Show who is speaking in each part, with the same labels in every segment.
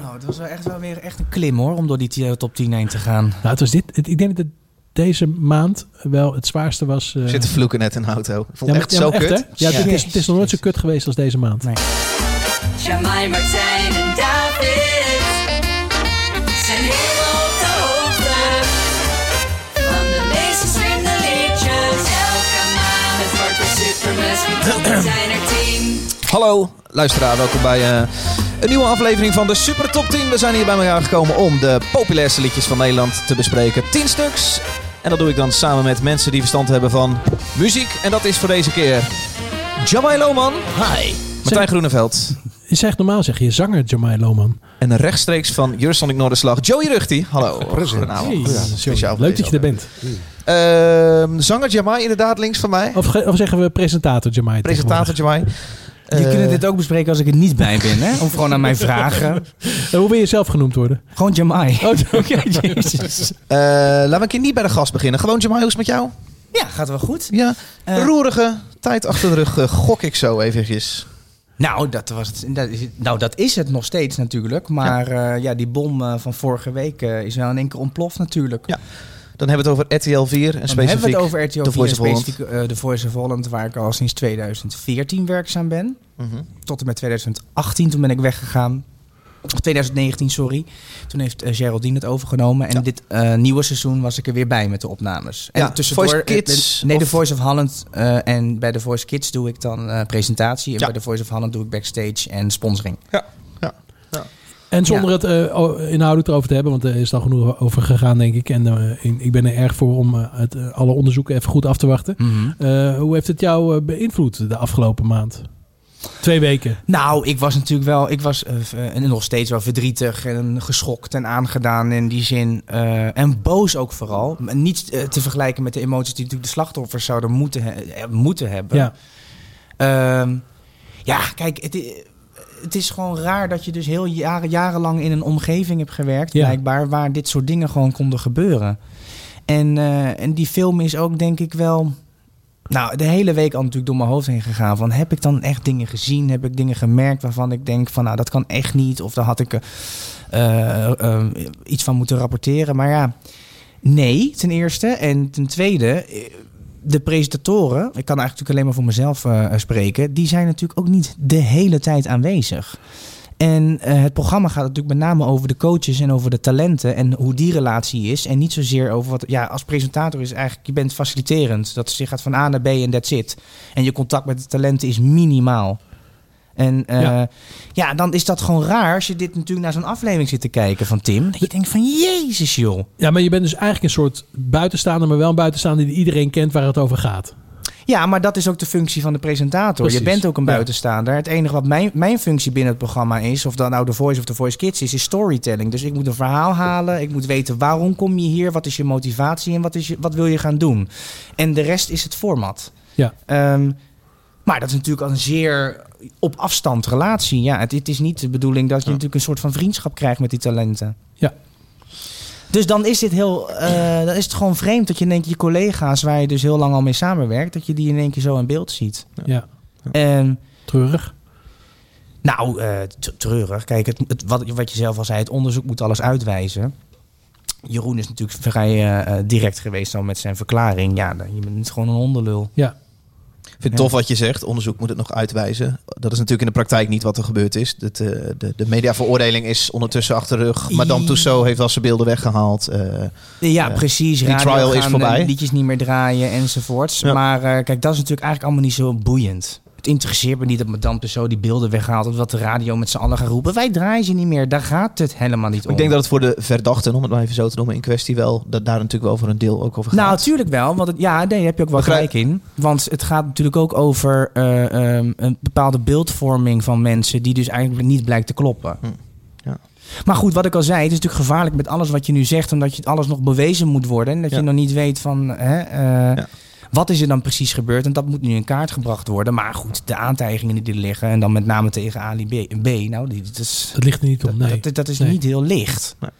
Speaker 1: Nou, het was wel echt wel weer echt een klim hoor, om door die t- top 10 heen te gaan.
Speaker 2: Nou, het was dit. het- ik denk dat het deze maand wel het zwaarste was. eh,
Speaker 3: Ik zit te vloeken net in een auto. Ik vond
Speaker 2: ja,
Speaker 3: het
Speaker 2: maar-
Speaker 3: echt
Speaker 2: ja,
Speaker 3: zo
Speaker 2: maar
Speaker 3: kut.
Speaker 2: hè? Ja, het, is, het is nog nooit zo kut geweest als deze maand.
Speaker 1: Nee.
Speaker 4: Jamai, Martijn en David zijn heel op de hoogte van de meest gestreamde liedjes. Elke maand het wordt weer supermes, want we zijn er tien.
Speaker 3: Hallo, luisteraar. Welkom bij eh, een nieuwe aflevering van de Super Top 10. We zijn hier bij elkaar gekomen om de populairste liedjes van Nederland te bespreken. 10 stuks. En dat doe ik dan samen met mensen die verstand hebben van muziek. En dat is voor deze keer Jamai Loman. Hi. Martijn Groeneveld.
Speaker 2: Je zegt normaal zeg je zanger Jamai Loman.
Speaker 3: En rechtstreeks van Jurstonic Noorderslag, Joey Ruchti. Hallo. Goedenavond.
Speaker 2: Hey,
Speaker 3: speciaal voor
Speaker 2: Leuk dat
Speaker 3: deze
Speaker 2: je er bent. Oh.
Speaker 3: Ehm, zanger Jamai inderdaad, links van mij.
Speaker 2: Of, ge- of zeggen we presentator Jamai?
Speaker 3: Presentator Jamai.
Speaker 1: Je
Speaker 3: Eh,
Speaker 1: kunt dit ook bespreken als ik er niet bij ben, hè? Om gewoon aan mij vragen.
Speaker 2: tegenwoordig? Eh, hoe wil je zelf genoemd worden?
Speaker 1: Gewoon Jamai.
Speaker 2: Oh, oké.
Speaker 1: Jezus.
Speaker 3: eh, laten we een keer niet bij de gast beginnen. Gewoon Jamai, hoe is het met jou?
Speaker 1: Ja, gaat wel goed.
Speaker 3: Ja,
Speaker 1: Eh,
Speaker 3: roerige tijd achter de rug eh, gok ik zo eventjes.
Speaker 1: nou, dat was het, dat is, het- nou, dat is het nog steeds natuurlijk. Maar eh, ja, die bom eh, van vorige week eh, is wel in één keer ontploft natuurlijk.
Speaker 3: Ja, Dan hebben we het over RTL 4 en
Speaker 1: Dan hebben we
Speaker 3: specifiek.
Speaker 1: het over RTL 4
Speaker 3: The Voice of Holland.
Speaker 1: specifiek eh, The Voice of Holland, waar ik al sinds 2014 werkzaam ben.
Speaker 3: Mhm.
Speaker 1: Tot en met 2018, toen ben ik weggegaan. Of 2019, sorry. Toen heeft eh, Geraldine het overgenomen. En
Speaker 3: Ja.
Speaker 1: dit eh, nieuwe seizoen was ik er weer bij met de opnames. En
Speaker 3: Ja, Voice Kids
Speaker 1: eh, nee,
Speaker 3: of-
Speaker 1: The Voice of Holland. eh, en bij The Voice Kids doe ik dan eh, presentatie. En
Speaker 3: Ja.
Speaker 1: bij The Voice of Holland doe ik backstage en sponsoring.
Speaker 2: En zonder het eh, o- inhoudelijk erover te hebben, want er is al genoeg over gegaan, denk ik. En eh, in- ik ben er erg voor om eh, het, eh, alle onderzoeken even goed af te wachten.
Speaker 3: Mhm.
Speaker 2: Eh, hoe heeft het jou eh, beïnvloed de afgelopen maand? Twee weken.
Speaker 1: Nou, ik was natuurlijk wel, ik was eh, v- eh, en nog steeds wel verdrietig en geschokt en aangedaan in die zin. eh, en boos ook vooral. Maar Niet eh, te vergelijken met de emoties die natuurlijk de slachtoffers zouden moeten, he- eh, moeten hebben.
Speaker 2: Ja.
Speaker 1: Ehm, ja, kijk, het, i- het is gewoon raar dat je dus heel jaren, jarenlang in een omgeving hebt gewerkt,
Speaker 2: Ja.
Speaker 1: blijkbaar, waar dit soort dingen gewoon konden gebeuren. En, eh, en die film is ook, denk ik wel. Nou, de hele week al natuurlijk door mijn hoofd heen gegaan. Van heb ik dan echt dingen gezien? Heb ik dingen gemerkt waarvan ik denk van nou, dat kan echt niet. Of daar had ik eh, eh, eh, iets van moeten rapporteren. Maar ja, nee, ten eerste. En ten tweede, eh, de presentatoren, ik kan eigenlijk natuurlijk alleen maar voor mezelf eh, spreken, die zijn natuurlijk ook niet de hele tijd aanwezig. En eh, het programma gaat natuurlijk met name over de coaches en over de talenten en hoe die relatie is. En niet zozeer over wat. Ja, als presentator is eigenlijk, je bent faciliterend. Dat is, je gaat van A naar B en that's it. En je contact met de talenten is minimaal. En eh,
Speaker 2: Ja.
Speaker 1: ja. dan is dat gewoon raar als je dit natuurlijk naar zo'n aflevering zit te kijken van Tim. Dat je denkt van Jezus joh.
Speaker 2: Ja, maar je bent dus eigenlijk een soort buitenstaander, maar wel een buitenstaander die iedereen kent waar het over gaat.
Speaker 1: Ja, maar dat is ook de functie van de presentator.
Speaker 2: Precies.
Speaker 1: Je bent ook een
Speaker 2: Ja.
Speaker 1: buitenstaander. Het enige wat mijn, mijn functie binnen het programma is, of dat nou de Voice of the Voice Kids is, is storytelling. Dus ik moet een verhaal halen. Ik moet weten waarom kom je hier, wat is je motivatie en wat, is je, wat wil je gaan doen. En de rest is het format.
Speaker 2: Ja.
Speaker 1: Ehm, maar dat is natuurlijk al een zeer op afstand relatie. Ja, het, het is niet de bedoeling dat je natuurlijk een soort van vriendschap krijgt met die talenten.
Speaker 2: Ja.
Speaker 1: Dus dan is dit heel, eh, dan is het gewoon vreemd dat je in één keer je collega's waar je dus heel lang al mee samenwerkt, dat je die in één keer zo in beeld ziet.
Speaker 2: Ja.
Speaker 1: En
Speaker 2: Treurig.
Speaker 1: Ehm, nou, eh, t- treurig. Kijk, het, het- wat, wat je zelf al zei, het onderzoek moet alles uitwijzen. Jeroen is natuurlijk vrij eh, eh, direct geweest dan met zijn verklaring. Ja, dan- je bent gewoon een hondenlul.
Speaker 2: Ja.
Speaker 3: Ik vind het tof wat je zegt. Onderzoek moet het nog uitwijzen. Dat is natuurlijk in de praktijk niet wat er gebeurd is. Dat, eh, de, de mediaveroordeling is ondertussen achter de rug. Madame
Speaker 1: I-
Speaker 3: Tussaud heeft wel zijn beelden weggehaald. Eh,
Speaker 1: Ja, precies.
Speaker 3: Die
Speaker 1: Radio
Speaker 3: trial is
Speaker 1: gaan,
Speaker 3: voorbij.
Speaker 1: eh, Liedjes niet meer draaien enzovoorts.
Speaker 3: Ja.
Speaker 1: Maar eh, kijk, dat is natuurlijk eigenlijk allemaal niet zo boeiend. Het interesseert me niet dat Madame Tussauds die beelden weghaalt... of dat de radio met z'n allen gaat roepen. Wij draaien ze niet meer. Daar gaat het helemaal niet om.
Speaker 3: ik denk dat het voor de verdachten, om het maar even zo te noemen, in kwestie wel, dat daar natuurlijk wel voor een deel ook over gaat.
Speaker 1: Nou, natuurlijk wel. Want het, ja, nee, daar heb je ook wel
Speaker 3: Begrijp-
Speaker 1: gelijk in. Want het gaat natuurlijk ook over eh, ehm, een bepaalde beeldvorming van mensen... die dus eigenlijk niet blijkt te kloppen.
Speaker 3: Hm, ja.
Speaker 1: Maar goed, wat ik al zei, het is natuurlijk gevaarlijk met alles wat je nu zegt... omdat je alles nog bewezen moet worden. En dat
Speaker 3: Ja.
Speaker 1: je nog niet weet van... Hè, eh,
Speaker 3: Ja.
Speaker 1: Wat is er dan precies gebeurd? En dat moet nu in kaart gebracht worden. Maar goed, de aantijgingen die er liggen... en dan met name tegen Ali B. B nou, die, dat is
Speaker 2: Het ligt er niet om. Nee.
Speaker 1: dat, dat is
Speaker 2: Nee.
Speaker 1: niet heel licht.
Speaker 3: Nee.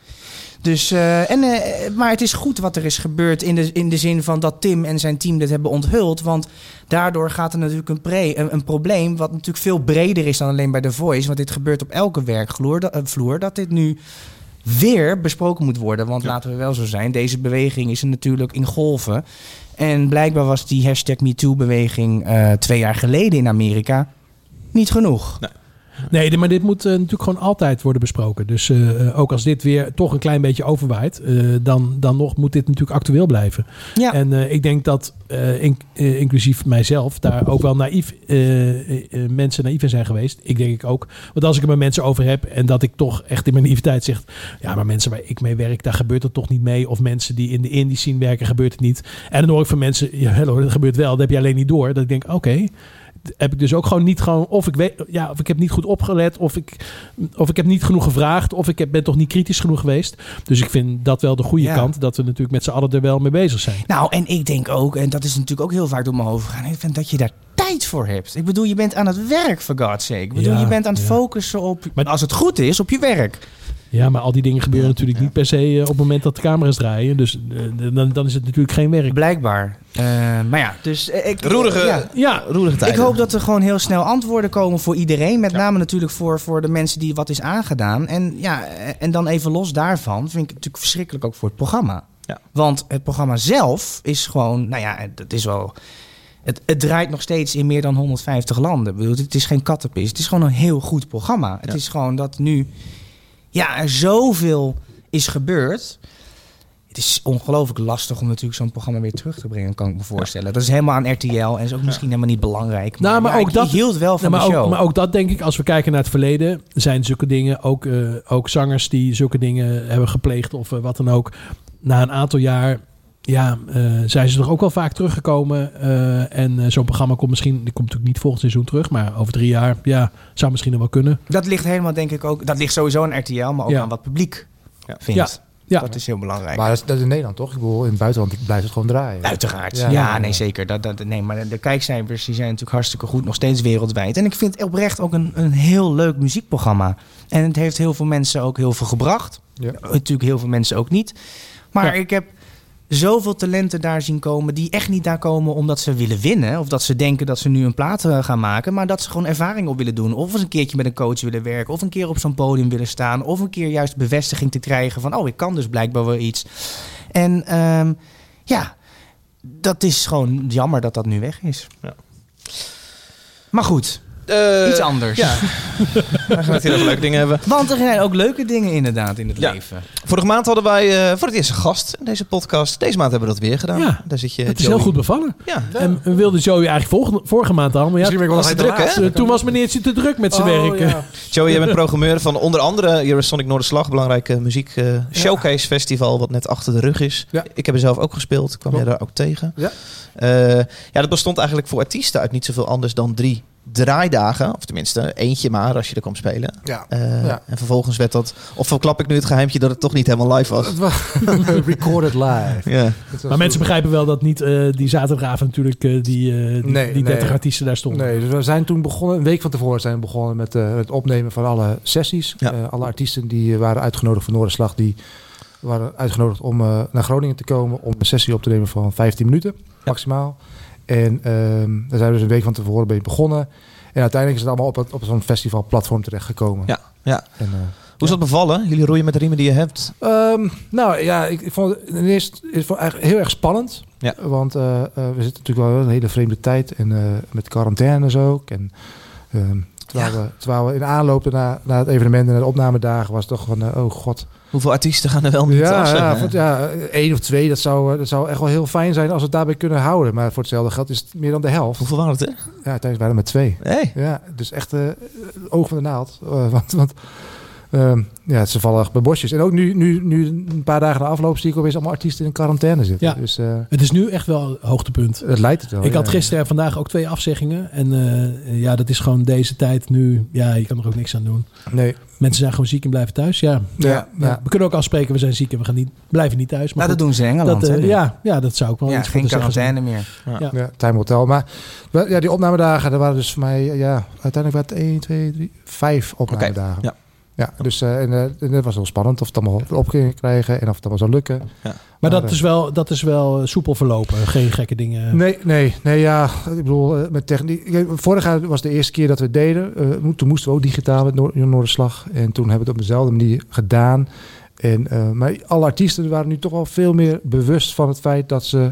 Speaker 1: Dus, eh, en, eh, maar het is goed wat er is gebeurd in de, in de zin van dat Tim en zijn team dit hebben onthuld. Want daardoor gaat er natuurlijk een, pre, een, een probleem wat natuurlijk veel breder is dan alleen bij The Voice. Want dit gebeurt op elke werkvloer dat, eh, vloer, dat dit nu weer besproken moet worden. Want laten we wel zo zijn, deze beweging is er natuurlijk in golven. En blijkbaar was die hashtag MeToo-beweging eh, twee jaar geleden in Amerika niet genoeg.
Speaker 2: Nee, dit- maar dit moet eh, natuurlijk gewoon altijd worden besproken. Dus eh, eh, ook als dit weer toch een klein beetje overwaait, eh, dan, dan nog moet dit natuurlijk actueel blijven.
Speaker 1: Ja.
Speaker 2: En eh, ik denk dat, eh, in- eh, inclusief mijzelf, daar ook wel naïef, eh, eh, eh, mensen naïef in zijn geweest. Ik denk ik ook. Want als ik het met mensen over heb en dat ik toch echt in mijn naïviteit zeg... Ja, maar mensen waar ik mee werk, daar gebeurt het toch niet mee. Of mensen die in de indie scene werken, gebeurt het niet. En dan hoor ik van mensen, ja hoor, dat gebeurt wel. Dat heb je alleen niet door. Dat ik denk, oké. heb ik dus ook gewoon niet gewoon... Of ik, weet, ja, of ik heb niet goed opgelet, of ik, of ik heb niet genoeg gevraagd... of ik heb, ben toch niet kritisch genoeg geweest. Dus ik vind dat wel de goede
Speaker 1: Ja.
Speaker 2: kant... dat we natuurlijk met z'n allen er wel mee bezig zijn.
Speaker 1: Nou, en ik denk ook, en dat is natuurlijk ook heel vaak door mijn hoofd gegaan, ik vind dat je daar tijd voor hebt. Ik bedoel, je bent aan het werk, for God's sake. Ik bedoel,
Speaker 2: Ja,
Speaker 1: je bent aan het
Speaker 2: ja.
Speaker 1: focussen op,
Speaker 2: Maar-
Speaker 1: als het goed is, op je werk.
Speaker 2: Ja, maar al die dingen gebeuren natuurlijk niet per se eh, op het moment dat de camera's draaien. Dus eh, dan, dan is het natuurlijk geen werk.
Speaker 1: Blijkbaar. Eh, maar ja, dus... eh, Ik,
Speaker 3: Roerige,
Speaker 1: ja.
Speaker 2: Ja,
Speaker 3: roerige tijden.
Speaker 1: Ik hoop dat er gewoon heel snel antwoorden komen voor iedereen. Met name natuurlijk voor, voor de mensen die wat is aangedaan. En, ja, eh, en dan even los daarvan vind ik het natuurlijk verschrikkelijk ook voor het programma.
Speaker 3: Ja.
Speaker 1: Want het programma zelf is gewoon, nou ja, dat is wel... Het, het draait nog steeds in meer dan 150 landen. Ik bedoel, het is geen kattenpis. Het is gewoon een heel goed programma. Het
Speaker 3: Ja.
Speaker 1: is gewoon dat nu ja, er zoveel is gebeurd. Het is ongelooflijk lastig om natuurlijk zo'n programma weer terug te brengen, kan ik me voorstellen. Dat is helemaal aan RTL en is ook misschien helemaal niet belangrijk.
Speaker 2: Nou, maar
Speaker 1: ja,
Speaker 2: ook
Speaker 1: ik
Speaker 2: dat-
Speaker 1: hield wel van
Speaker 2: Nou, maar,
Speaker 1: de show.
Speaker 2: ook, maar ook dat denk ik, als we kijken naar het verleden, zijn zulke dingen ook, eh, ook zangers die zulke dingen hebben gepleegd of eh, wat dan ook. Na een aantal jaar ja, eh, zijn ze toch ook wel vaak teruggekomen. eh, en eh, zo'n programma komt misschien, die komt natuurlijk niet volgend seizoen terug, maar over drie jaar, ja, zou misschien nog wel kunnen.
Speaker 1: Dat ligt helemaal, denk ik ook. Dat ligt sowieso aan RTL, maar ook
Speaker 2: Ja.
Speaker 1: aan wat het publiek
Speaker 3: Ja.
Speaker 1: vindt.
Speaker 2: Ja.
Speaker 1: Dat is heel belangrijk.
Speaker 5: Maar dat is, dat is in Nederland toch? Ik bedoel, in het buitenland blijft het gewoon draaien.
Speaker 1: Uiteraard. Ja,
Speaker 5: Ja.
Speaker 1: nee, zeker. Dat, dat, nee, maar de kijkcijfers die zijn natuurlijk hartstikke goed, nog steeds wereldwijd. En ik vind het oprecht ook een, een heel leuk muziekprogramma. En het heeft heel veel mensen ook heel veel gebracht.
Speaker 5: Ja.
Speaker 1: Natuurlijk heel veel mensen ook niet. Maar
Speaker 2: Ja.
Speaker 1: ik heb zoveel talenten daar zien komen die echt niet daar komen omdat ze willen winnen. Of dat ze denken dat ze nu een plaat eh, gaan maken. Maar dat ze gewoon ervaring op willen doen. Of eens een keertje met een coach willen werken. Of een keer op zo'n podium willen staan. Of een keer juist bevestiging te krijgen van... oh, ik kan dus blijkbaar wel iets. En ehm, ja, dat is gewoon jammer dat dat nu weg is.
Speaker 3: Ja.
Speaker 1: Maar goed,
Speaker 3: Eh,
Speaker 1: iets anders.
Speaker 3: Ja. We gaan het heel over leuke dingen hebben.
Speaker 1: Want er zijn ook leuke dingen inderdaad in het
Speaker 3: Ja.
Speaker 1: leven.
Speaker 3: Vorige maand hadden wij eh, voor het eerst een gast in deze podcast. Deze maand hebben we dat weer gedaan.
Speaker 2: Ja,
Speaker 3: Daar zit je,
Speaker 2: Het is
Speaker 3: Joey.
Speaker 2: heel goed bevallen.
Speaker 3: Ja,
Speaker 2: En we wilden Joey eigenlijk vorige, vorige maand al, maar ja,
Speaker 5: Misschien ben ik wel
Speaker 3: was
Speaker 5: eens
Speaker 3: het
Speaker 5: te
Speaker 3: druk,
Speaker 5: laat.
Speaker 3: hè?
Speaker 2: t- toen was meneertje te druk met zijn
Speaker 5: Oh,
Speaker 2: werk.
Speaker 5: ja.
Speaker 3: Joey, jij bent programmeur van onder andere Eurosonic Noorderslag. Belangrijke muziek eh, showcase festival wat net achter de rug is.
Speaker 5: Ja.
Speaker 3: Ik heb er zelf ook gespeeld. Ik kwam jij
Speaker 5: Klopt.
Speaker 3: daar ook tegen.
Speaker 5: Ja.
Speaker 3: Eh, ja, dat bestond eigenlijk voor artiesten uit niet zoveel anders dan drie draaidagen. Of tenminste, eentje maar als je er kwam spelen.
Speaker 5: Ja.
Speaker 3: Eh,
Speaker 5: Ja.
Speaker 3: En vervolgens werd dat... Of verklap ik nu het geheimtje dat het toch niet helemaal live was?
Speaker 5: Het was recorded live.
Speaker 3: Ja.
Speaker 5: Het was
Speaker 2: Maar mensen
Speaker 5: goed.
Speaker 2: begrijpen wel dat niet eh, die zaterdagavond natuurlijk eh, die, eh, die,
Speaker 5: Nee,
Speaker 2: die 30
Speaker 5: nee.
Speaker 2: artiesten daar stonden.
Speaker 5: Nee, dus we zijn toen begonnen, een week van tevoren zijn we begonnen met eh, het opnemen van alle sessies.
Speaker 3: Ja.
Speaker 5: Eh, alle artiesten die eh, waren uitgenodigd van Noorderslag, die waren uitgenodigd om eh, naar Groningen te komen om een sessie op te nemen van 15 minuten maximaal. En ehm, daar zijn we dus een week van tevoren mee begonnen. En uiteindelijk is het allemaal op, het- op zo'n festivalplatform terechtgekomen.
Speaker 3: Ja, ja.
Speaker 5: En, eh,
Speaker 3: Hoe is dat bevallen? Jullie roeien met de riemen die je hebt.
Speaker 5: Ehm, nou ja, ik, ik vond het in eerste ik vond het eigenlijk heel erg spannend.
Speaker 3: Ja.
Speaker 5: Want eh, eh, we zitten natuurlijk wel in een hele vreemde tijd. En eh, met quarantaines ook. En, ehm, terwijl, we, terwijl we in aanloop naar, naar het evenement en naar de opnamedagen was het toch van, eh, oh god.
Speaker 3: Hoeveel artiesten gaan er wel niet
Speaker 5: Ja,
Speaker 3: afzeggen?
Speaker 5: ja, voor- ja, eh, één of twee, dat zou, eh, dat zou echt wel heel fijn zijn als we het daarbij kunnen houden. Maar voor hetzelfde geld is het meer dan de helft.
Speaker 3: Hoeveel waren het er?
Speaker 5: Ja, uiteindelijk waren we met twee.
Speaker 3: Hey.
Speaker 5: Ja, dus echt eh, oog van de naald. Eh, want want ehm, ja, ze vallen echt bij bosjes. En ook nu, nu, nu een paar dagen na afloop zie ik opeens allemaal artiesten in quarantaine zitten.
Speaker 2: Ja.
Speaker 5: Dus eh,
Speaker 2: Het is nu echt wel hoogtepunt.
Speaker 5: het lijkt het wel.
Speaker 2: ik had
Speaker 5: Oh, ja.
Speaker 2: gisteren en vandaag ook twee afzeggingen. En eh, ja, dat is gewoon deze tijd nu. Ja, je kan er ook niks aan doen.
Speaker 5: Nee.
Speaker 2: Mensen zijn gewoon ziek en blijven thuis. Ja,
Speaker 5: Ja,
Speaker 1: Ja,
Speaker 5: ja,
Speaker 2: ja. we kunnen ook afspreken, we zijn ziek en we gaan niet, blijven niet thuis. Maar
Speaker 1: Nou, dat
Speaker 2: goed,
Speaker 1: doen ze in Engeland.
Speaker 2: dat,
Speaker 1: hè,
Speaker 2: eh,
Speaker 1: nu.
Speaker 2: ja, ja, dat zou ik wel
Speaker 1: Ja,
Speaker 2: iets voor
Speaker 1: geen
Speaker 2: de zaal
Speaker 1: quarantaine meer.
Speaker 5: ja. Time will tell. Maar wel, ja, die opnamedagen, daar waren dus voor mij, eh, ja, uiteindelijk waren het 1, 2, 3, 5 opnamedagen.
Speaker 3: ja.
Speaker 5: Ja, dus eh, en, eh, en dat was heel spannend of het allemaal erop ging krijgen en of het allemaal zou lukken.
Speaker 2: Maar dat
Speaker 5: Maar,
Speaker 2: is, wel, dat is wel eh, soepel verlopen. Geen gekke dingen.
Speaker 5: Nee, nee, nee, ja. Ik bedoel, eh, met techniek. ik- Vorig jaar was de eerste keer dat we het deden. Eh, mo- toen moesten we ook digitaal met Noor- Noorderslag. En toen hebben we het op dezelfde manier gedaan. En, eh, maar alle artiesten waren nu toch wel veel meer bewust van het feit dat ze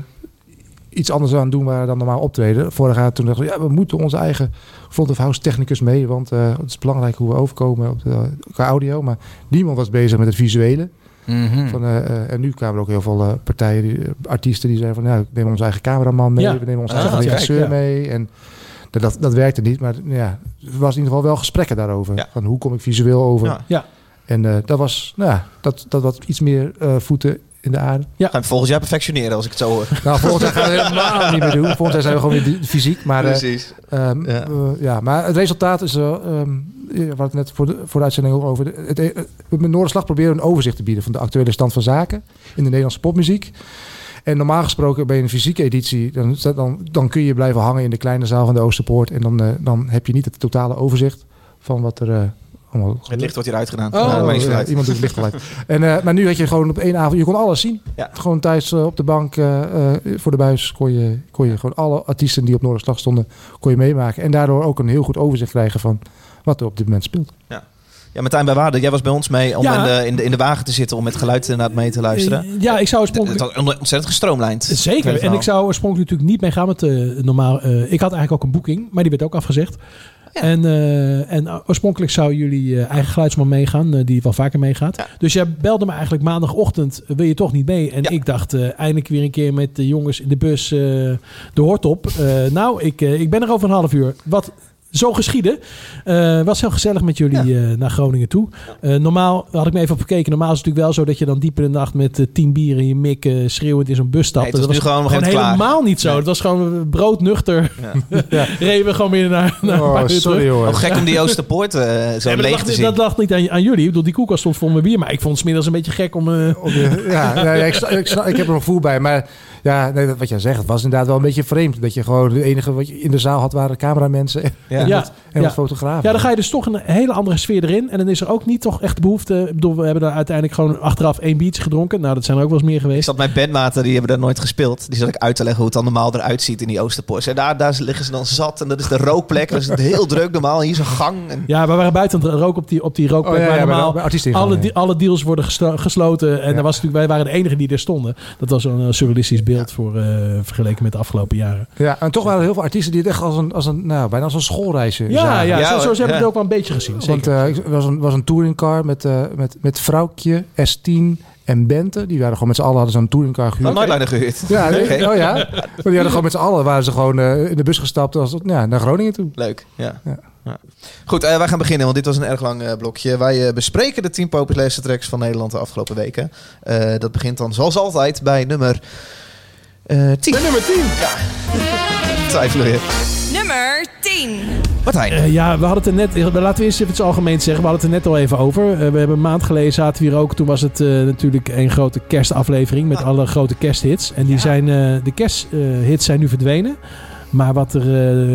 Speaker 5: iets anders aan het doen waren dan normaal optreden. Vorig jaar toen dachten we, ja, we moeten onze eigen front of house technicus mee. Want eh, het is belangrijk hoe we overkomen op de, qua audio. Maar niemand was bezig met het visuele.
Speaker 1: Mhm.
Speaker 3: Hmm.
Speaker 5: Van, eh, eh, en nu kwamen er ook heel veel eh, partijen, die, eh, artiesten die zeiden van... Ja, we nemen onze eigen cameraman mee,
Speaker 2: Ja.
Speaker 5: we nemen onze
Speaker 3: Ah,
Speaker 5: eigen
Speaker 3: kijk,
Speaker 5: regisseur
Speaker 2: ja.
Speaker 5: mee. En dat, dat, dat werkte niet, maar ja, er was in ieder geval wel gesprekken daarover.
Speaker 3: Ja.
Speaker 5: Van hoe kom ik visueel over?
Speaker 3: Ja.
Speaker 2: Ja.
Speaker 5: En eh, dat was, nou ja, dat, dat was iets meer eh, voeten in de aarde.
Speaker 3: Ga je volgend jaar perfectioneren als ik het zo hoor.
Speaker 5: Nou, volgens mij gaan we het helemaal niet meer doen. Volgens mij zijn we gewoon weer die- fysiek. Maar, eh,
Speaker 3: Precies.
Speaker 5: Ehm,
Speaker 3: Ja.
Speaker 5: eh, ja, maar het resultaat is, wel, ehm we hadden het net voor de, voor de uitzending ook over. Het, eh, met Noorderslag proberen we een overzicht te bieden van de actuele stand van zaken in de Nederlandse popmuziek. En normaal gesproken bij een fysieke editie, dan, dan, dan kun je blijven hangen in de kleine zaal van de Oosterpoort. En dan, eh, dan heb je niet het totale overzicht van wat er eh, allemaal
Speaker 3: Het licht wordt hier uitgedaan.
Speaker 2: Oh,
Speaker 3: Ja, dat maakt niet
Speaker 5: ja,
Speaker 3: veel uit.
Speaker 5: iemand doet het licht al uit. En, eh, maar nu had je gewoon op één avond, je kon alles zien.
Speaker 3: Ja.
Speaker 5: Gewoon thuis eh, op de bank, eh, eh, voor de buis, kon je, kon je gewoon alle artiesten die op Noorderslag stonden, kon je meemaken. En daardoor ook een heel goed overzicht krijgen van wat er op dit moment speelt.
Speaker 3: Ja, Martijn bij Waarde, jij was bij ons mee om
Speaker 2: Ja.
Speaker 3: in, de, in, de, in de wagen te zitten om met geluid inderdaad mee te luisteren.
Speaker 2: Eh, Ja, ik zou
Speaker 3: Het
Speaker 2: oorspronkelijk...
Speaker 3: was ontzettend gestroomlijnd.
Speaker 2: Zeker. En ik zou oorspronkelijk natuurlijk niet mee gaan met eh, normaal... eh, ik had eigenlijk ook een boeking, maar die werd ook afgezegd.
Speaker 3: Oh
Speaker 2: En, eh, en oorspronkelijk zou jullie eh, eigen geluidsman meegaan, eh, die wel vaker meegaat.
Speaker 3: Ja.
Speaker 2: Dus jij belde me eigenlijk maandagochtend, eh, wil je toch niet mee? En
Speaker 3: Ja.
Speaker 2: ik dacht, eh, eindelijk weer een keer met de jongens in de bus eh, de hort op. Eh, nou, ik, eh, ik ben er over een half uur. Wat zo geschieden. Eh, was heel gezellig met jullie eh, naar Groningen toe. Eh, normaal had ik me even op gekeken. Normaal is het natuurlijk wel zo dat je dan dieper in de nacht met eh, tien bier in je mik eh, schreeuwend in zo'n bus stapt.
Speaker 3: Nee, het was nu gewoon-
Speaker 2: gewoon
Speaker 3: gewoon klaar.
Speaker 2: helemaal niet zo.
Speaker 3: Nee.
Speaker 2: Het was gewoon eh, broodnuchter.
Speaker 3: Ja.
Speaker 2: Reden we gewoon weer naar, naar een paar uur Nou, terug.
Speaker 5: hoor.
Speaker 3: Ook gek om die Oosterpoort eh zo
Speaker 2: Nee, maar dat,
Speaker 3: leeg te
Speaker 2: lag, dus-
Speaker 3: zien.
Speaker 2: dat lag niet aan, aan jullie. Ik bedoel, die koelkast stond vol met bier. Maar ik vond het smiddags een beetje gek om... eh,
Speaker 5: Op je- ja, ja, ja, ik, sna- ik, sna- ik heb er een gevoel bij. Maar ja, nee, dat- wat jij zegt, het was inderdaad wel een beetje vreemd. Dat je gewoon het enige wat je in de zaal had waren cameramensen en,
Speaker 3: Ja.
Speaker 2: ja.
Speaker 5: en
Speaker 2: Ja.
Speaker 5: wat fotografen.
Speaker 2: Ja, dan ga je dus toch een hele andere sfeer erin. En dan is er ook niet toch echt behoefte. Ik bedoel, we hebben daar uiteindelijk gewoon achteraf één biertje gedronken. Nou, dat zijn er ook wel eens meer
Speaker 3: Ik
Speaker 2: geweest.
Speaker 3: zat mijn bandmaten, die hebben daar nooit gespeeld. Die zat ik uit te leggen hoe het dan normaal eruit ziet in die Oosterpoort. En daar, daar liggen ze dan zat en dat is de rookplek. Dat is het heel druk normaal. En hier is een gang. En...
Speaker 2: Ja, we waren buiten aan het roken op die, op die rookplek.
Speaker 5: Oh, ja, ja,
Speaker 2: waar
Speaker 5: bij de-
Speaker 2: normaal
Speaker 5: bij artiesten
Speaker 2: alle,
Speaker 5: ingang,
Speaker 2: de- alle deals worden gesto- gesloten. En
Speaker 5: Ja.
Speaker 2: daar was natuurlijk, wij waren de enigen die er stonden. Dat was een eh, surrealistisch beeld voor, eh, vergeleken met de afgelopen jaren.
Speaker 5: Ja, en toch waren er heel veel artiesten die het echt als een, als een nou, bijna als een schoolreisje
Speaker 2: Ja,
Speaker 5: zagen.
Speaker 2: ja,
Speaker 3: Ja,
Speaker 2: zo,
Speaker 3: hoor.
Speaker 2: zo hebben we het
Speaker 3: Ja.
Speaker 2: ook wel een beetje gezien. Zeker.
Speaker 5: Want eh, er was een, was een touringcar met, eh met, met Vrouwkje, S10 en Bente. Die waren gewoon met z'n allen hadden zo'n touringcar
Speaker 3: Okay.
Speaker 5: gehuurd.
Speaker 3: Nightliner gehuurd.
Speaker 5: Ja, nee,
Speaker 3: Oh, Oké.
Speaker 5: oh ja. Maar die hadden gewoon met z'n allen waren ze gewoon eh, in de bus gestapt als, ja, naar Groningen toe.
Speaker 3: Leuk, ja.
Speaker 5: Ja.
Speaker 3: Ja. Goed, eh, wij gaan beginnen, want dit was een erg lang eh, blokje. Wij eh, bespreken de 10 populairste tracks van Nederland de afgelopen weken. Eh, dat begint dan zoals altijd bij nummer eh 10. Bij nummer 10? Ja. Twijfelen weer.
Speaker 4: Nummer 10.
Speaker 3: Martijn.
Speaker 2: Eh, ja, we hadden het er net. eh, Laten we eerst even iets algemeens zeggen. We hadden het er net al even over. Eh, we hebben een maand geleden zaten we hier ook. Toen was het eh, natuurlijk een grote kerstaflevering
Speaker 5: Ah.
Speaker 2: met alle grote kersthits. En die zijn, eh, de kersthits zijn nu verdwenen. Maar wat er.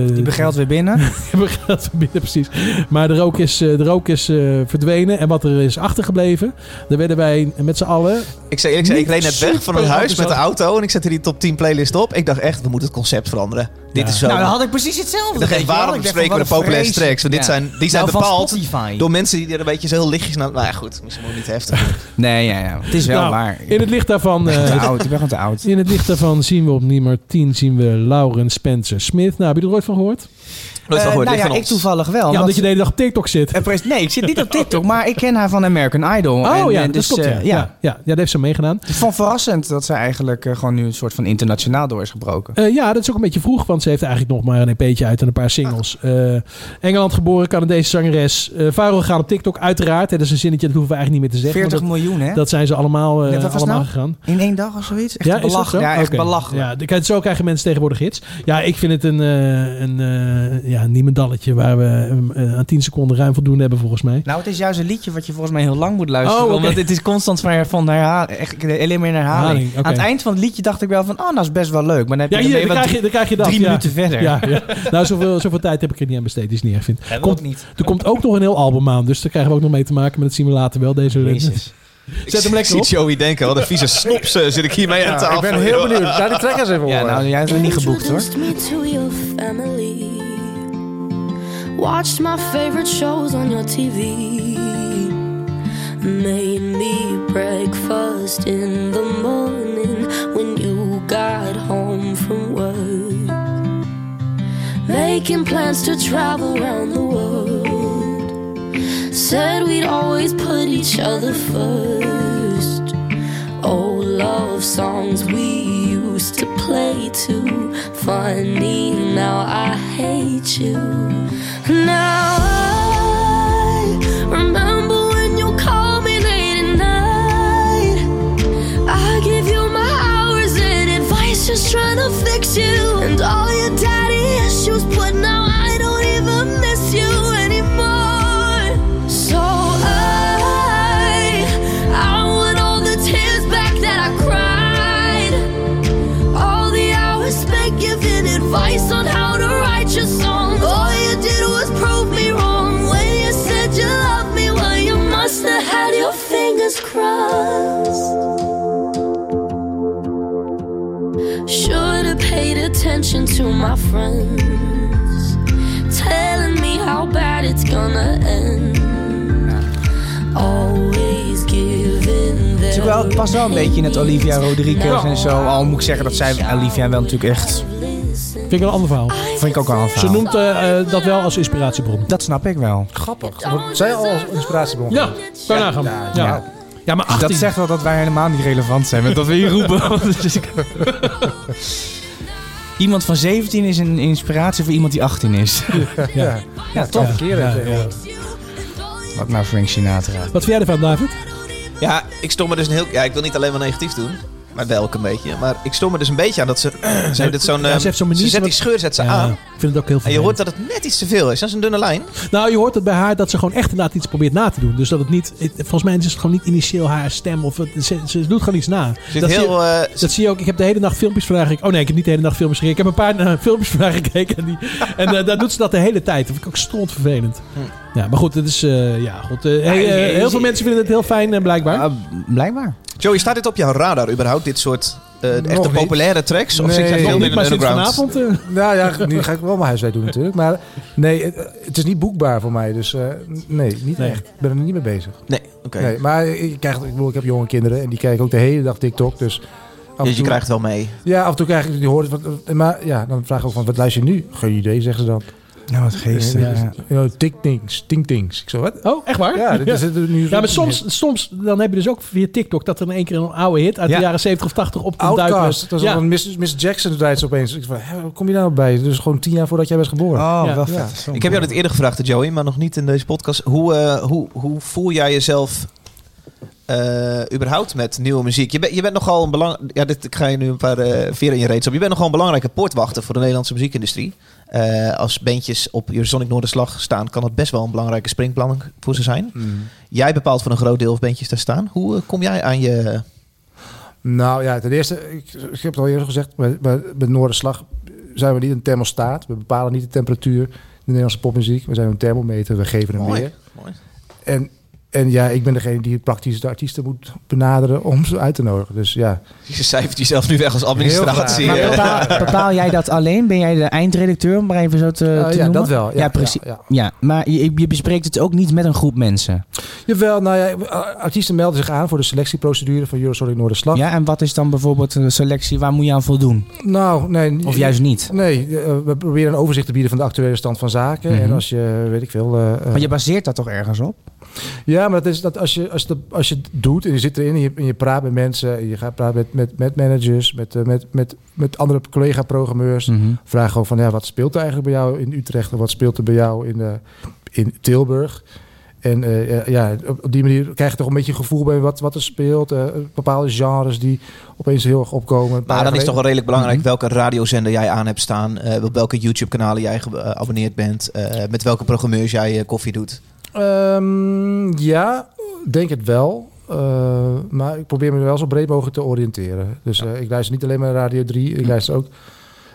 Speaker 2: eh,
Speaker 1: Die begeld weer binnen. Nou,
Speaker 2: die begeld weer binnen, precies. Maar de rook is, eh, de rook is eh, verdwenen. En wat er is achtergebleven, daar werden wij met z'n allen.
Speaker 3: Ik zei eerlijk, gezegd, ik
Speaker 2: Niet
Speaker 3: reed net weg van het
Speaker 2: super
Speaker 3: huis met de auto en ik zette die top 10 playlist op. Ik dacht echt, we moeten het concept veranderen. Dit is zo.
Speaker 1: Nou, dan had ik precies hetzelfde.
Speaker 3: ik dacht
Speaker 1: weet
Speaker 3: echt,
Speaker 1: je wel.
Speaker 3: waarom
Speaker 1: Ik dacht
Speaker 3: bespreken we
Speaker 1: van,
Speaker 3: de
Speaker 1: wat een
Speaker 3: populaire
Speaker 1: vrees.
Speaker 3: tracks? Want dit
Speaker 1: Ja.
Speaker 3: zijn, die zijn
Speaker 1: Nou, van
Speaker 3: bepaald
Speaker 1: Spotify.
Speaker 3: door mensen die er een beetje zo heel lichtjes naar... Nou ja, goed, misschien moet ik niet heftig
Speaker 1: Eh,
Speaker 3: doen.
Speaker 1: Nee, ja, ja. Het is wel
Speaker 2: Nou,
Speaker 1: waar.
Speaker 2: In het licht daarvan.
Speaker 1: Ik ben
Speaker 2: eh,
Speaker 1: gewoon te oud. Ik ben gewoon te oud.
Speaker 2: in het licht daarvan zien we op nummer 10 zien we Lauren Spencer Smith. Nou, heb je er ooit van gehoord?
Speaker 3: Nooit van
Speaker 1: Eh,
Speaker 3: gehoord,
Speaker 1: nou
Speaker 3: ligt
Speaker 1: ja,
Speaker 3: aan
Speaker 1: ik
Speaker 3: ons.
Speaker 1: toevallig wel.
Speaker 2: ja,
Speaker 1: omdat
Speaker 2: omdat je de hele dag op TikTok zit.
Speaker 1: Eh, pres- Nee, ik zit niet op TikTok, maar ik ken haar van American Idol.
Speaker 2: Oh
Speaker 1: En,
Speaker 2: ja,
Speaker 1: eh,
Speaker 2: dat
Speaker 1: dus,
Speaker 2: klopt.
Speaker 1: eh,
Speaker 2: Ja. Ja. Ja, ja, dat heeft ze meegedaan.
Speaker 1: Het is van verrassend dat ze eigenlijk eh, gewoon nu een soort van internationaal door is gebroken.
Speaker 2: Eh, ja, dat is ook een beetje vroeg, want ze heeft eigenlijk nog maar een EP'tje uit en een paar singles.
Speaker 1: Ah.
Speaker 2: Eh, Engeland geboren, Canadese zangeres. Eh viral gaan op TikTok, uiteraard. Hè, dat is een zinnetje, dat hoeven we eigenlijk niet meer te zeggen.
Speaker 1: 40
Speaker 2: maar
Speaker 1: miljoen, hè?
Speaker 2: dat, dat zijn ze allemaal, eh,
Speaker 1: Ja, wat was
Speaker 2: allemaal
Speaker 1: nou?
Speaker 2: gegaan.
Speaker 1: In één dag of zoiets? Echt
Speaker 2: ja, is dat zo?
Speaker 1: belachelijk. Ja, echt
Speaker 2: Oké.
Speaker 1: belachelijk.
Speaker 2: Ja, de- kijk, zo krijgen mensen tegenwoordig hits. Ja, ik vind het een, eh, een eh, ja, niemendalletje waar we eh, aan 10 seconden ruim voldoende hebben volgens mij.
Speaker 1: Nou, het is juist een liedje wat je volgens mij heel lang moet luisteren.
Speaker 2: Oh, oké.
Speaker 1: Want het is constant maar van herhalen. Echt alleen maar in herhaling.
Speaker 2: Herhaling, oké.
Speaker 1: Aan het eind van het liedje dacht ik wel van... Oh, nou is best wel leuk. Maar dan heb
Speaker 2: Ja,
Speaker 1: je,
Speaker 2: hier,
Speaker 1: ermee
Speaker 2: dan,
Speaker 1: wat
Speaker 2: krijg je, dan krijg je dat.
Speaker 1: drie
Speaker 2: ja.
Speaker 1: minuten verder.
Speaker 2: Ja, ja. Nou, zoveel, zoveel tijd heb ik er niet aan besteed. Die is niet erg, vind ik.
Speaker 1: Hebben we
Speaker 2: Komt-
Speaker 1: ook niet.
Speaker 2: Er komt ook nog een heel album aan. Dus daar krijgen we ook nog mee te maken. Maar dat zien we later wel. Deze
Speaker 1: Jezus.
Speaker 2: Zet hem lekker
Speaker 3: Ik
Speaker 2: op.
Speaker 3: zie Joey denken, wat een vieze snops eh, zit ik hiermee aan
Speaker 5: Ja,
Speaker 3: tafel.
Speaker 5: ik ben heel benieuwd. Daar die trackers even
Speaker 1: Ja,
Speaker 5: horen.
Speaker 1: nou, jij bent niet geboekt hoor.
Speaker 6: Introduced me to your family. Watched my favorite shows on your TV. Made me breakfast in the morning when you got home from work. Making plans to travel around the world. Said we'd always put each other first. Old love songs we used to play too. Funny, now I hate you. Now I remember when you called me late at night. I give you my hours and advice, just trying to fix you. And all your daddy issues, but now I don't even miss you anymore. So I, I want all the tears back that I cried. All the hours spent giving advice on how to write your songs. All you did was prove me wrong when you said you loved me. Well, you must have had your fingers crossed. Should've paid attention to my friends, telling me how bad it's gonna end. Always giving
Speaker 1: Het is
Speaker 6: them.
Speaker 1: ook wel- het past wel een beetje in het Olivia Rodriguez en zo. Al moet ik zeggen dat zij Olivia wel natuurlijk echt...
Speaker 2: Vind ik wel een ander verhaal.
Speaker 1: Vind ik ook wel een
Speaker 2: Ze
Speaker 1: verhaal.
Speaker 2: noemt eh, eh, dat wel als inspiratiebron.
Speaker 1: Dat snap ik wel.
Speaker 5: Grappig. Ze wordt- Zij al als inspiratiebron.
Speaker 2: Ja, kan je nagaan. Ja, ja. maar 18.
Speaker 1: Dat zegt wel dat wij helemaal niet relevant zijn met wat we hier roepen. Want het is- iemand van 17 is een inspiratie voor iemand die 18 is.
Speaker 5: Ja, ja
Speaker 2: Ja,
Speaker 5: toch verkeerd.
Speaker 2: ja,
Speaker 5: hè.
Speaker 2: ja.
Speaker 1: Wat nou Frank Sinatra?
Speaker 2: Wat vind jij ervan, David?
Speaker 3: Ja, ik stoor me dus een heel... Ja, ik wil niet alleen maar negatief doen. Maar wel ook een beetje. Maar ik stoor me dus een beetje aan dat ze... ze heeft het zo'n...
Speaker 2: Ja,
Speaker 3: eh,
Speaker 2: ze heeft zo'n manier
Speaker 3: zet
Speaker 2: wat-
Speaker 3: die scheur zet ze
Speaker 2: Ja,
Speaker 3: aan.
Speaker 2: Ik vind het ook heel
Speaker 3: En
Speaker 2: veel.
Speaker 3: je hoort dat het net iets te veel is. Dat is een dunne lijn.
Speaker 2: Nou, je hoort het bij haar dat ze gewoon echt inderdaad iets probeert na te doen. Dus dat het niet... het- volgens mij is het gewoon niet initieel haar stem. Of het- ze, ze doet gewoon iets na.
Speaker 3: Er Zit
Speaker 2: dat zie je-
Speaker 3: heel, eh,
Speaker 2: Dat zie je ook. Ik heb de hele nacht filmpjes vandaag gekeken. Oh nee, ik heb niet de hele nacht filmpjes gekeken. Ik heb een paar eh, filmpjes vandaag gekeken. En, die, en eh, daar doet ze dat de hele tijd. Dat vind ik ook stront vervelend. Ja, maar goed, het is. eh, ja, goed. eh, hey, eh,
Speaker 1: je- je-
Speaker 2: heel veel mensen vinden het heel fijn, eh, blijkbaar.
Speaker 1: Ah, blijkbaar.
Speaker 3: Joey, staat dit op jouw radar überhaupt? Dit soort eh, echte
Speaker 5: niet.
Speaker 3: populaire tracks? Of
Speaker 5: Nee,
Speaker 3: zit jij
Speaker 5: nog
Speaker 3: veel
Speaker 5: niet,
Speaker 3: meer in
Speaker 2: maar
Speaker 3: de
Speaker 2: sinds
Speaker 3: underground?
Speaker 2: vanavond. eh,
Speaker 5: Nou ja, nu ga ik wel mijn huiswerk doen natuurlijk. Maar nee, het, het is niet boekbaar voor mij. Dus eh, nee, niet
Speaker 2: Nee.
Speaker 5: echt. Ik ben er niet mee bezig.
Speaker 3: Nee, oké.
Speaker 5: Nee, maar ik, krijg, ik, bedoel, ik heb jonge kinderen en die kijken ook de hele dag TikTok. Dus af en
Speaker 3: Dus je
Speaker 5: toe-
Speaker 3: krijgt wel mee.
Speaker 5: Ja, af en toe krijg ik die horen. Wat, maar ja, dan vraag ik ook van, wat luister je nu? Geen idee, zeggen ze dan.
Speaker 1: Nou, wat geestig.
Speaker 2: Ja.
Speaker 1: Ja.
Speaker 5: You know, TikTings, TingTings. Ik zo, wat?
Speaker 2: Oh, echt waar?
Speaker 5: Ja, dit is het nu.
Speaker 2: Ja, maar soms, soms dan heb je dus ook via TikTok dat er in één keer een oude hit uit
Speaker 1: Ja.
Speaker 2: de jaren 70 of 80 op komt duiken.
Speaker 5: Outcast. Dat was
Speaker 2: ja.
Speaker 5: al een Miss, Miss Jackson draait ze opeens. Ik van, hè, hoe kom je daar nou bij? Dus gewoon tien jaar voordat jij was geboren.
Speaker 1: Oh,
Speaker 2: Ja.
Speaker 1: wel
Speaker 5: Ja.
Speaker 1: vet.
Speaker 3: Ik heb jou dit eerder gevraagd, Joey, maar nog niet in deze podcast. Hoe, eh, hoe, hoe voel jij jezelf eh, überhaupt met nieuwe muziek? Je, bent je bent nogal een belang... Ja, dit, ik ga je nu een paar eh veren in je reet op. Je bent nogal een belangrijke poortwachter voor de Nederlandse muziekindustrie. Eh, als bandjes op Eurosonic Noorderslag staan, kan dat best wel een belangrijke springplank voor ze zijn. Jij bepaalt voor een groot deel of bandjes daar staan. Hoe eh, kom jij aan je...
Speaker 5: Nou ja, ten eerste, ik, ik heb het al eerder gezegd, bij, bij, bij Noorderslag zijn we niet een thermostaat. We bepalen niet de temperatuur in de Nederlandse popmuziek. We zijn een thermometer, we geven hem
Speaker 3: Mooi.
Speaker 5: weer.
Speaker 3: Mooi.
Speaker 5: En, en ja, ik ben degene die praktisch de artiesten moet benaderen om ze uit te nodigen. Dus ja,
Speaker 3: Je cijfert jezelf nu weg als administratie.
Speaker 5: Heel
Speaker 1: Maar
Speaker 3: eh.
Speaker 1: bepaal, bepaal jij dat alleen? Ben jij de eindredacteur, om maar even zo te, te
Speaker 5: Eh, ja
Speaker 1: noemen?
Speaker 5: dat wel. Ja,
Speaker 1: Ja, precies.
Speaker 5: ja, ja.
Speaker 1: Ja, maar je, je bespreekt het ook niet met een groep mensen.
Speaker 5: Jawel, nou ja, artiesten melden zich aan voor de selectieprocedure van Eurosonic Noorderslag.
Speaker 1: Ja, en wat is dan bijvoorbeeld een selectie? Waar moet je aan voldoen?
Speaker 5: Nou, nee.
Speaker 1: Of juist niet?
Speaker 5: Nee, eh, we proberen een overzicht te bieden van de actuele stand van zaken.
Speaker 1: Mhm.
Speaker 5: En als je, weet ik veel... eh, eh,
Speaker 1: Maar je baseert dat toch ergens op?
Speaker 5: Ja, maar dat is dat als je, als, dat, als je het doet en je zit erin en je, en je praat met mensen, en je gaat praten met, met, met managers, met, eh, met, met, met andere collega-programmeurs.
Speaker 3: Mhm.
Speaker 1: Mhm.
Speaker 5: Vraag gewoon van ja, wat speelt er eigenlijk bij jou in Utrecht en wat speelt er bij jou in, eh, in Tilburg? En eh, ja, op, op die manier krijg je toch een beetje een gevoel bij wat, wat er speelt. eh, bepaalde genres die opeens heel erg opkomen.
Speaker 3: Maar dan is toch wel redelijk belangrijk
Speaker 5: Mhm.
Speaker 3: welke radiozender jij aan hebt staan. eh, op welke YouTube-kanalen jij ge- eh, geabonneerd bent. eh, met welke programmeurs jij eh, koffie doet.
Speaker 5: Ehm, ja, denk het wel. Eh, maar ik probeer me er wel zo breed mogelijk te oriënteren. Dus eh, ik luister niet alleen maar Radio 3. Ik luister ook...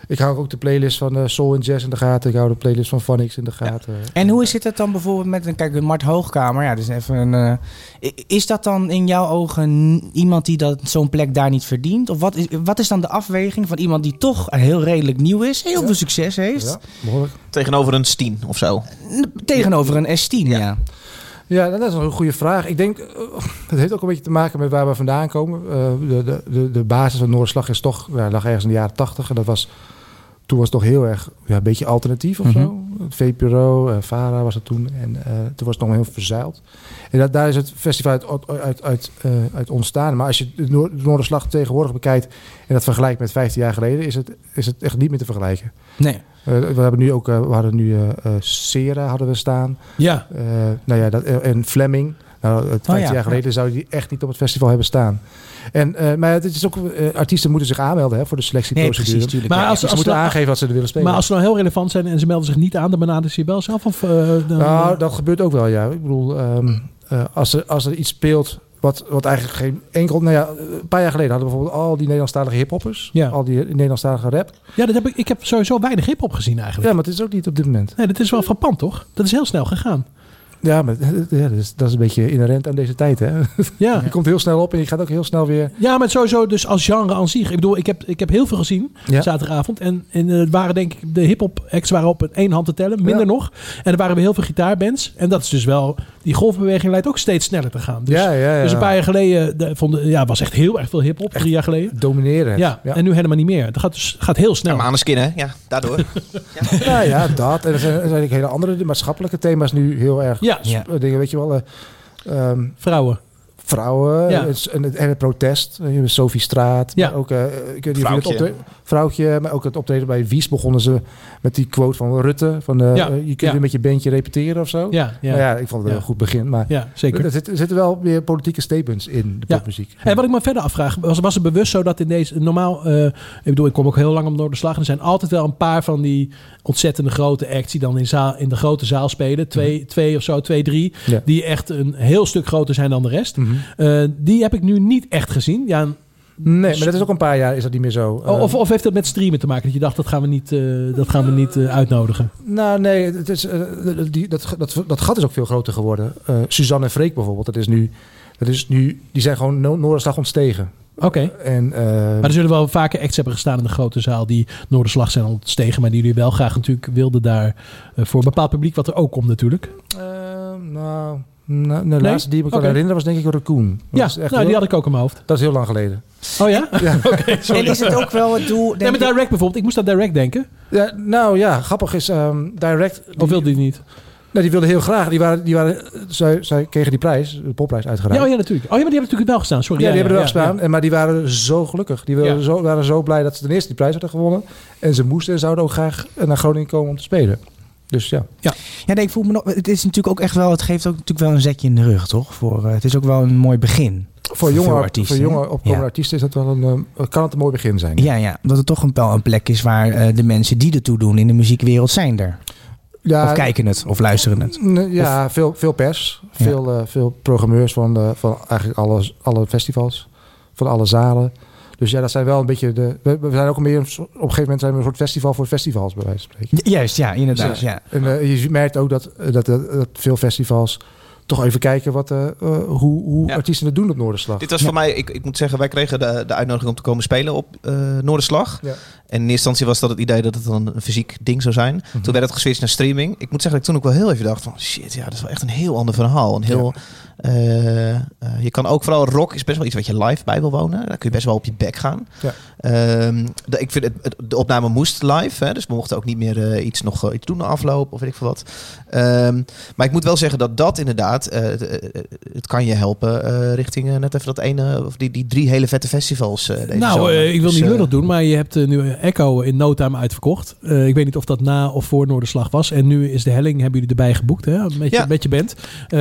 Speaker 5: Ik hou ook de playlist van eh, Soul en Jazz in de gaten. Ik hou de playlist van Phonics in de gaten.
Speaker 1: En hoe zit het dan bijvoorbeeld met een kijk, Mart Hoogkamer? Ja, dus even een. eh, i- is dat dan in jouw ogen iemand die dat zo'n plek daar niet verdient? Of wat is, wat is dan de afweging van iemand die toch heel redelijk nieuw is, heel
Speaker 5: Ja.
Speaker 1: veel succes heeft?
Speaker 5: Ja, behoorlijk.
Speaker 3: Tegenover een Steen of zo.
Speaker 1: n- Tegenover een S10, ja.
Speaker 5: Ja, dat is wel een goede vraag. Ik denk, eh, het heeft ook een beetje te maken met waar we vandaan komen. Eh, de, de, de, de basis van Noorderslag is toch, ja, lag ergens in de jaren tachtig. En dat was, toen was het toch heel erg, ja, een beetje alternatief of zo. Het VPRO, eh, VARA was dat toen. En eh, toen was het nog heel verzuild. En dat, daar is het festival uit, uit, uit, eh, uit ontstaan. Maar als je de Noor- de Noorderslag tegenwoordig bekijkt en dat vergelijkt met 15 jaar geleden, is het, is het echt niet meer te vergelijken.
Speaker 1: Nee.
Speaker 5: Eh, we, hebben nu ook, eh, we hadden nu eh eh, Sera hadden we staan.
Speaker 2: Ja,
Speaker 5: Eh, nou ja, dat, en Fleming.
Speaker 2: Oh
Speaker 5: Nou, eh, 15
Speaker 1: ja,
Speaker 5: jaar geleden zou die echt niet op het festival hebben staan. En, eh, maar het is ook, eh, artiesten moeten zich aanmelden hè, voor de
Speaker 1: Nee,
Speaker 5: selectieprocedure.
Speaker 1: precies, tuurlijk.
Speaker 2: Maar
Speaker 1: ja.
Speaker 2: als-
Speaker 5: ze moeten
Speaker 2: nou-
Speaker 5: aangeven wat ze er willen spelen.
Speaker 2: maar als ze nou heel relevant zijn en ze melden zich niet aan, dan benaderen ze je wel zelf? Of, eh, dan-
Speaker 5: nou, dat gebeurt ook wel, ja. Ik bedoel, ehm, eh, als, er, als er iets speelt wat, wat eigenlijk geen enkel... Nou ja, een paar jaar geleden hadden we bijvoorbeeld al die Nederlandstalige hiphoppers.
Speaker 2: Ja.
Speaker 5: Al die Nederlandstalige rap.
Speaker 2: Ja, dat heb ik, ik heb sowieso weinig hip-hop gezien eigenlijk.
Speaker 5: Ja, maar het is ook niet op dit moment.
Speaker 2: Nee, dat is wel frappant, toch? Dat is heel snel gegaan.
Speaker 5: Ja, maar ja, dat, is, dat is een beetje inherent aan deze tijd, hè.
Speaker 2: Ja.
Speaker 5: Je komt heel snel op en je gaat ook heel snel weer...
Speaker 2: Ja, maar sowieso dus als genre aan zich. Ik bedoel, ik heb, ik heb heel veel gezien
Speaker 5: Ja.
Speaker 2: zaterdagavond. En, en eh, het waren denk ik, de hip-hop acts waren op een één hand te tellen, minder
Speaker 5: Ja.
Speaker 2: nog. En er waren weer heel veel gitaarbands. En dat is dus wel, die golfbeweging lijkt ook steeds sneller te gaan. Dus,
Speaker 5: ja, ja, ja.
Speaker 2: dus een paar jaar geleden de, vonden, ja, was echt heel erg veel hip-hop, drie jaar geleden.
Speaker 5: Domineren.
Speaker 2: Ja, en nu helemaal niet meer. Het gaat, dus, gaat heel snel.
Speaker 3: Ja, maar aan de skin, hè? Ja, daardoor.
Speaker 5: Nou ja, dat. En er zijn, er zijn ook hele andere maatschappelijke thema's nu heel erg.
Speaker 2: Ja,
Speaker 1: Ja.
Speaker 5: Eh, Dingen, weet je wel. eh, ehm,
Speaker 2: vrouwen.
Speaker 5: vrouwen
Speaker 2: Ja.
Speaker 5: en, s- en het, en het protest. Eh, Je hebt Sophie Straat.
Speaker 2: Ja.
Speaker 5: maar Ook, eh, ik weet niet of je het
Speaker 3: Vrouwtje.
Speaker 5: optre- vrouwtje. Maar ook het optreden bij Wies begonnen ze met die quote van Rutte. Van, eh,
Speaker 2: Ja.
Speaker 5: eh, je kunt
Speaker 2: Ja.
Speaker 5: weer met je bandje repeteren of zo.
Speaker 2: Ja, ja.
Speaker 5: Nou ja, ik vond het wel
Speaker 2: Ja.
Speaker 5: een goed begin. Maar
Speaker 2: ja zeker.
Speaker 5: er, zit- er zitten wel weer politieke statements in de
Speaker 2: Ja.
Speaker 5: popmuziek.
Speaker 2: En wat ik me verder afvraag, was, was het bewust zo dat in deze normaal, eh, ik bedoel, ik kom ook heel lang om Noorderslag. En er zijn altijd wel een paar van die ontzettende grote acts die dan in, zaal, in de grote zaal spelen. Twee, twee of zo, twee, drie.
Speaker 5: Mhm. Ja.
Speaker 2: Die echt een heel stuk groter zijn dan de rest.
Speaker 5: Mhm.
Speaker 2: Eh, die heb ik nu niet echt gezien. Ja, en-
Speaker 5: Nee, maar dat is ook een paar jaar is dat niet meer zo.
Speaker 2: oh, of, of heeft dat met streamen te maken? Dat je dacht, dat gaan we niet, eh, dat gaan we niet eh, uitnodigen.
Speaker 5: Nou, nee, het is, eh, die, dat, dat, dat gat is ook veel groter geworden. Eh, Suzanne en Freek bijvoorbeeld, dat is nu, dat is nu die zijn gewoon no Noorderslag ontstegen.
Speaker 2: Oké.
Speaker 5: En, eh,
Speaker 2: Maar er zullen wel vaker acts hebben gestaan in de grote zaal die Noorderslag zijn ontstegen. Maar die jullie wel graag natuurlijk wilden daar eh, voor een bepaald publiek wat er ook komt natuurlijk.
Speaker 5: eh, nou, nou, de laatste die ik me
Speaker 2: dus-
Speaker 5: kan
Speaker 2: Oké.
Speaker 5: herinneren was denk ik Raccoon. Dat
Speaker 2: Ja,
Speaker 5: is echt
Speaker 2: nou, die
Speaker 5: heel-
Speaker 2: had ik ook in mijn hoofd.
Speaker 5: dat is heel lang geleden.
Speaker 2: Oh ja?
Speaker 1: En is het ook wel het doel.
Speaker 2: Nee,
Speaker 1: denk
Speaker 2: maar
Speaker 1: ik-
Speaker 2: direct bijvoorbeeld. Ik moest aan direct denken.
Speaker 5: Ja, nou ja, grappig is ehm, Direct. Die,
Speaker 2: Of wilde hij niet?
Speaker 5: nou, die wilden heel graag. Die waren, die waren, eh, zij, zij kregen die prijs, de popprijs uitgereikt.
Speaker 2: Ja, oh ja, natuurlijk. Oh ja, maar die hebben natuurlijk wel gestaan. Sorry.
Speaker 5: Ja, die hebben er wel
Speaker 2: ja,
Speaker 5: gestaan. En, maar die waren zo gelukkig. Die wilden
Speaker 2: Ja.
Speaker 5: zo, waren zo blij dat ze ten eerste die prijs hadden gewonnen. En ze moesten en zouden ook graag eh, naar Groningen komen om te spelen. Dus ja.
Speaker 1: Ja, nee, ik voel me nog. Het is natuurlijk ook echt wel. Het geeft ook natuurlijk wel een zetje in de rug, toch? Voor, eh, het is ook wel een mooi begin.
Speaker 5: Voor jonge,
Speaker 1: veel
Speaker 5: artiesten,
Speaker 1: artiesten,
Speaker 5: voor jonge
Speaker 1: hè?
Speaker 5: opkomende
Speaker 1: Ja.
Speaker 5: artiesten is dat wel een, eh, kan het een mooi begin zijn. Ja,
Speaker 1: Ja, ja. Dat het toch een, wel een plek is waar eh, de mensen die ertoe doen in de muziekwereld zijn er. Of kijken het, of luisteren het.
Speaker 5: n- ja veel, veel pers.
Speaker 1: Ja.
Speaker 5: Veel, eh, veel programmeurs van, eh, van eigenlijk alles, alle festivals. Van alle zalen. Dus ja, dat zijn wel een beetje de... We, we zijn ook meer, een soort- op een gegeven moment zijn we een soort festival voor festivals, bij wijze van spreken.
Speaker 1: Juist, ja, inderdaad. Ja.
Speaker 5: En eh, je merkt ook dat, dat, dat, dat veel festivals toch even kijken wat, eh, eh, hoe, hoe
Speaker 3: Ja.
Speaker 5: artiesten het doen op Noorderslag.
Speaker 3: Dit was voor mij, ik, ik moet zeggen, wij kregen de, de uitnodiging om te komen spelen op eh Noorderslag.
Speaker 5: Ja.
Speaker 3: En in eerste instantie was dat het idee dat het dan een fysiek ding zou zijn.
Speaker 5: Mhm.
Speaker 3: Toen werd het geswitcht naar streaming. Ik moet zeggen dat ik toen ook wel heel even dacht van shit, ja, dat is wel echt een heel ander verhaal. Een heel, eh, eh, je kan ook vooral rock is best wel iets wat je live bij wil wonen. Daar kun je best wel op je bek gaan.
Speaker 5: Ja.
Speaker 3: Ehm, de, ik vind het, het- de opname moest live, hè, dus we mochten ook niet meer eh, iets nog eh, iets doen na afloop of weet ik veel wat. Ehm, maar ik moet wel zeggen dat dat inderdaad, eh, het- eh, het kan je helpen eh, richting eh, net even dat ene, of die, die drie hele vette festivals eh, deze
Speaker 2: Nou,
Speaker 3: zomer.
Speaker 2: eh, ik wil
Speaker 3: Dus,
Speaker 2: niet
Speaker 3: eh,
Speaker 2: lullig doen, maar je hebt eh, nu eh, Echo in no time uitverkocht. Eh, ik weet niet of dat na of voor Noorderslag was. En nu is de helling, hebben jullie erbij geboekt hè? Met, je,
Speaker 3: Ja.
Speaker 2: met je band. Eh,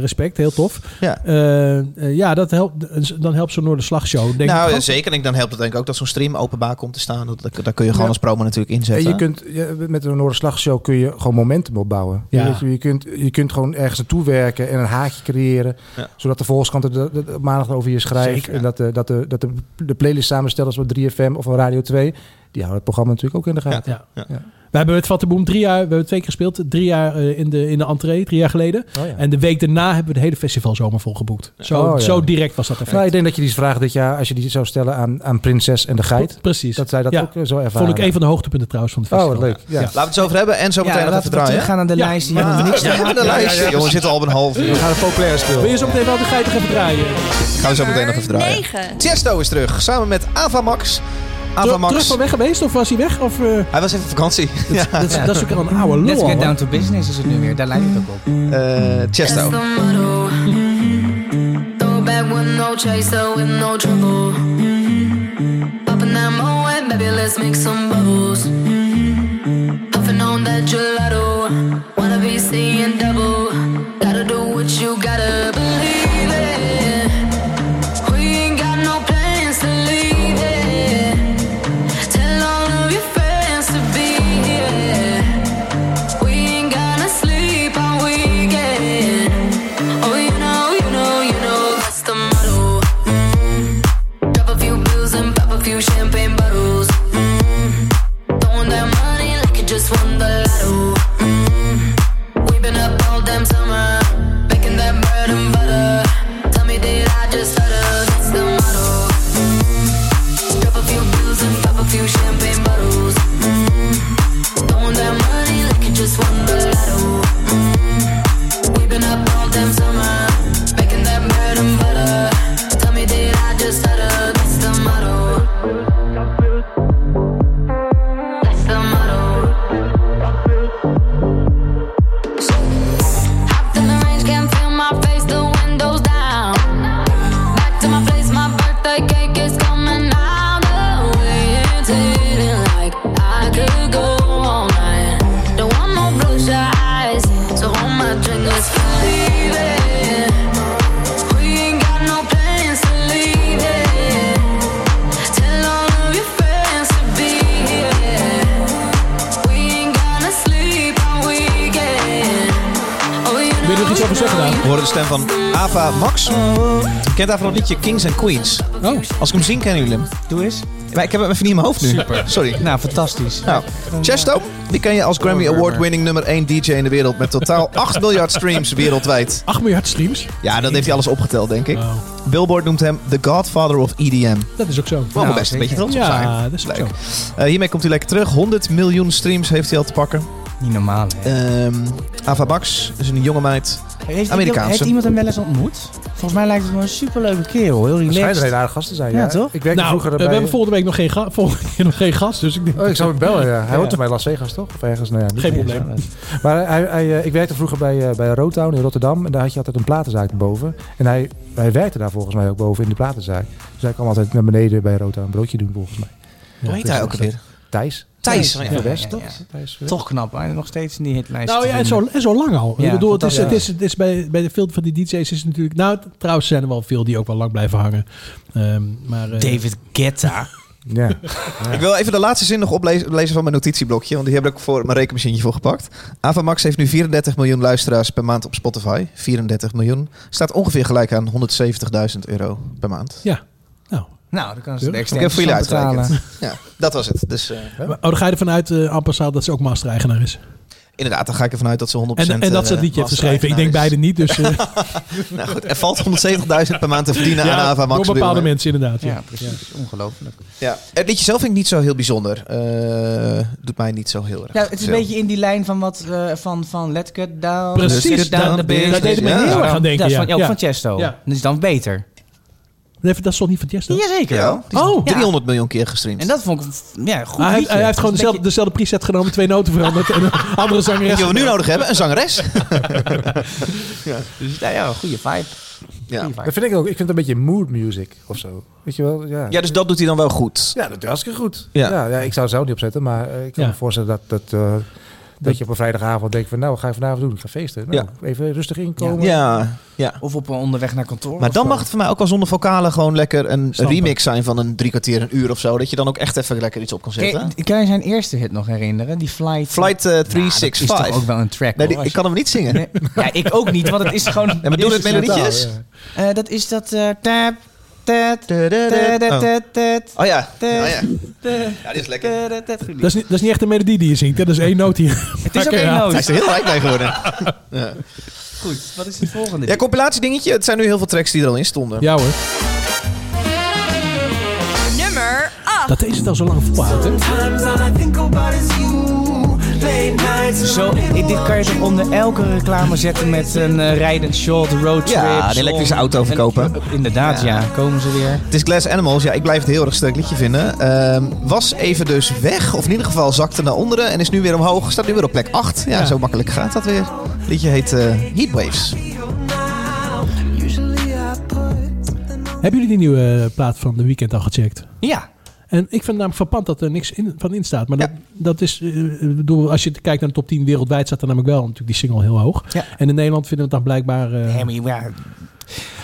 Speaker 2: Respect, heel tof.
Speaker 3: Ja.
Speaker 2: Eh, eh, ja, dat helpt, dan helpt zo'n Noorderslag show. Denk ik
Speaker 3: nou,
Speaker 2: ook.
Speaker 3: zeker. En ik- dan helpt het denk ik ook dat zo'n stream openbaar komt te staan. Dat, dat- daar kun je gewoon
Speaker 5: Ja.
Speaker 3: als promo natuurlijk
Speaker 5: En
Speaker 3: inzetten.
Speaker 5: je kunt, je- met een Noorderslagshow kun je gewoon momentum opbouwen.
Speaker 2: Ja.
Speaker 5: Weet Je, je, kunt, je kunt gewoon ergens naartoe werken en een haakje creëren.
Speaker 3: Ja.
Speaker 5: Zodat de volkskant er de- de- de- maandag over je schrijft.
Speaker 2: Zeker.
Speaker 5: En dat, de, dat, de, dat de, de playlist samenstellers van 3FM of van Radio 2... die houden het programma natuurlijk ook in de gaten.
Speaker 2: Ja.
Speaker 3: Ja.
Speaker 2: We hebben het Vattenboom drie jaar, we hebben het twee keer gespeeld. Drie jaar eh, in, de, in de entree, drie jaar geleden.
Speaker 5: Oh, ja.
Speaker 2: En de week daarna hebben we de hele festivalzomer vol geboekt. Zo,
Speaker 5: Oh, ja.
Speaker 2: zo direct was dat effect.
Speaker 5: Nou, ik denk dat je die vraag dit jaar, als je die zou stellen aan, aan Prinses en de Geit...
Speaker 2: Precies.
Speaker 5: dat zij dat
Speaker 2: Ja.
Speaker 5: ook eh, zo ervaren.
Speaker 2: Vond ik een van de hoogtepunten trouwens van het
Speaker 5: Oh,
Speaker 2: festival.
Speaker 5: wat leuk.
Speaker 2: Ja.
Speaker 5: Ja.
Speaker 3: Laten we het eens over hebben en zo meteen
Speaker 1: Ja,
Speaker 3: nog
Speaker 1: laten
Speaker 3: even
Speaker 1: we eh,
Speaker 3: draaien.
Speaker 1: teruggaan naar de
Speaker 2: Ja.
Speaker 1: lijst. Die helemaal
Speaker 3: Ah,
Speaker 1: niks te
Speaker 3: ja,
Speaker 1: maken
Speaker 3: de
Speaker 1: heeft.
Speaker 3: lijst. Jongens, we zitten al op een half uur.
Speaker 5: We gaan een populair speel.
Speaker 2: Wil je zo meteen wel de geitig even draaien?
Speaker 3: Gaan we zo meteen nog even draaien.
Speaker 4: 9.
Speaker 3: Tiesto is terug, samen met Avamax.
Speaker 2: Ter- terug
Speaker 3: Avamax,
Speaker 2: van weg geweest of was hij weg? Of, eh,
Speaker 3: hij was even op vakantie. Ja.
Speaker 2: dat, is, dat is ook al een oude
Speaker 1: Let's
Speaker 2: lul.
Speaker 1: get
Speaker 2: hoor.
Speaker 1: down to business is het nu weer. Daar lijkt het ook op.
Speaker 3: Eh, Tiesto.
Speaker 6: That's the motto. Mm-hmm. Throw back with no chaser, with no trouble. Mm-hmm. Popping that moe, baby, let's make some bubbles. Huffing on that gelato, wanna be seeing double. Gotta do what you gotta believe in. We ain't got no plans to leave it. Tell all of your friends to be here. We ain't gonna sleep on weekend. Oh, you know, you know, you know that's the motto. Mm. Drop a few pills and pop a few champagne bottles. Mm. Throwing that money like you just won the lotto. Mm. We've been up all damn summer, baking that bread and butter. Tell me, did I just stutter? That's the motto. Mm. Drop a few pills and pop a few champagne bottles. Throwing that money like you just won the lotto. Mm-hmm. We've been up all damn summer, making that bread and butter. Tell me, did I just stutter? That's the motto. That's the motto. Hopped in the range, can't feel my face, the windows down. Back to my place, my birthday cake is coming out. The way it's hitting, like I could go all night. Don't want no blue eyes, so hold my drink, let's leave it. We ain't got no plans to leave it. Tell all of your friends to be here. We ain't gonna sleep all weekend. Oh, you
Speaker 2: Wil je er
Speaker 6: know,
Speaker 2: nog iets over zeggen dan?
Speaker 3: We horen de stem van Ava Max. Je kent daarvan het liedje Kings and Queens.
Speaker 2: Oh.
Speaker 3: Als ik hem zing, kennen jullie hem.
Speaker 1: Doe eens.
Speaker 3: Maar ik heb hem even niet in mijn hoofd nu. Sorry.
Speaker 1: Nou, fantastisch.
Speaker 3: Nou, Chesto, die ken je als Grammy
Speaker 2: Oh,
Speaker 3: Award winning nummer 1 DJ in de wereld. Met totaal 8 miljard streams wereldwijd.
Speaker 2: 8 miljard streams.
Speaker 3: Ja, dat heeft hij alles opgeteld, denk ik.
Speaker 2: Oh,
Speaker 3: Billboard noemt hem The Godfather of EDM.
Speaker 2: dat is ook zo.
Speaker 3: Wel
Speaker 1: Nou,
Speaker 3: best
Speaker 1: zeker.
Speaker 3: een beetje trots op zijn.
Speaker 2: Ja, dat is ook
Speaker 3: Leuk.
Speaker 2: zo.
Speaker 3: Eh, hiermee komt hij lekker terug. 100 miljoen streams heeft hij al te pakken.
Speaker 1: Niet normaal, hè?
Speaker 3: Ehm Ava Max is een jonge meid.
Speaker 1: Heeft,
Speaker 3: Amerikaanse.
Speaker 1: heeft iemand hem wel eens ontmoet? Volgens mij lijkt het me een superleuke kerel. Heel
Speaker 5: Schijnt een hele
Speaker 1: relaxed.
Speaker 5: aardige gast te zijn.
Speaker 1: Ja,
Speaker 5: Ja,
Speaker 1: toch?
Speaker 5: Ik werkte
Speaker 2: Nou,
Speaker 5: vroeger
Speaker 2: eh,
Speaker 5: bij...
Speaker 2: we hebben volgende week nog geen, ga- volgende keer nog geen gast, dus ik denk...
Speaker 5: Oh, ik zou hem bellen, ja. Hij woont er bij Las Vegas, toch? Of ergens, nou ja, niet
Speaker 2: Geen
Speaker 5: meer.
Speaker 2: probleem.
Speaker 5: Maar hij, hij, eh, ik werkte vroeger bij, eh bij Rotown in Rotterdam. En daar had je altijd een platenzaak boven. En hij, hij werkte daar volgens mij ook boven in de platenzaak. Dus hij kwam altijd naar beneden bij Rotown een broodje doen, volgens mij. Dus
Speaker 3: Hoe heet hij ook alweer?
Speaker 5: Thijs.
Speaker 3: Thijs.
Speaker 1: Ja,
Speaker 3: oh ja.
Speaker 1: ja,
Speaker 5: Verwest,
Speaker 1: ja,
Speaker 5: toch?
Speaker 1: ja.
Speaker 5: Thijs Verwest.
Speaker 1: Toch knap, hij is nog steeds in die hitlijst.
Speaker 2: Nou
Speaker 1: te
Speaker 2: ja, en zo,
Speaker 1: vinden.
Speaker 2: en zo lang al.
Speaker 1: Ja,
Speaker 2: ik bedoel, het is,
Speaker 1: fantastisch.
Speaker 2: het is, het is bij, bij de veel van die DJ's is het natuurlijk... Nou, t- trouwens zijn er wel veel die ook wel lang blijven hangen. Ehm, maar, eh,
Speaker 1: David Guetta.
Speaker 5: Ja.
Speaker 3: Ik wil even de laatste zin nog oplezen lezen van mijn notitieblokje. Want die heb ik voor mijn rekenmachientje voor gepakt. Avamax heeft nu 34 miljoen luisteraars per maand op Spotify. 34 miljoen. Staat ongeveer gelijk aan 170.000 euro per maand.
Speaker 2: Nou,
Speaker 1: Nou, dan kan ze de
Speaker 2: Ik
Speaker 1: externe
Speaker 3: heb voor jullie
Speaker 1: stand betalen.
Speaker 3: Ja, dat was het. Dus eh,
Speaker 2: maar- oh, dan ga je ervan uit, eh, en passaat, dat ze ook master-eigenaar is.
Speaker 3: inderdaad, dan ga ik ervan uit dat ze 100%
Speaker 2: En, en dat ze het
Speaker 3: eh,
Speaker 2: liedje heeft geschreven. Ik
Speaker 3: master-eigenaar
Speaker 2: denk
Speaker 3: is.
Speaker 2: beide niet, dus... eh,
Speaker 3: Nou goed, er valt 170.000 per maand te verdienen
Speaker 2: ja,
Speaker 3: aan Ava Max.
Speaker 2: door bepaalde
Speaker 3: Wilmer.
Speaker 2: mensen inderdaad. ja.
Speaker 1: Ja, precies. Ongelooflijk.
Speaker 3: Ja. Het liedje zelf vind ik niet zo heel bijzonder. Eh, doet mij niet zo heel erg.
Speaker 1: Ja, het is een
Speaker 3: veel.
Speaker 1: beetje in die lijn van wat eh, van, van Let's Get Down.
Speaker 2: Precies,
Speaker 1: let's get down
Speaker 2: daar-
Speaker 1: the
Speaker 2: daar
Speaker 1: business.
Speaker 2: deed het me heel erg aan denken,
Speaker 1: Dat is
Speaker 2: ja.
Speaker 1: van, ook
Speaker 2: Ja.
Speaker 1: van Chesto.
Speaker 2: Ja.
Speaker 1: Dus dan beter.
Speaker 2: Even, dat stond niet van Tiesto?
Speaker 1: Jazeker.
Speaker 3: Ja, die is
Speaker 2: Oh.
Speaker 3: 300 miljoen keer gestreamd.
Speaker 1: Dus- En dat vond ik een, ja, een goed
Speaker 2: Ah, hij,
Speaker 1: liedje.
Speaker 2: hij heeft gewoon
Speaker 1: Dat is een
Speaker 2: dezelfde, dezelfde preset genomen, twee noten veranderd en een andere zangeres.
Speaker 3: Weet je wat we nu nodig hebben? Een zangeres.
Speaker 1: beetje- dus, nou ja, een goede vibe.
Speaker 3: Ja.
Speaker 5: Dat vind ik ook. Ik vind het een beetje mood music of zo. Weet je wel? Ja,
Speaker 3: ja, dus dat doet hij dan wel goed.
Speaker 5: Ja, dat is hartstikke goed.
Speaker 3: Ja.
Speaker 5: Ja. Ja, ik zou het zelf niet opzetten, maar eh, ik kan
Speaker 2: Ja.
Speaker 5: me voorstellen dat, dat, eh, dat je op een vrijdagavond denkt van... nou, wat ga je vanavond doen? Ik ga feesten. Nou, Even rustig inkomen.
Speaker 3: Ja, ja.
Speaker 1: Of op onderweg naar kantoor.
Speaker 3: Maar
Speaker 1: of
Speaker 3: dan
Speaker 1: zo.
Speaker 3: mag het voor mij ook al zonder vocalen gewoon lekker een
Speaker 2: Stampen.
Speaker 3: remix zijn van een drie kwartier, een uur of zo. Dat je dan ook echt even lekker iets op kan zetten.
Speaker 1: Kan, kan je zijn eerste hit nog herinneren? Die Flight...
Speaker 3: Flight eh,
Speaker 1: Nou, dat is toch
Speaker 3: 365.
Speaker 1: ook wel een track.
Speaker 3: nee, die-
Speaker 1: hoor,
Speaker 3: ik kan hem niet zingen.
Speaker 1: Nee. Ja, ik ook niet, want het is dus gewoon...
Speaker 3: Ja, maar doen het melodietjes?
Speaker 5: Ja.
Speaker 1: Eh, dat is dat... eh, tap, tap, tap, tap,
Speaker 3: Oh.
Speaker 1: tap, tap,
Speaker 3: Oh ja. Oh ja.
Speaker 1: tap,
Speaker 3: Ja, dit is lekker.
Speaker 1: tap, tap, tap.
Speaker 2: Dat is, niet, dat is niet echt een melodie die je zingt, hè? dat is één noot hier.
Speaker 1: Het is ook
Speaker 2: Oké,
Speaker 1: één
Speaker 2: ja.
Speaker 3: Hij is
Speaker 1: noot.
Speaker 3: er heel rijk bij geworden.
Speaker 1: Goed, wat is het volgende?
Speaker 3: Ja, compilatiedingetje. Het zijn nu heel veel tracks die er al in stonden.
Speaker 2: Ja hoor,
Speaker 4: Nummer 8.
Speaker 2: dat is het al zo lang verplaat, hè?
Speaker 1: Zo, ik- dit kan je toch onder elke reclame zetten met een eh, rijdend short, roadtrip.
Speaker 3: Ja, een
Speaker 1: zon.
Speaker 3: elektrische auto
Speaker 1: En-
Speaker 3: verkopen.
Speaker 1: Inderdaad, ja. Komen ze weer.
Speaker 3: Het is Glass Animals. Ja, ik blijf het heel erg sterk liedje vinden. Ehm, was even dus weg. Of in ieder geval zakte naar onderen. En is nu weer omhoog. Staat nu weer op plek 8. Ja, zo makkelijk gaat dat weer. Het liedje heet eh, Heatwaves.
Speaker 2: Hebben jullie die nieuwe eh, plaat van de weekend al gecheckt?
Speaker 1: Ja.
Speaker 2: En ik vind namelijk verpand dat er niks in, van in staat. Maar dat, dat is, eh, ik bedoel, als je kijkt naar de top 10 wereldwijd, staat er namelijk wel natuurlijk die single heel hoog.
Speaker 1: Ja.
Speaker 2: En in Nederland vinden we het dan blijkbaar... eh,
Speaker 1: Nee, maar ja,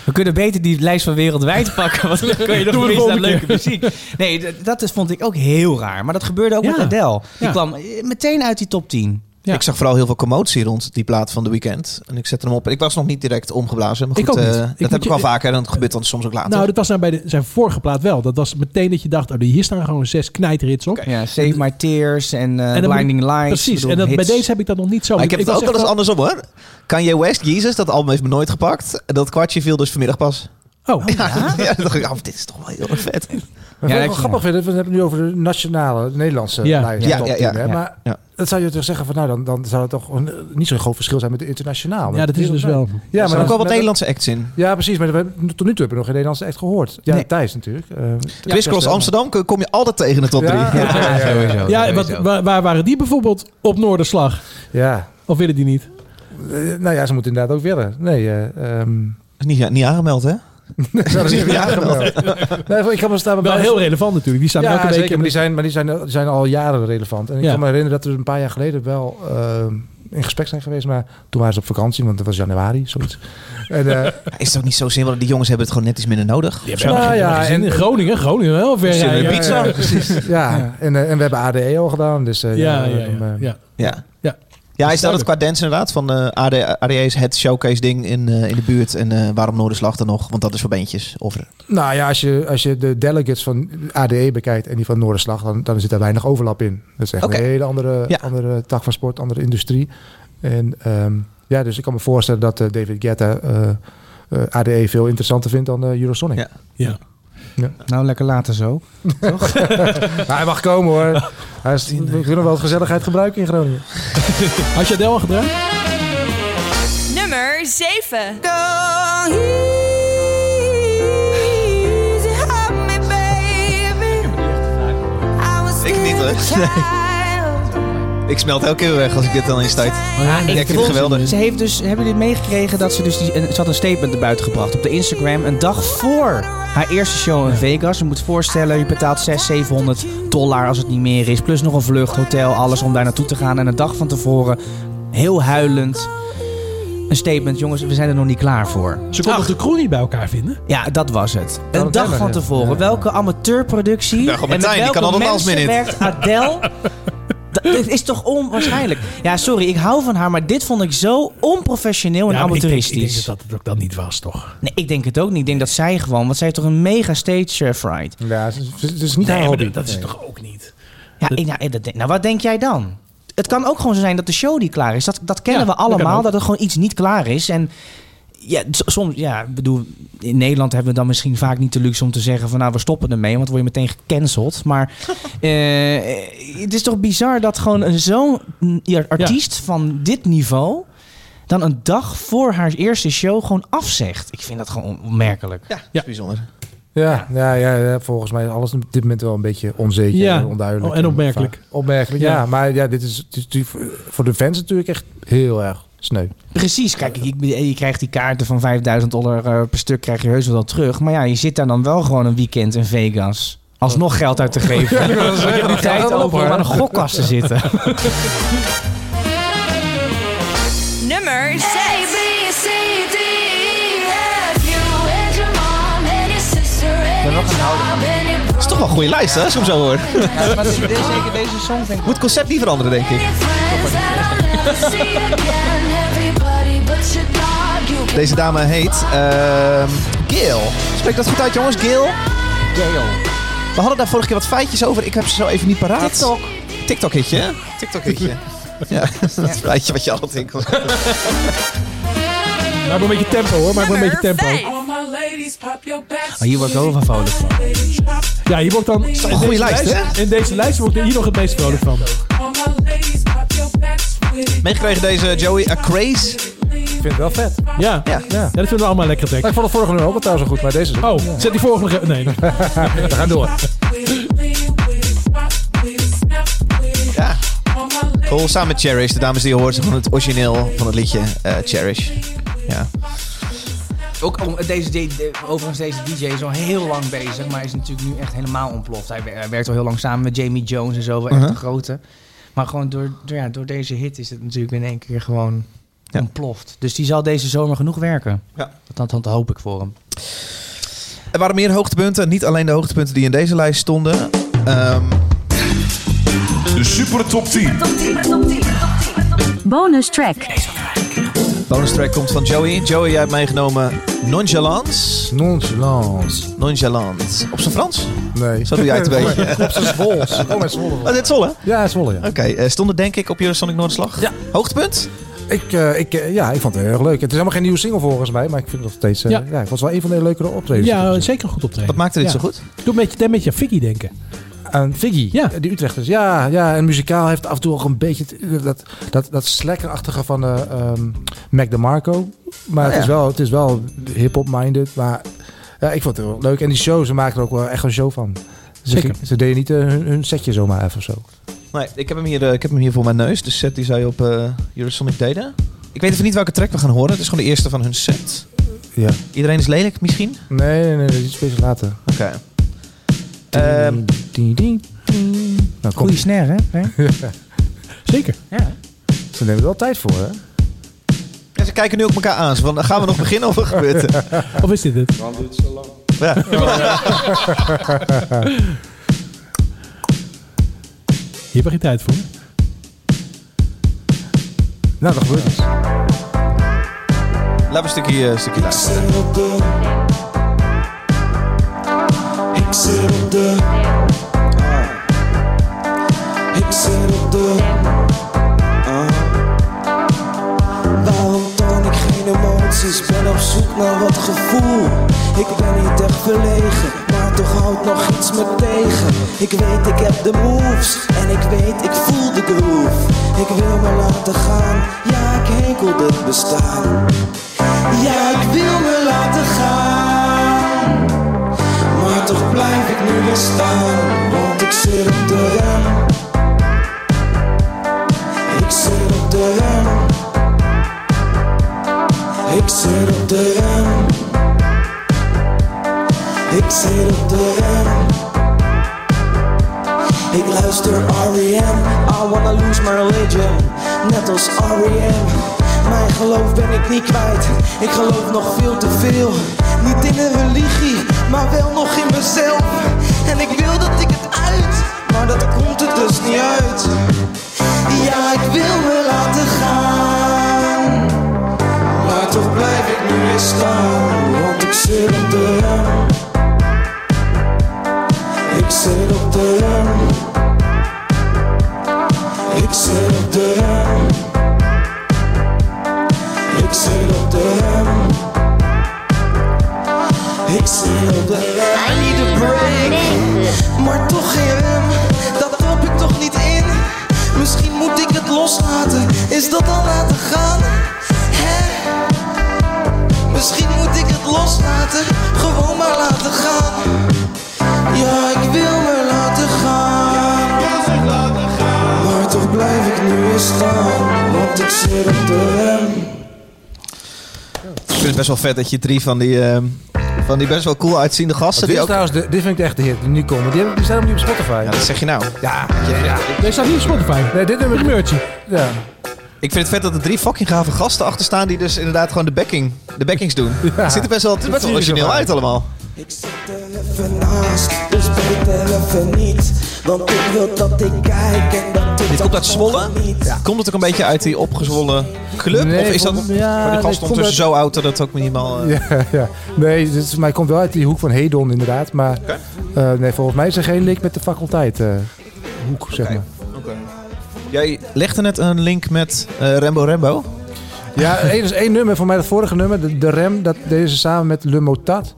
Speaker 1: we kunnen beter die lijst van wereldwijd pakken. Want dan kun je nog
Speaker 2: Doe
Speaker 1: meer
Speaker 2: het
Speaker 1: naar
Speaker 2: volgende
Speaker 1: leuke muziek. Nee, d- dat is, vond ik ook heel raar. Maar dat gebeurde ook
Speaker 2: Ja.
Speaker 1: met Adele. Die
Speaker 2: Ja.
Speaker 1: kwam eh, meteen uit die top 10.
Speaker 2: Ja.
Speaker 3: Ik zag vooral heel veel commotie rond die plaat van de weekend. En ik zette hem op. Ik was nog niet direct omgeblazen. Maar
Speaker 2: Ik
Speaker 3: goed,
Speaker 2: ook niet.
Speaker 3: eh,
Speaker 2: Ik
Speaker 3: dat
Speaker 2: moet
Speaker 3: heb ik
Speaker 2: je-
Speaker 3: wel vaker. En dat gebeurt dan soms ook later.
Speaker 2: nou, dat was nou bij de, zijn vorige plaat wel. Dat was meteen dat je dacht, oh, hier staan gewoon zes knijterhits op.
Speaker 1: Ja, Save My Tears en, eh,
Speaker 2: En dan-
Speaker 1: Blinding Lights.
Speaker 2: Precies,
Speaker 1: Ik bedoel,
Speaker 2: en dat, bij
Speaker 1: hits.
Speaker 2: deze heb ik dat nog niet zo.
Speaker 3: Maar ik heb het
Speaker 2: was
Speaker 3: ook wel
Speaker 2: echt
Speaker 3: eens andersom hoor. Kanye West, Jesus, dat album heeft me nooit gepakt. Dat kwartje viel dus vanmiddag pas.
Speaker 2: Oh,
Speaker 3: Ja, ja dan dacht ik, oh, dit is toch wel heel erg vet.
Speaker 5: Maar
Speaker 1: Ja,
Speaker 5: wat ik
Speaker 1: dat
Speaker 5: wel
Speaker 1: je-
Speaker 5: grappig vind, we hebben het nu over de nationale Nederlandse
Speaker 2: Ja.
Speaker 5: lijst.
Speaker 3: Ja,
Speaker 5: top
Speaker 3: ja,
Speaker 5: 10,
Speaker 3: ja,
Speaker 5: hè.
Speaker 1: ja.
Speaker 5: Maar
Speaker 3: Ja.
Speaker 5: dat zou je toch zeggen van nou, dan, dan zou het toch een- eh, niet zo'n groot verschil zijn met de
Speaker 3: Oh,
Speaker 5: internationaal.
Speaker 2: ja, dat is dus wel.
Speaker 5: Ja,
Speaker 3: Er
Speaker 5: maar
Speaker 3: zijn
Speaker 5: dan-
Speaker 3: ook wel wat
Speaker 5: dan-
Speaker 3: Nederlandse acts in.
Speaker 5: Ja, precies. Maar we hebben- tot nu toe hebben we nog geen Nederlands echt gehoord. Ja,
Speaker 1: Nee.
Speaker 5: Thijs natuurlijk. Eh,
Speaker 3: Chris Cross Amsterdam k- kom je altijd tegen in de top 3.
Speaker 5: Ja.
Speaker 3: Ja.
Speaker 1: Ja, sowieso.
Speaker 2: Ja, wat,
Speaker 1: sowieso.
Speaker 2: waar, waar waren die bijvoorbeeld op Noorderslag?
Speaker 5: Ja.
Speaker 2: Of willen die niet?
Speaker 5: Eh, nou ja, ze moeten inderdaad ook willen. Nee, eh, ehm,
Speaker 3: Niet, niet aangemeld, hè?
Speaker 5: dat is niet
Speaker 3: Ja,
Speaker 5: aangemeld. Nee, ik kan me staan
Speaker 2: Wel heel relevant natuurlijk. Die staan
Speaker 5: ja,
Speaker 2: elke week
Speaker 5: zeker,
Speaker 2: in
Speaker 5: maar
Speaker 2: de-
Speaker 5: die zijn, maar die zijn, die zijn al jaren relevant. En ik
Speaker 2: Ja.
Speaker 5: kan me herinneren dat we een paar jaar geleden wel ehm, in gesprek zijn geweest. Maar toen waren ze op vakantie, want het was januari, zoiets. En, eh,
Speaker 3: Ja, Is het ook niet zo simpel? Die jongens hebben het gewoon net iets minder nodig.
Speaker 2: Die
Speaker 5: Nou
Speaker 2: hebben nou,
Speaker 5: ja,
Speaker 2: ja,
Speaker 5: en-
Speaker 2: in Groningen, Groningen wel ver
Speaker 3: Zullen we
Speaker 2: rijden.
Speaker 3: pizza?
Speaker 5: ja, ja, En, eh, en we hebben ADE al gedaan. Dus, eh,
Speaker 2: Ja,
Speaker 5: we
Speaker 2: ja,
Speaker 5: hebben
Speaker 2: ja.
Speaker 5: hem, eh,
Speaker 2: ja.
Speaker 3: Ja.
Speaker 2: Ja.
Speaker 3: Ja, hij staat het qua dance inderdaad. Van eh AD, ADE's het showcase ding in, eh, in de buurt. En eh, waarom Noorderslag dan nog? Want dat is voor bandjes. Of,
Speaker 5: Nou ja, als je, als je de delegates van ADE bekijkt en die van Noorderslag, dan, dan zit daar weinig overlap in. Dat is echt
Speaker 3: Oké.
Speaker 5: een hele andere,
Speaker 3: Ja.
Speaker 5: andere tak van sport, andere industrie. En ehm, ja, dus ik kan me voorstellen dat eh, David Guetta eh, eh, ADE veel interessanter vindt dan eh, Eurosonic.
Speaker 3: Ja.
Speaker 2: ja.
Speaker 1: Nou, lekker later zo.
Speaker 5: Maar hij mag komen hoor. Hij is, we kunnen wel gezelligheid gebruiken in Groningen.
Speaker 2: Had je Adele al gedraaid?
Speaker 4: Nummer 7.
Speaker 3: Ik niet, hoor. Ik smelt elke keer weg als ik dit dan instart.
Speaker 1: Ja,
Speaker 3: ik vind het geweldig.
Speaker 1: Ze heeft dus, hebben jullie meegekregen dat ze dus die, en ze had een statement erbuiten gebracht op de Instagram een dag voor haar eerste show in Vegas. Je moet je voorstellen, je betaalt 600, 700 dollar als het niet meer is, plus nog een vlucht, hotel, alles om daar naartoe te gaan. En een dag van tevoren, heel huilend, een statement, jongens, we zijn er nog niet klaar voor.
Speaker 2: Ze kon toch de crew niet bij elkaar vinden?
Speaker 1: Ja, dat was het. Een
Speaker 5: dat
Speaker 1: dag
Speaker 5: hebben
Speaker 1: van
Speaker 5: we.
Speaker 1: tevoren.
Speaker 5: Ja.
Speaker 1: Welke amateurproductie
Speaker 3: Ja, gewoon
Speaker 1: en met
Speaker 3: Martijn, die
Speaker 1: welke
Speaker 3: kan altijd alles
Speaker 1: mensen
Speaker 3: binnen.
Speaker 1: werkt Adele? Dat dat is toch onwaarschijnlijk? Ja, sorry, ik hou van haar, maar dit vond ik zo onprofessioneel en
Speaker 2: Ja, maar ik denk, ik denk
Speaker 1: amateuristisch.
Speaker 2: dat dat het ook dan niet was, toch?
Speaker 1: Nee, ik denk het ook niet. Ik denk dat zij gewoon, want zij heeft toch een mega stage eh, fright.
Speaker 5: Ja, het is, het is niet haar
Speaker 2: maar
Speaker 5: hobby.
Speaker 2: dat, dat is
Speaker 5: Nee.
Speaker 2: toch ook niet?
Speaker 1: Ja, ik, nou, ik- dat denk- nou, wat denk jij dan? Het kan ook gewoon zo zijn dat de show die klaar is. Dat, dat kennen
Speaker 2: Ja,
Speaker 1: we
Speaker 2: dat kan
Speaker 1: allemaal,
Speaker 2: ook.
Speaker 1: dat, er gewoon iets niet klaar is. En ja, s- soms, ja, ik bedoel, in Nederland hebben we dan misschien vaak niet de luxe om te zeggen van nou, we stoppen ermee, want dan word je meteen gecanceld. Maar eh, het is toch bizar dat gewoon een zo'n mm, ja, artiest van dit niveau dan een dag voor haar eerste show gewoon afzegt. Ik vind dat gewoon onmerkelijk.
Speaker 3: Ja, dat is
Speaker 2: Ja.
Speaker 3: bijzonder.
Speaker 5: Ja, ja, ja, ja, volgens mij is alles op dit moment wel een beetje onzeker
Speaker 2: Ja.
Speaker 5: en onduidelijk.
Speaker 2: Oh, en opmerkelijk.
Speaker 5: vaag. opmerkelijk, ja.
Speaker 2: Ja.
Speaker 5: Maar ja, dit is, dit is natuurlijk voor de fans natuurlijk echt heel erg sneu.
Speaker 1: Precies, kijk, je, je krijgt die kaarten van 5000 dollar eh, per stuk, krijg je heus wel dat terug. Maar ja, je zit daar dan wel gewoon een weekend in Vegas. Alsnog geld uit te geven. Dan heb je die tijd over om aan een gokkast te zitten.
Speaker 4: Nummer 6.
Speaker 6: A, B, C, D, E, F, you and your mom and your sister and your job and your
Speaker 3: is toch wel een goede lijst, hè, als je hem zo hoor.
Speaker 1: deze song
Speaker 3: Moet het concept niet veranderen, denk ik.
Speaker 6: friends that I'll never see again. Everybody but your dog, you can
Speaker 3: Deze dame heet ehm Gail. Spreek dat goed uit, jongens? Gail? We hadden daar vorige keer wat feitjes over. Ik heb ze zo even niet paraat. TikTok. TikTok-hitje, hè? TikTok-hitje. ja, dat feitje wat je altijd denkt.
Speaker 2: Maak maar een beetje tempo hoor, maak maar een beetje tempo.
Speaker 3: Ah,
Speaker 1: Oh, hier wordt over vrolijk van.
Speaker 2: Ja, hier wordt dan...
Speaker 3: een goede lijst, hè?
Speaker 2: In deze lijst wordt hier nog het meest vrolijk van.
Speaker 3: Meegekregen deze Joey A Craze.
Speaker 5: Ik vind het wel vet.
Speaker 2: Ja, ja.
Speaker 3: Ja.
Speaker 2: dat vinden we allemaal lekker
Speaker 5: Maar
Speaker 2: trek.
Speaker 5: ik vond het vorige nummer ook wel trouwens wel goed, maar deze is
Speaker 2: Oh, zet die volgende... ge- Nee, we gaan door.
Speaker 3: Ja. Cool, samen met Cherish. De dames die je hoort zijn van het origineel van het liedje eh, Cherish. Ja.
Speaker 1: Ook om, deze, de- de- overigens, deze DJ is al heel lang bezig, maar is natuurlijk nu echt helemaal ontploft. Hij wer- hij werkt al heel lang samen met Jamie Jones en zo, wel echt
Speaker 3: Mhm.
Speaker 1: de grote. Maar gewoon door, door, ja, door deze hit is het natuurlijk in één keer gewoon
Speaker 3: Ja.
Speaker 1: ontploft. Dus die zal deze zomer genoeg werken.
Speaker 3: Ja.
Speaker 1: Dat, dat, dat hoop ik voor hem.
Speaker 3: Er waren meer hoogtepunten. Niet alleen de hoogtepunten die in deze lijst stonden. Ehm,
Speaker 7: De Super Top 10.
Speaker 8: Bonus track.
Speaker 3: bonus track komt van Joey. Joey, jij hebt meegenomen Nonchalance.
Speaker 5: Nonchalance.
Speaker 3: Nonchalance. Op zijn Frans?
Speaker 5: Nee.
Speaker 3: Zo doe jij het een beetje.
Speaker 5: Op zijn zwols. Oh, met zwolle.
Speaker 3: Oh, dit is Zwolle.
Speaker 5: Ja, zwolle, ja.
Speaker 3: Oké, eh, stonden denk ik op Eurosonic Noorderslag.
Speaker 5: Ja.
Speaker 3: Hoogtepunt?
Speaker 5: Ik, eh, ik, eh, ja, ik vond het heel erg leuk. Het is helemaal geen nieuwe single volgens mij, maar ik vind het nog steeds... eh,
Speaker 2: Ja.
Speaker 5: ja. ik vond het wel een van de leukere optredens.
Speaker 2: Ja, zeker een goed optreden.
Speaker 3: Wat maakte dit zo goed?
Speaker 2: Doe een beetje, een beetje aan Vicky denken.
Speaker 5: Aan Figgy,
Speaker 2: Ja.
Speaker 5: die Utrechters. Ja, ja, en muzikaal heeft af en toe ook een beetje het- dat, dat, dat slekkerachtige van eh ehm Mac DeMarco. Maar het,
Speaker 3: ja.
Speaker 5: is wel, het is wel hip-hop-minded. Maar ja, ik vond het heel leuk. En die show, ze maken er ook wel echt een show van. Ze,
Speaker 2: Zeker.
Speaker 5: ze deden niet eh, hun, hun setje zomaar even of zo.
Speaker 3: Nee, ik heb hem hier, eh, ik heb hem hier voor mijn neus. De set die zij op eh Eurosonic deden. Ik weet even niet welke track we gaan horen. Het is gewoon de eerste van hun set.
Speaker 5: Ja.
Speaker 3: Iedereen is lelijk misschien?
Speaker 5: Nee, nee, nee, dat is speciaal later.
Speaker 3: Oké. Ehm,
Speaker 5: Ding, ding, ding. Nou, kom.
Speaker 1: Goeie snare, hè? Frank?
Speaker 2: Zeker.
Speaker 1: Ja.
Speaker 5: Ze nemen er wel tijd voor, hè?
Speaker 3: ja, ze kijken nu ook elkaar aan. Ze Van, gaan we nog beginnen of wat gebeurt er?
Speaker 2: Of is dit het?
Speaker 3: Ja.
Speaker 2: Hier heb je geen tijd voor.
Speaker 5: Nou, dat gebeurt het.
Speaker 3: Laten we een stukje, eh, een stukje luisteren.
Speaker 9: Waarom toon ik geen emoties? Ben op zoek naar wat gevoel. Ik ben niet echt verlegen, maar toch houdt nog iets me tegen. Ik weet, ik heb de moves en ik weet, ik voel de groove. Ik wil me laten gaan, ja, ik hekel dit bestaan. Ja, ik wil me laten gaan, maar toch blijf ik nu weer staan, want ik zit op de rem. Ik zit op de rem. Ik zit op de rem. Ik zit op de rem. Ik luister R.E.M. I wanna lose my religion. Net als R.E.M. Mijn geloof ben ik niet kwijt. Ik geloof nog veel te veel. Niet in een religie, maar wel nog in mezelf. En ik wil dat ik het uit, maar dat komt er dus niet uit. Ja, ik wil me laten gaan. Maar toch blijf ik nu weer staan, want ik zit op de rem. Ik zit op de rem. Ik zit op de rem. Ik zit op de rem. Ik zit op de rem. I need a break, maar toch geen rem. Dat trap ik toch niet in. Misschien moet ik het loslaten. Is dat dan laten gaan? Hè? Misschien moet ik het loslaten, gewoon maar laten gaan. Ja, ik wil me laten gaan. Maar toch blijf ik nu weer staan, want ik zit op de rem.
Speaker 3: is best wel vet dat je drie van die, ehm, van die best wel cool uitziende gasten... Die
Speaker 5: Dit, is
Speaker 3: ook...
Speaker 5: trouwens de, dit vind ik echt de hit die nu komen. Die, hebben, die staan opnieuw op Spotify.
Speaker 3: Ja, dat zeg je nou.
Speaker 5: Ja,
Speaker 2: Deze staat niet op Spotify.
Speaker 5: Nee, dit nummer
Speaker 2: Een merchie.
Speaker 5: Ja.
Speaker 3: Ik vind het vet dat er drie fucking gave gasten achter staan die dus inderdaad gewoon de backing, de backings doen.
Speaker 5: Ja.
Speaker 3: Het ziet er best wel, het is best wel
Speaker 5: zie je
Speaker 3: origineel
Speaker 5: zo
Speaker 3: uit allemaal.
Speaker 9: Ik zit er even naast, dus beter even niet. Want ik wil dat ik kijk en dat ik
Speaker 3: Dit komt uit
Speaker 9: daarvan
Speaker 3: Zwolle.
Speaker 9: geniet.
Speaker 3: Komt het ook een beetje uit die opgezwollen club?
Speaker 5: Nee,
Speaker 3: of is dat...
Speaker 5: volgens- ja,
Speaker 3: maar die
Speaker 5: nee,
Speaker 3: gast
Speaker 5: ik vond
Speaker 3: ondertussen zo oud dat het ook minimaal... eh,
Speaker 5: Ja, ja. Nee, dit is, maar hij komt wel uit die hoek van Hedon inderdaad. Maar eh, nee, volgens mij is er geen link met de faculteit. eh, hoek, zeg
Speaker 3: Oké.
Speaker 5: maar.
Speaker 3: Jij legde net een link met eh Rembo Rembo.
Speaker 5: Ja, één is één nummer. Voor mij dat vorige nummer, de, de Rem, dat deden ze samen met Le Motat.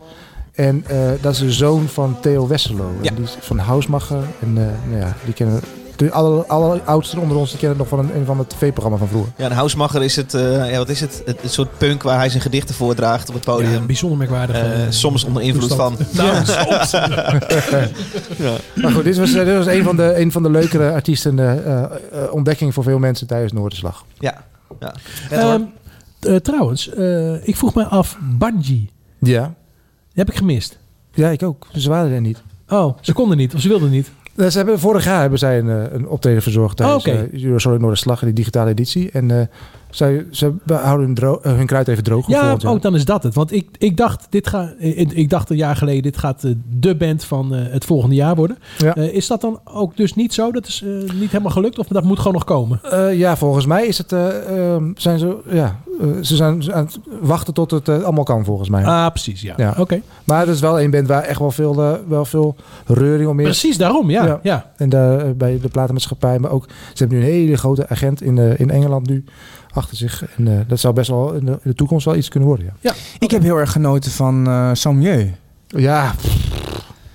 Speaker 5: En eh, dat is de zoon van Theo Wesselo. En
Speaker 3: Ja.
Speaker 5: Die is van Housemacher. En eh, nou ja, die kennen... De alle, alle oudsten onder ons die kennen het nog van een, een van het tv-programma van vroeger.
Speaker 3: Ja, een housemacher is het, eh, ja, wat is het? Het, het soort punk waar hij zijn gedichten voordraagt op het
Speaker 2: Ja,
Speaker 3: podium.
Speaker 2: een bijzonder merkwaardig.
Speaker 3: Eh,
Speaker 2: eh,
Speaker 3: soms onder invloed van.
Speaker 2: toestand.
Speaker 5: Maar goed, dit was, eh, dit was een, van de, een van de leukere artiesten eh eh, eh, ontdekking voor veel mensen tijdens Noorderslag.
Speaker 3: Ja. ja.
Speaker 2: Ehm, eh, trouwens, eh, ik vroeg mij af, Bungie,
Speaker 5: Ja.
Speaker 2: die heb ik gemist.
Speaker 5: Ja, ik ook. Ze waren er niet.
Speaker 2: Oh, ze konden niet, of ze wilden niet.
Speaker 5: Nou, ze hebben, vorig jaar hebben zij een, eh, een optreden verzorgd tijdens
Speaker 2: Oh,
Speaker 5: eh
Speaker 2: oké.
Speaker 5: Eurosonic Noorderslag in die digitale editie. En eh, zij, ze houden hun, dro- eh, hun kruid even droog. voor
Speaker 2: Ja,
Speaker 5: volgend jaar.
Speaker 2: oh, dan is dat het. Want ik, ik, dacht, dit ga, eh, ik, ik dacht een jaar geleden, dit gaat eh, de band van eh, het volgende jaar worden.
Speaker 5: Ja.
Speaker 2: Eh, is dat dan ook dus niet zo? Dat is eh, niet helemaal gelukt of dat moet gewoon nog komen?
Speaker 5: Eh, ja, volgens mij is het, eh, ehm, zijn ze, ja, eh, ze zijn aan het wachten tot het eh, allemaal kan volgens mij.
Speaker 2: Ah, precies, ja.
Speaker 5: Ja.
Speaker 2: Oké,
Speaker 5: Maar het is wel een band waar echt wel veel, eh, wel veel reuring om is.
Speaker 2: precies daarom, ja.
Speaker 5: Ja.
Speaker 2: ja.
Speaker 5: En daar, eh, bij de platenmaatschappij, maar ook ze hebben nu een hele grote agent in, eh, in Engeland nu achter zich. En eh, dat zou best wel in de, in de toekomst wel iets kunnen worden. Ja,
Speaker 1: Ik heb heel erg genoten van eh Samjeu.
Speaker 5: ja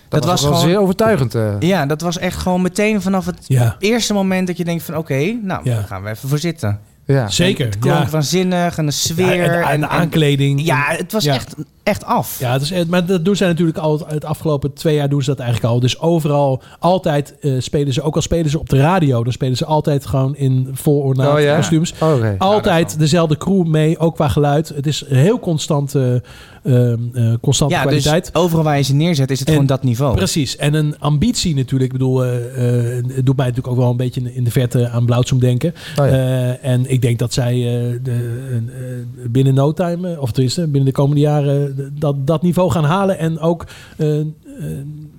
Speaker 5: dat, was,
Speaker 1: was
Speaker 5: wel
Speaker 1: gewoon-
Speaker 5: zeer overtuigend. eh.
Speaker 1: Ja, dat was echt gewoon meteen vanaf het
Speaker 2: Ja.
Speaker 1: eerste moment dat je denkt van oké, nou,
Speaker 2: Ja.
Speaker 1: daar gaan we even voor zitten.
Speaker 5: ja.
Speaker 2: Zeker.
Speaker 1: Het klonk
Speaker 2: Ja.
Speaker 1: waanzinnig en de sfeer.
Speaker 2: Ja, en de- en, de aankleding.
Speaker 1: ja, het was
Speaker 2: Ja.
Speaker 1: Echt, echt af.
Speaker 2: Ja, het is, eh, maar dat doen zij natuurlijk al het- het afgelopen twee jaar doen ze dat eigenlijk al. Dus overal, altijd eh, spelen ze, ook al spelen ze op de radio, dan spelen ze altijd gewoon in vol ornaat
Speaker 5: Oh, ja?
Speaker 2: kostuums.
Speaker 5: Oké.
Speaker 2: Altijd dezelfde crew mee, ook qua geluid. Het is heel constant, eh, ehm, eh, constante
Speaker 1: Ja, dus
Speaker 2: kwaliteit.
Speaker 1: overal waar je ze neerzet is het
Speaker 2: En-
Speaker 1: gewoon dat niveau.
Speaker 2: Precies. En een ambitie natuurlijk. Ik bedoel, eh, eh, het doet mij natuurlijk ook wel een beetje in de verte aan Blauwtsoem
Speaker 1: Oh
Speaker 2: denken.
Speaker 5: ja.
Speaker 2: Eh, en ik denk dat zij eh, de, eh, binnen no time, eh, of tenminste binnen de komende jaren, eh, dat, dat niveau gaan halen. En ook eh, eh,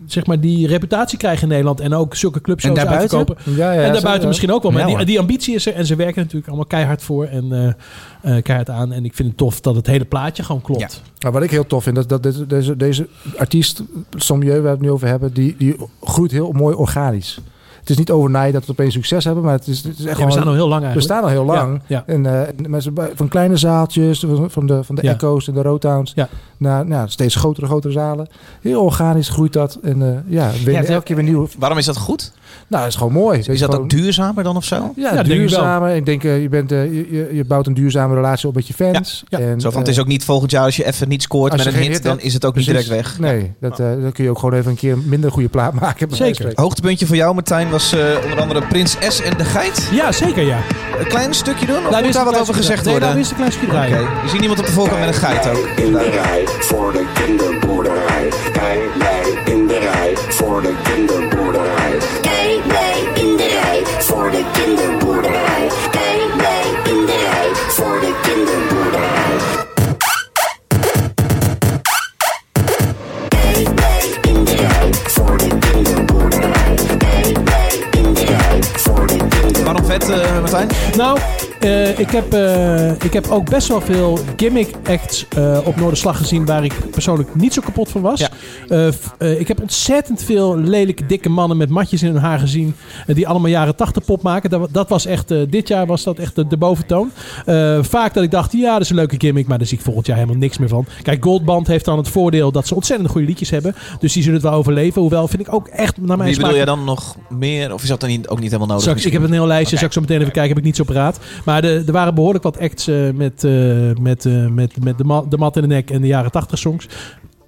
Speaker 2: zeg maar die reputatie krijgen in Nederland. En ook zulke clubs
Speaker 1: En daarbuiten?
Speaker 2: uitkopen.
Speaker 5: Ja, ja,
Speaker 2: en
Speaker 5: zo, ja.
Speaker 2: daarbuiten misschien ook wel. Maar
Speaker 1: Ja,
Speaker 2: die,
Speaker 1: hoor.
Speaker 2: die ambitie is er. En ze werken er natuurlijk allemaal keihard voor. En eh, eh, keihard aan. En ik vind het tof dat het hele plaatje gewoon klopt.
Speaker 1: Ja.
Speaker 5: Nou, wat ik heel tof vind, dat, dat deze, deze, deze artiest, Sommieu, waar we het nu over hebben, die, die groeit heel mooi organisch. Het is niet overnight dat we opeens succes hebben, maar het is, het
Speaker 2: Ja,
Speaker 5: is echt
Speaker 2: we
Speaker 5: gewoon...
Speaker 2: staan al heel lang
Speaker 5: we
Speaker 2: eigenlijk.
Speaker 5: staan al heel lang.
Speaker 2: Ja, ja.
Speaker 5: En, eh, en mensen bij- van kleine zaaltjes, van- van de, van de
Speaker 2: Ja.
Speaker 5: Echo's en de Rotowns,
Speaker 2: Ja.
Speaker 5: naar nou, steeds grotere, grotere zalen. Heel organisch groeit dat. En eh, ja, we
Speaker 1: het-
Speaker 5: elke keer weer nieuw.
Speaker 3: Waarom is dat goed?
Speaker 5: Nou, dat is gewoon mooi.
Speaker 3: Is dat ook duurzamer dan of zo?
Speaker 5: Ja,
Speaker 2: Ja, denk ik wel.
Speaker 5: duurzamer. Ik denk, eh, je, bent, eh, je- je, je bouwt een duurzame relatie op met je fans.
Speaker 2: Ja, ja.
Speaker 5: En,
Speaker 3: Zo van,
Speaker 5: eh,
Speaker 3: het is ook niet volgend jaar als je even niet scoort
Speaker 5: als
Speaker 3: met
Speaker 5: je
Speaker 3: een hit,
Speaker 5: geen hit
Speaker 3: dan
Speaker 5: hebt,
Speaker 3: is het ook niet direct
Speaker 5: Precies.
Speaker 3: weg.
Speaker 5: Nee, dat, eh, dan kun je ook gewoon even een keer een minder goede plaat maken. bij wijze van
Speaker 2: Zeker.
Speaker 3: Hoogtepuntje voor jou, Martijn, was eh, onder andere Prins S en de Geit.
Speaker 2: Ja, zeker ja.
Speaker 3: Een klein stukje doen? Of
Speaker 2: Daar
Speaker 3: moet
Speaker 2: Nou, is
Speaker 3: daar
Speaker 2: een
Speaker 3: wat
Speaker 2: klein
Speaker 3: over
Speaker 2: stukje
Speaker 3: gezegd
Speaker 2: Nee,
Speaker 3: worden?
Speaker 2: daar is een klein stukje bij.
Speaker 3: Oké, je ziet iemand op de voorkant met een geit ook.
Speaker 8: in de rij voor de kinderboerderij. Kijk wij in de rij voor de kinderboerderij. Kijk wij in de rij voor de kinderboerderij. Kijk wij in de rij voor de kinderboerderij. Kijk wij in de rij voor de kinderboerderij. Kijk wij in de rij voor de kinderboerderij.
Speaker 3: Waarom vet, eh, Martijn?
Speaker 2: Nou, eh, ik, heb, eh, ik heb ook best wel veel gimmick acts eh, op Noorderslag gezien waar ik persoonlijk niet zo kapot van was.
Speaker 3: Ja.
Speaker 2: Eh, f- eh, ik heb ontzettend veel lelijke dikke mannen met matjes in hun haar gezien eh, die allemaal jaren 80 pop maken. Dat, wa- dat was echt, eh, dit jaar was dat echt de, de boventoon. Eh, vaak dat ik dacht, ja dat is een leuke gimmick, maar daar zie ik volgend jaar helemaal niks meer van. Kijk, Goldband heeft dan het voordeel dat ze ontzettend goede liedjes hebben, dus die zullen het wel overleven. Hoewel vind ik ook echt naar mijn
Speaker 3: Wie bedoel
Speaker 2: smaak
Speaker 3: jij dan nog meer? Of is dat dan niet, ook niet helemaal nodig?
Speaker 2: Straks, ik heb een heel lijstje,
Speaker 3: Oké.
Speaker 2: zal ik zo meteen even kijken, heb ik niet zo paraat. Maar de- er waren behoorlijk wat acts eh, met, eh, met, eh, met, met de, ma- de mat in de nek en de jaren 80 songs.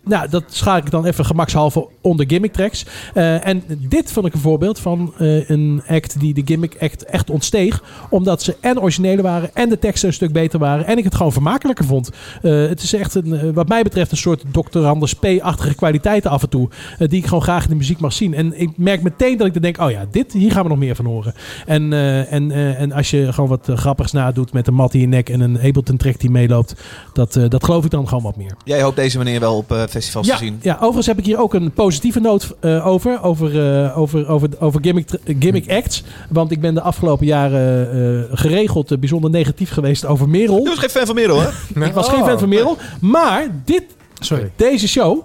Speaker 2: nou, dat schaal ik dan even gemakshalve onder gimmick tracks. Eh, en dit vond ik een voorbeeld van eh, een act die de gimmick act echt ontsteeg. Omdat ze en originele waren en de teksten een stuk beter waren. En ik het gewoon vermakelijker vond. Eh, het is echt, een, eh, wat mij betreft, een soort Dr. Anders P-achtige kwaliteiten af en toe. eh, die ik gewoon graag in de muziek mag zien. En ik merk meteen dat ik dan denk, oh ja, dit, hier gaan we nog meer van horen. En, eh, en, eh, en als je gewoon wat eh, grappigs nadoet met een mat in je nek en een Ableton track die meeloopt. Dat, eh, dat geloof ik dan gewoon wat meer.
Speaker 3: Jij hoopt deze meneer wel op eh, festivals
Speaker 2: Ja,
Speaker 3: te zien.
Speaker 2: ja, overigens heb ik hier ook een positieve noot eh, over. Over, eh, over, over, over gimmick, tr- gimmick acts. Want ik ben de afgelopen jaren eh, geregeld eh, bijzonder negatief geweest over Merel.
Speaker 3: Je was geen fan van Merel, hè?
Speaker 2: Ik was geen fan van Merel. Maar dit,
Speaker 5: Oh. Sorry.
Speaker 2: deze show,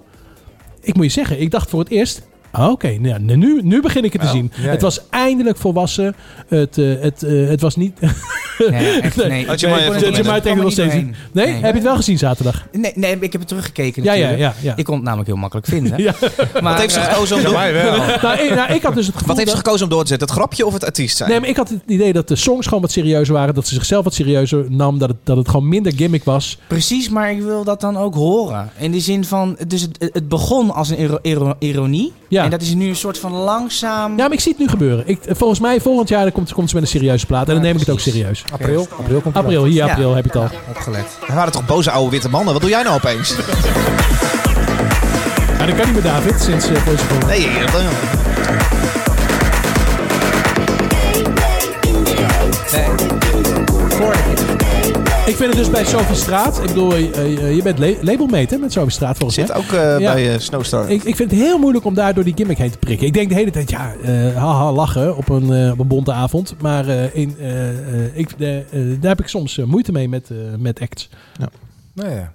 Speaker 2: ik moet je zeggen, ik dacht voor het eerst... ah, Oké, nou ja, nu, nu begin ik het te zien.
Speaker 5: ja, ja.
Speaker 2: Het was eindelijk volwassen. Het, eh, het, eh, het was niet...
Speaker 1: Nee, echt, nee.
Speaker 3: Had je maar even
Speaker 1: Ik
Speaker 2: Jemima
Speaker 1: kon-
Speaker 3: Jemima
Speaker 1: ik kon er
Speaker 2: tegen nog
Speaker 1: niet
Speaker 2: steeds
Speaker 1: doorheen.
Speaker 2: niet. Nee? Heb je het wel gezien zaterdag?
Speaker 1: Nee, nee, ik heb het teruggekeken
Speaker 2: Ja, ja,
Speaker 1: natuurlijk.
Speaker 2: ja. ja.
Speaker 1: Ik kon het namelijk heel makkelijk vinden.
Speaker 2: Ja. eh,
Speaker 1: Maar, eh,
Speaker 3: Wat heeft ze gekozen om, door...
Speaker 2: nou, ik, nou, ik had dus het gevoel
Speaker 3: Wat heeft ze
Speaker 2: dat-
Speaker 3: gekozen om door te zetten? Het grapje of het artiest zijn?
Speaker 2: Nee, maar ik had het idee dat de songs gewoon wat serieuzer waren. Dat ze zichzelf wat serieuzer nam. Dat het, dat het gewoon minder gimmick was.
Speaker 1: Precies, maar ik wil dat dan ook horen. In de zin van, dus het, het begon als een iro- iro- ironie.
Speaker 2: Ja.
Speaker 1: En dat is nu een soort van langzaam...
Speaker 2: Ja, maar ik zie het nu gebeuren. Ik, volgens mij volgend jaar komt, komt ze met een serieuze plaat. En dan neem ik het ook serieus.
Speaker 5: Oh, April. April komt
Speaker 2: April, hier
Speaker 1: Ja.
Speaker 2: april heb ik het al.
Speaker 1: Opgelet.
Speaker 3: We waren toch boze oude witte mannen? Wat doe jij nou opeens?
Speaker 2: En dat kan niet meer David, sinds eh, deze volgende.
Speaker 3: Nee, dat-
Speaker 2: Ik vind het dus bij Sophie Straat. Ik bedoel, eh, eh, je bent label labelmate hè, met Sophie Straat volgens
Speaker 3: zit
Speaker 2: mij.
Speaker 3: ook eh,
Speaker 2: Ja.
Speaker 3: bij eh, Snowstar.
Speaker 2: Ik, ik vind het heel moeilijk om daar door die gimmick heen te prikken. Ik denk de hele tijd, ja, eh, haha, lachen op een, eh, op een bonte avond. Maar eh, in, eh, eh, ik, eh, eh, daar heb ik soms eh, moeite mee met, eh, met acts.
Speaker 5: Nou ja.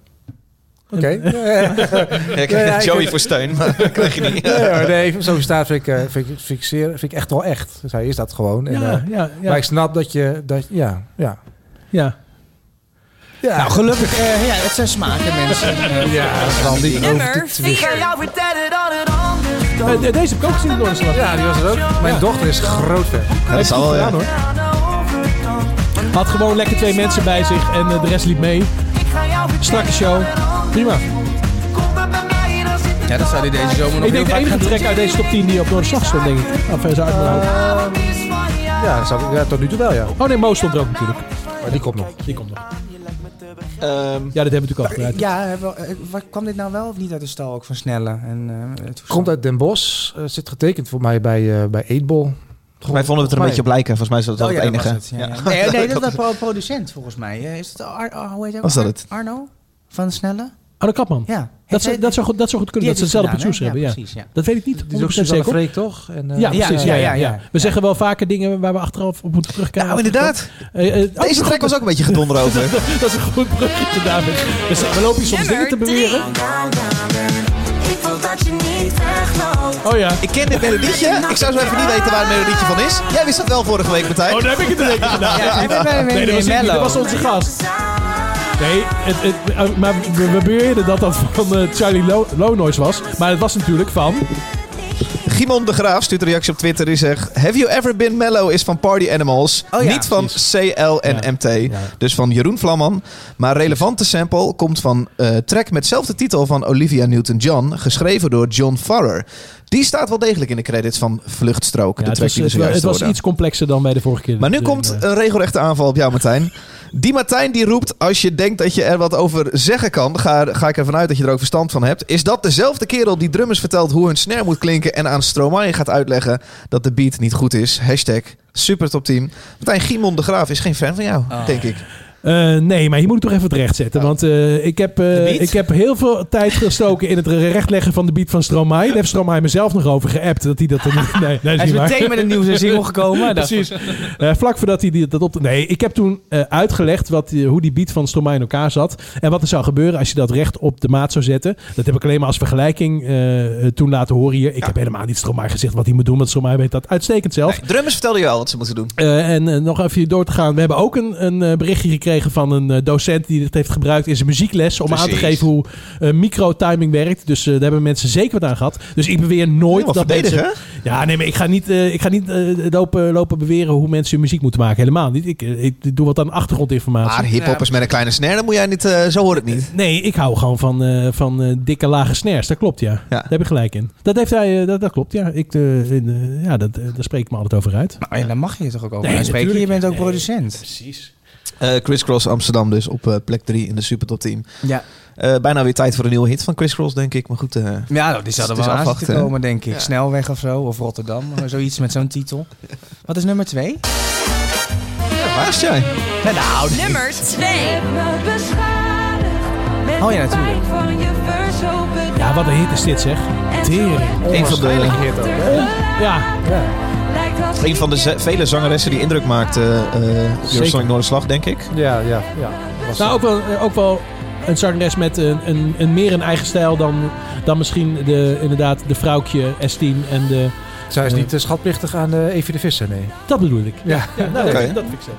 Speaker 5: Oké. Ja, ja, ja.
Speaker 3: Ja, ik
Speaker 5: Ja, ja,
Speaker 3: kreeg
Speaker 5: ik-
Speaker 3: Joey voor steun, maar dat kreeg je niet.
Speaker 5: Ja, ja, nee, zo'n staat vind ik, eh, vind, ik, vind, ik zeer, vind ik echt wel echt. Zij is dat gewoon. En, eh,
Speaker 2: Ja, ja,
Speaker 5: Maar
Speaker 2: ja.
Speaker 5: ik snap dat je... Dat, ja, ja.
Speaker 2: ja.
Speaker 5: ja.
Speaker 1: Nou, gelukkig. eh, ja, het zijn smaken, mensen. Eh,
Speaker 5: ja, dan die
Speaker 4: Nummer 4.
Speaker 2: Eh, de- deze heb ik ook gezien door de slag.
Speaker 5: Ja, die was er ook. Mijn dochter is groot fan.
Speaker 3: Ja, dat is eh, al, ja.
Speaker 2: Had gewoon lekker twee mensen bij zich en eh, de rest liep mee. Strakke show. Prima.
Speaker 1: Ja, dat zou hij deze zomer nog
Speaker 2: Ik denk de
Speaker 1: heel vaak
Speaker 2: enige
Speaker 1: gaan doen.
Speaker 2: track uit deze top 10 die op Noorderslag stond, denk ik. Of eh, zo uit mijn hoofd.
Speaker 5: Ja, dat zou ik- ja, tot nu toe wel, ja.
Speaker 2: Oh nee, Mo stond er ook natuurlijk.
Speaker 5: Maar die komt nog.
Speaker 2: Die komt nog.
Speaker 3: Ehm,
Speaker 2: Ja, dat hebben we natuurlijk al gedraaid.
Speaker 1: Ja, hebben we- eh, waar- kwam dit nou wel of niet uit de stal ook van Snelle? En, eh, het
Speaker 5: Komt uit Den Bosch. eh, zit getekend voor mij bij, eh bij Eetbol.
Speaker 3: Wij vonden het er een beetje op lijken. Volgens mij is dat wel
Speaker 1: Oh ja,
Speaker 3: het
Speaker 1: dat
Speaker 3: enige.
Speaker 1: was het, ja, ja. Nee, nee, dat was wel producent volgens mij. Eh, Is het Ar Ar- hoe heet hij ook?
Speaker 3: Was dat
Speaker 1: Ar-
Speaker 3: het?
Speaker 1: Arno van Snelle?
Speaker 2: Arno Kapman.
Speaker 1: Ja.
Speaker 2: Dat
Speaker 1: Heeft hij-
Speaker 2: zou, dat, zou goed, dat zou goed
Speaker 1: die
Speaker 2: kunnen dat ze
Speaker 1: heeft
Speaker 2: dezelfde
Speaker 1: het gedaan,
Speaker 2: producers
Speaker 1: hè?
Speaker 2: hebben. Ja,
Speaker 1: precies, ja.
Speaker 2: Dat weet ik niet.
Speaker 5: Die is ook
Speaker 2: 100%
Speaker 5: Suzanne
Speaker 2: zeker.
Speaker 5: Freek, toch? En, eh,
Speaker 2: Ja,
Speaker 1: Ja,
Speaker 2: precies. Ja,
Speaker 1: ja,
Speaker 2: ja,
Speaker 1: ja,
Speaker 2: ja.
Speaker 1: ja.
Speaker 2: We zeggen wel vaker dingen waar we achteraf op moeten terugkijken.
Speaker 3: Nou, inderdaad.
Speaker 2: Eh, eh, oh,
Speaker 3: Deze track was ook een beetje gedonder over.
Speaker 2: Dat is een goed bruggetje, David. Dus we lopen hier soms dingen te beweren.
Speaker 4: Ik wil dat je niet wegloopt.
Speaker 2: Oh ja.
Speaker 3: Ik ken dit melodietje. Ik zou zo even niet weten waar het melodietje van is. Jij wist dat wel vorige week, Martijn.
Speaker 2: Oh, daar heb ik het er even gedaan.
Speaker 1: Ja, hebben wij weer
Speaker 2: Nee, dat was, ik niet. dat
Speaker 1: Mello.
Speaker 2: was onze gast. Nee, het, het, eh, maar we we beweerden dat dat van eh, Charlie Lo Lonois was. Maar het was natuurlijk van...
Speaker 3: Gimon de Graaf stuurt een reactie op Twitter. Die zegt... Have you ever been mellow is van Party Animals.
Speaker 1: Oh ja,
Speaker 3: niet van CL en MT. Dus van Jeroen Vlamman. Maar relevante sample komt van eh, track met zelfde titel van Olivia Newton-John. Geschreven door John Farrer. Die staat wel degelijk in de credits van Vluchtstrook.
Speaker 2: Ja,
Speaker 3: de
Speaker 2: het
Speaker 3: track
Speaker 2: was, eh,
Speaker 3: die
Speaker 2: het, wa-
Speaker 3: we zojuist
Speaker 2: het was
Speaker 3: hoorden.
Speaker 2: iets complexer dan bij de vorige keer.
Speaker 3: Maar nu
Speaker 2: Dus,
Speaker 3: komt
Speaker 2: eh,
Speaker 3: een regelrechte aanval op jou, Martijn. Die Martijn die roept, als je denkt dat je er wat over zeggen kan, ga, ga ik ervan uit dat je er ook verstand van hebt. Is dat dezelfde kerel die drummers vertelt hoe hun snare moet klinken en aan Stromae gaat uitleggen dat de beat niet goed is? Hashtag supertopteam. Martijn Giemon de Graaf is geen fan van jou, denk ik.
Speaker 2: eh, nee, maar hier moet ik toch even het recht zetten. Want eh, ik, heb, eh,
Speaker 3: beat?
Speaker 2: ik heb heel veel tijd gestoken in het rechtleggen van de beat van Stromae. Daar heeft Stromae mezelf nog over geappt. Dat hij dat er niet... Nee, nee, dat
Speaker 1: Hij
Speaker 2: is
Speaker 1: is
Speaker 2: niet waar.
Speaker 1: meteen met een nieuwe single gekomen. Dat-
Speaker 2: Precies. Eh, vlak voordat hij die, dat op... Nee, ik heb toen eh, uitgelegd wat, die- hoe die beat van Stromae in elkaar zat. En wat er zou gebeuren als je dat recht op de maat zou zetten. Dat heb ik alleen maar als vergelijking eh, eh, toen laten horen hier. Ik heb helemaal niet Stromae gezegd wat hij moet doen. Want Stromae weet dat uitstekend zelf.
Speaker 3: drummers vertelden je al wat ze moeten doen.
Speaker 2: Eh, en eh, nog even hier door te gaan. We hebben ook een, een eh, berichtje gekregen gekregen van een eh, docent die het heeft gebruikt in zijn muziekles. Om aan te
Speaker 3: Precies.
Speaker 2: geven hoe eh, micro-timing werkt. Dus eh, daar hebben mensen zeker wat aan gehad. Dus ik beweer nooit dat
Speaker 3: Helemaal verdedigen,
Speaker 2: mensen... Ja, nee, maar ik ga niet, eh, ik ga niet eh, lopen, lopen beweren hoe mensen hun muziek moeten maken. Helemaal niet. Ik, eh, ik doe wat aan achtergrondinformatie.
Speaker 3: Maar hiphoppers met een kleine snare, dan moet jij niet, eh, zo hoor ik niet.
Speaker 2: Nee, ik hou gewoon van, eh, van eh, dikke lage snares. Dat klopt, ja. Daar heb ik gelijk in. Dat, heeft hij, eh, dat, dat klopt, ja. Ik, eh, in, eh, ja dat, eh, daar spreek ik me altijd over uit.
Speaker 1: Nou, ja, daar mag je toch ook over
Speaker 2: Nee,
Speaker 1: uitspreken. Je
Speaker 2: natuurlijk.
Speaker 1: bent ook
Speaker 2: Nee.
Speaker 1: producent.
Speaker 2: Precies.
Speaker 3: Eh Chris Cross Amsterdam dus op eh, plek 3 in de Supertop Team.
Speaker 1: Ja,
Speaker 3: Eh, bijna weer tijd voor een nieuwe hit van Chris Cross, denk ik. Maar goed, eh,
Speaker 1: ja nou, die zouden
Speaker 3: Het is
Speaker 1: wel aan zitten
Speaker 3: afwachten, hè?
Speaker 1: komen, denk ik.
Speaker 3: Ja.
Speaker 1: Snelweg of zo, of Rotterdam. eh, Zoiets met zo'n titel. Wat is nummer twee?
Speaker 3: ja, waar is jij? Oh,
Speaker 1: Nou,
Speaker 4: Nummer 2.
Speaker 1: Oh ja, natuurlijk.
Speaker 2: Ja, wat een hit is dit, zeg. Tering.
Speaker 3: Een van de,
Speaker 2: Ja,
Speaker 3: een van de ze- vele zangeressen die indruk maakte eh eh Your
Speaker 2: Zeker.
Speaker 3: Sonic Noorderslag, denk ik.
Speaker 5: Ja, ja, ja. Was,
Speaker 2: nou ook wel, eh, ook wel een zangeres met een, een, een meer een eigen stijl dan, dan misschien de, inderdaad de vrouwtje S10 en de...
Speaker 5: zij is
Speaker 2: eh,
Speaker 5: niet eh, schatplichtig aan eh Evie de Visser, nee.
Speaker 2: Dat bedoel ik.
Speaker 5: Ja.
Speaker 2: Ja, nou,
Speaker 3: Oké.
Speaker 2: dat, dat vind ik zo.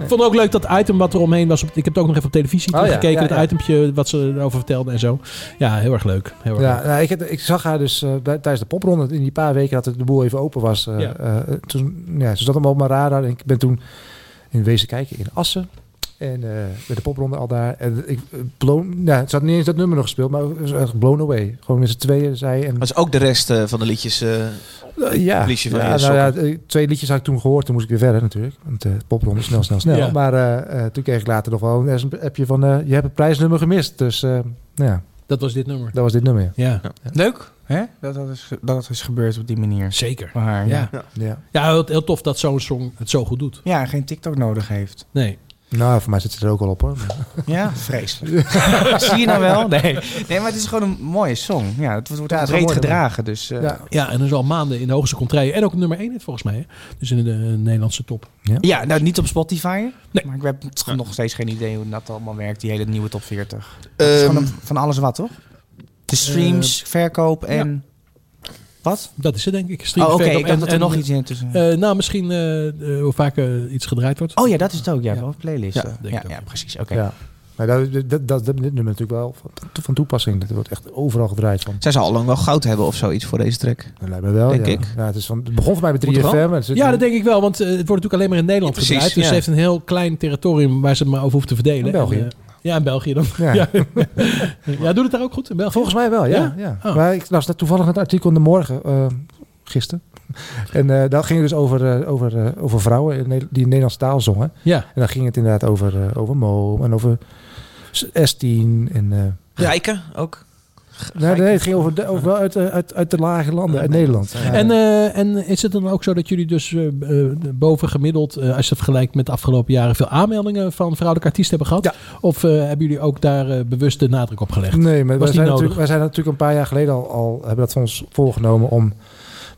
Speaker 2: Ik vond ook leuk dat item wat er omheen was. Op, ik heb het ook nog even op televisie
Speaker 5: Oh ja,
Speaker 2: teruggekeken.
Speaker 5: ja, ja.
Speaker 2: Het itempje wat ze erover vertelde en zo. Ja, heel erg leuk. Heel erg
Speaker 5: Ja,
Speaker 2: leuk.
Speaker 5: nou, ik, heb- ik zag haar dus eh, bij- tijdens de popronde in die paar weken dat de boel even open was. eh,
Speaker 2: Ja.
Speaker 5: eh, toen, ja, ze zat hem op mijn radar en ik ben toen in wezen kijken in Assen. En eh, bij de popronde al daar. En ik, eh, blown, nou, ze had niet eens dat nummer nog gespeeld, maar het was echt blown away. Gewoon met z'n tweeën, zij en...
Speaker 3: Dat is ook de rest eh, van de liedjes. eh,
Speaker 5: Eh, ja,
Speaker 3: Politie van
Speaker 5: ja,
Speaker 3: Eerst
Speaker 5: nou ja, eh, twee liedjes had ik toen gehoord. Toen moest ik weer verder natuurlijk. Want eh popronde snel, snel, snel.
Speaker 2: Ja.
Speaker 5: Maar eh, eh, toen kreeg ik later nog wel een appje van... eh, je hebt het prijsnummer gemist. Dus eh, nou ja,
Speaker 2: Dat was dit nummer.
Speaker 5: dat was dit nummer. Ja.
Speaker 2: Ja,
Speaker 1: Leuk, hè? Dat dat is, dat is gebeurd op die manier.
Speaker 2: zeker.
Speaker 1: Voor haar, ja.
Speaker 2: Ja,
Speaker 5: Ja.
Speaker 2: ja heel, heel tof dat zo'n song het zo goed doet.
Speaker 1: Ja, geen TikTok nodig heeft.
Speaker 2: Nee.
Speaker 5: Nou, voor mij zit het er ook al op hoor.
Speaker 1: Ja, vreselijk. Zie je nou wel? Nee. nee, maar het is gewoon een mooie song. Ja, het wordt
Speaker 5: Ja, het is wel
Speaker 1: breed
Speaker 5: mooi,
Speaker 1: gedragen, dus... eh,
Speaker 5: Ja.
Speaker 2: Ja, en dat is al maanden in de hoogste contraien. En ook nummer 1 volgens mij. Hè? Dus in de eh, Nederlandse top.
Speaker 1: Ja, nou niet op Spotify.
Speaker 2: Nee.
Speaker 1: Maar ik heb t- nog steeds geen idee hoe dat allemaal werkt, die hele nieuwe top 40. Het is
Speaker 3: ehm,
Speaker 1: gewoon een- van alles wat, toch? De streams, verkoop en... Wat?
Speaker 2: Dat is het denk ik.
Speaker 1: Oh,
Speaker 2: Stream
Speaker 1: oké,
Speaker 2: verkoop
Speaker 1: ik dacht
Speaker 2: en-
Speaker 1: dat er
Speaker 2: en,
Speaker 1: nog iets in tussen...
Speaker 2: eh, nou, misschien eh, eh, hoe vaak eh, iets gedraaid wordt.
Speaker 1: oh ja, dat is het ook, ja.
Speaker 2: Ja.
Speaker 1: wel playlisten.
Speaker 2: Ja,
Speaker 1: Ja,
Speaker 2: denk
Speaker 1: ja,
Speaker 2: ik ook.
Speaker 1: precies, oké.
Speaker 5: Ja. Maar dat, dat, dat, dat dit nummer natuurlijk wel van, van toepassing. Dat wordt echt overal gedraaid van.
Speaker 3: zij zou al lang wel goud hebben of zoiets voor deze track.
Speaker 5: Dat lijkt me wel.
Speaker 3: Denk
Speaker 5: ja.
Speaker 3: ik.
Speaker 5: Ja, het, is van, het begon voor mij met 3FM.
Speaker 3: Moet er wel?
Speaker 5: en het zit
Speaker 2: Ja,
Speaker 5: nu-
Speaker 2: dat denk ik wel, want eh, het wordt natuurlijk alleen maar in Nederland
Speaker 3: Ja, precies,
Speaker 2: gebruikt. Dus
Speaker 3: ja.
Speaker 2: ze heeft een heel klein territorium waar ze het maar over hoeft te verdelen.
Speaker 5: En België.
Speaker 2: En, eh, ja, in België dan.
Speaker 5: Ja.
Speaker 2: Ja. ja, doet het daar ook goed in België?
Speaker 5: Volgens mij wel, ja.
Speaker 2: Ja?
Speaker 5: ja?
Speaker 2: Oh.
Speaker 5: Maar ik las net toevallig het artikel in de morgen, eh, gisteren. En eh daar ging het dus over, eh, over, eh, over vrouwen in Nederland- die in Nederlands taal zongen.
Speaker 2: Ja.
Speaker 5: En dan ging het inderdaad over, eh, over Mo en over S- S10. En, eh, nou,
Speaker 3: Rijken ook.
Speaker 5: nee, nee, het ging over, de, over wel uit, eh, uit, uit de lage landen, uit Nederland. Ja.
Speaker 2: En, eh, en is het dan ook zo dat jullie dus eh, eh, boven gemiddeld, eh, als je het vergelijkt met de afgelopen jaren, veel aanmeldingen van vrouwelijke artiesten hebben gehad? Of eh, hebben jullie ook daar eh, bewust de nadruk op gelegd?
Speaker 5: Nee,
Speaker 2: Was
Speaker 5: maar wij
Speaker 2: niet
Speaker 5: zijn,
Speaker 2: nodig.
Speaker 5: natuurlijk, wij zijn natuurlijk een paar jaar geleden al, al hebben dat van ons voorgenomen om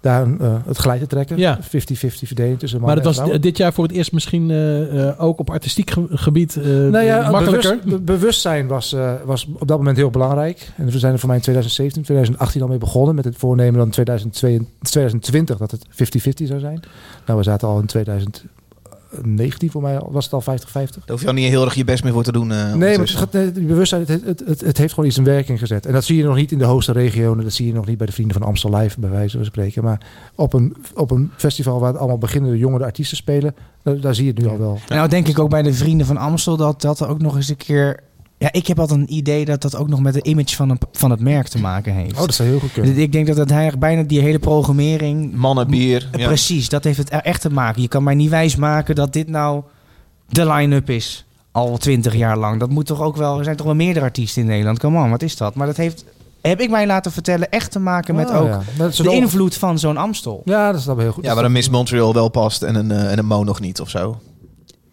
Speaker 5: daar een, eh, het gelijk te trekken.
Speaker 2: Ja.
Speaker 5: 50-50 verdeling tussen
Speaker 2: maar
Speaker 5: mannen
Speaker 2: dat was
Speaker 5: en vrouwen.
Speaker 2: d- dit jaar voor het eerst misschien eh, eh, ook op artistiek ge- gebied eh,
Speaker 5: Nou ja,
Speaker 2: makkelijker.
Speaker 5: bewust- be- bewustzijn was, eh, was op dat moment heel belangrijk. En we zijn er voor mij in 2017, 2018 al mee begonnen. Met het voornemen dan 2022, 2020 dat het 50-50 zou zijn. Nou, we zaten al in 2019 voor mij al- was het al 50-50.
Speaker 3: Daar hoef je al niet heel erg je best mee voor te doen. eh,
Speaker 5: Nee, maar het,
Speaker 3: ondertussen.
Speaker 5: gaat, eh, die bewustzijn, het, het, het, het heeft gewoon iets in werking gezet. En dat zie je nog niet in de hoogste regionen. Dat zie je nog niet bij de Vrienden van Amstel Live, bij wijze van spreken. Maar op een, op een festival waar het allemaal beginnende jongere artiesten spelen... eh, daar, daar zie je het nu al wel.
Speaker 1: Nou denk ik ook bij de vrienden van Amstel dat dat ook nog eens een keer... Ja, ik heb altijd een idee dat dat ook nog met de image van, een, van het merk te maken heeft. Dus
Speaker 5: Oh, dat zou heel goed kunnen.
Speaker 1: Ik denk dat het eigenlijk bijna die hele programmering
Speaker 3: Mannen, bier.
Speaker 1: Eh,
Speaker 3: ja.
Speaker 1: Precies, dat heeft het er echt te maken. Je kan mij niet wijs maken dat dit nou de line-up is. Al twintig jaar lang. Dat moet toch ook wel. Er zijn toch wel meerdere artiesten in Nederland. Come on, wat is dat? Maar dat heeft, heb ik mij laten vertellen, echt te maken met
Speaker 5: Ah,
Speaker 1: ook
Speaker 5: ja. Dat is
Speaker 1: de
Speaker 5: wel-
Speaker 1: invloed van zo'n Amstel.
Speaker 5: Ja, dat is dan heel goed.
Speaker 3: Ja, waar een Miss Montreal wel past en een, eh, en een Mo nog niet of zo.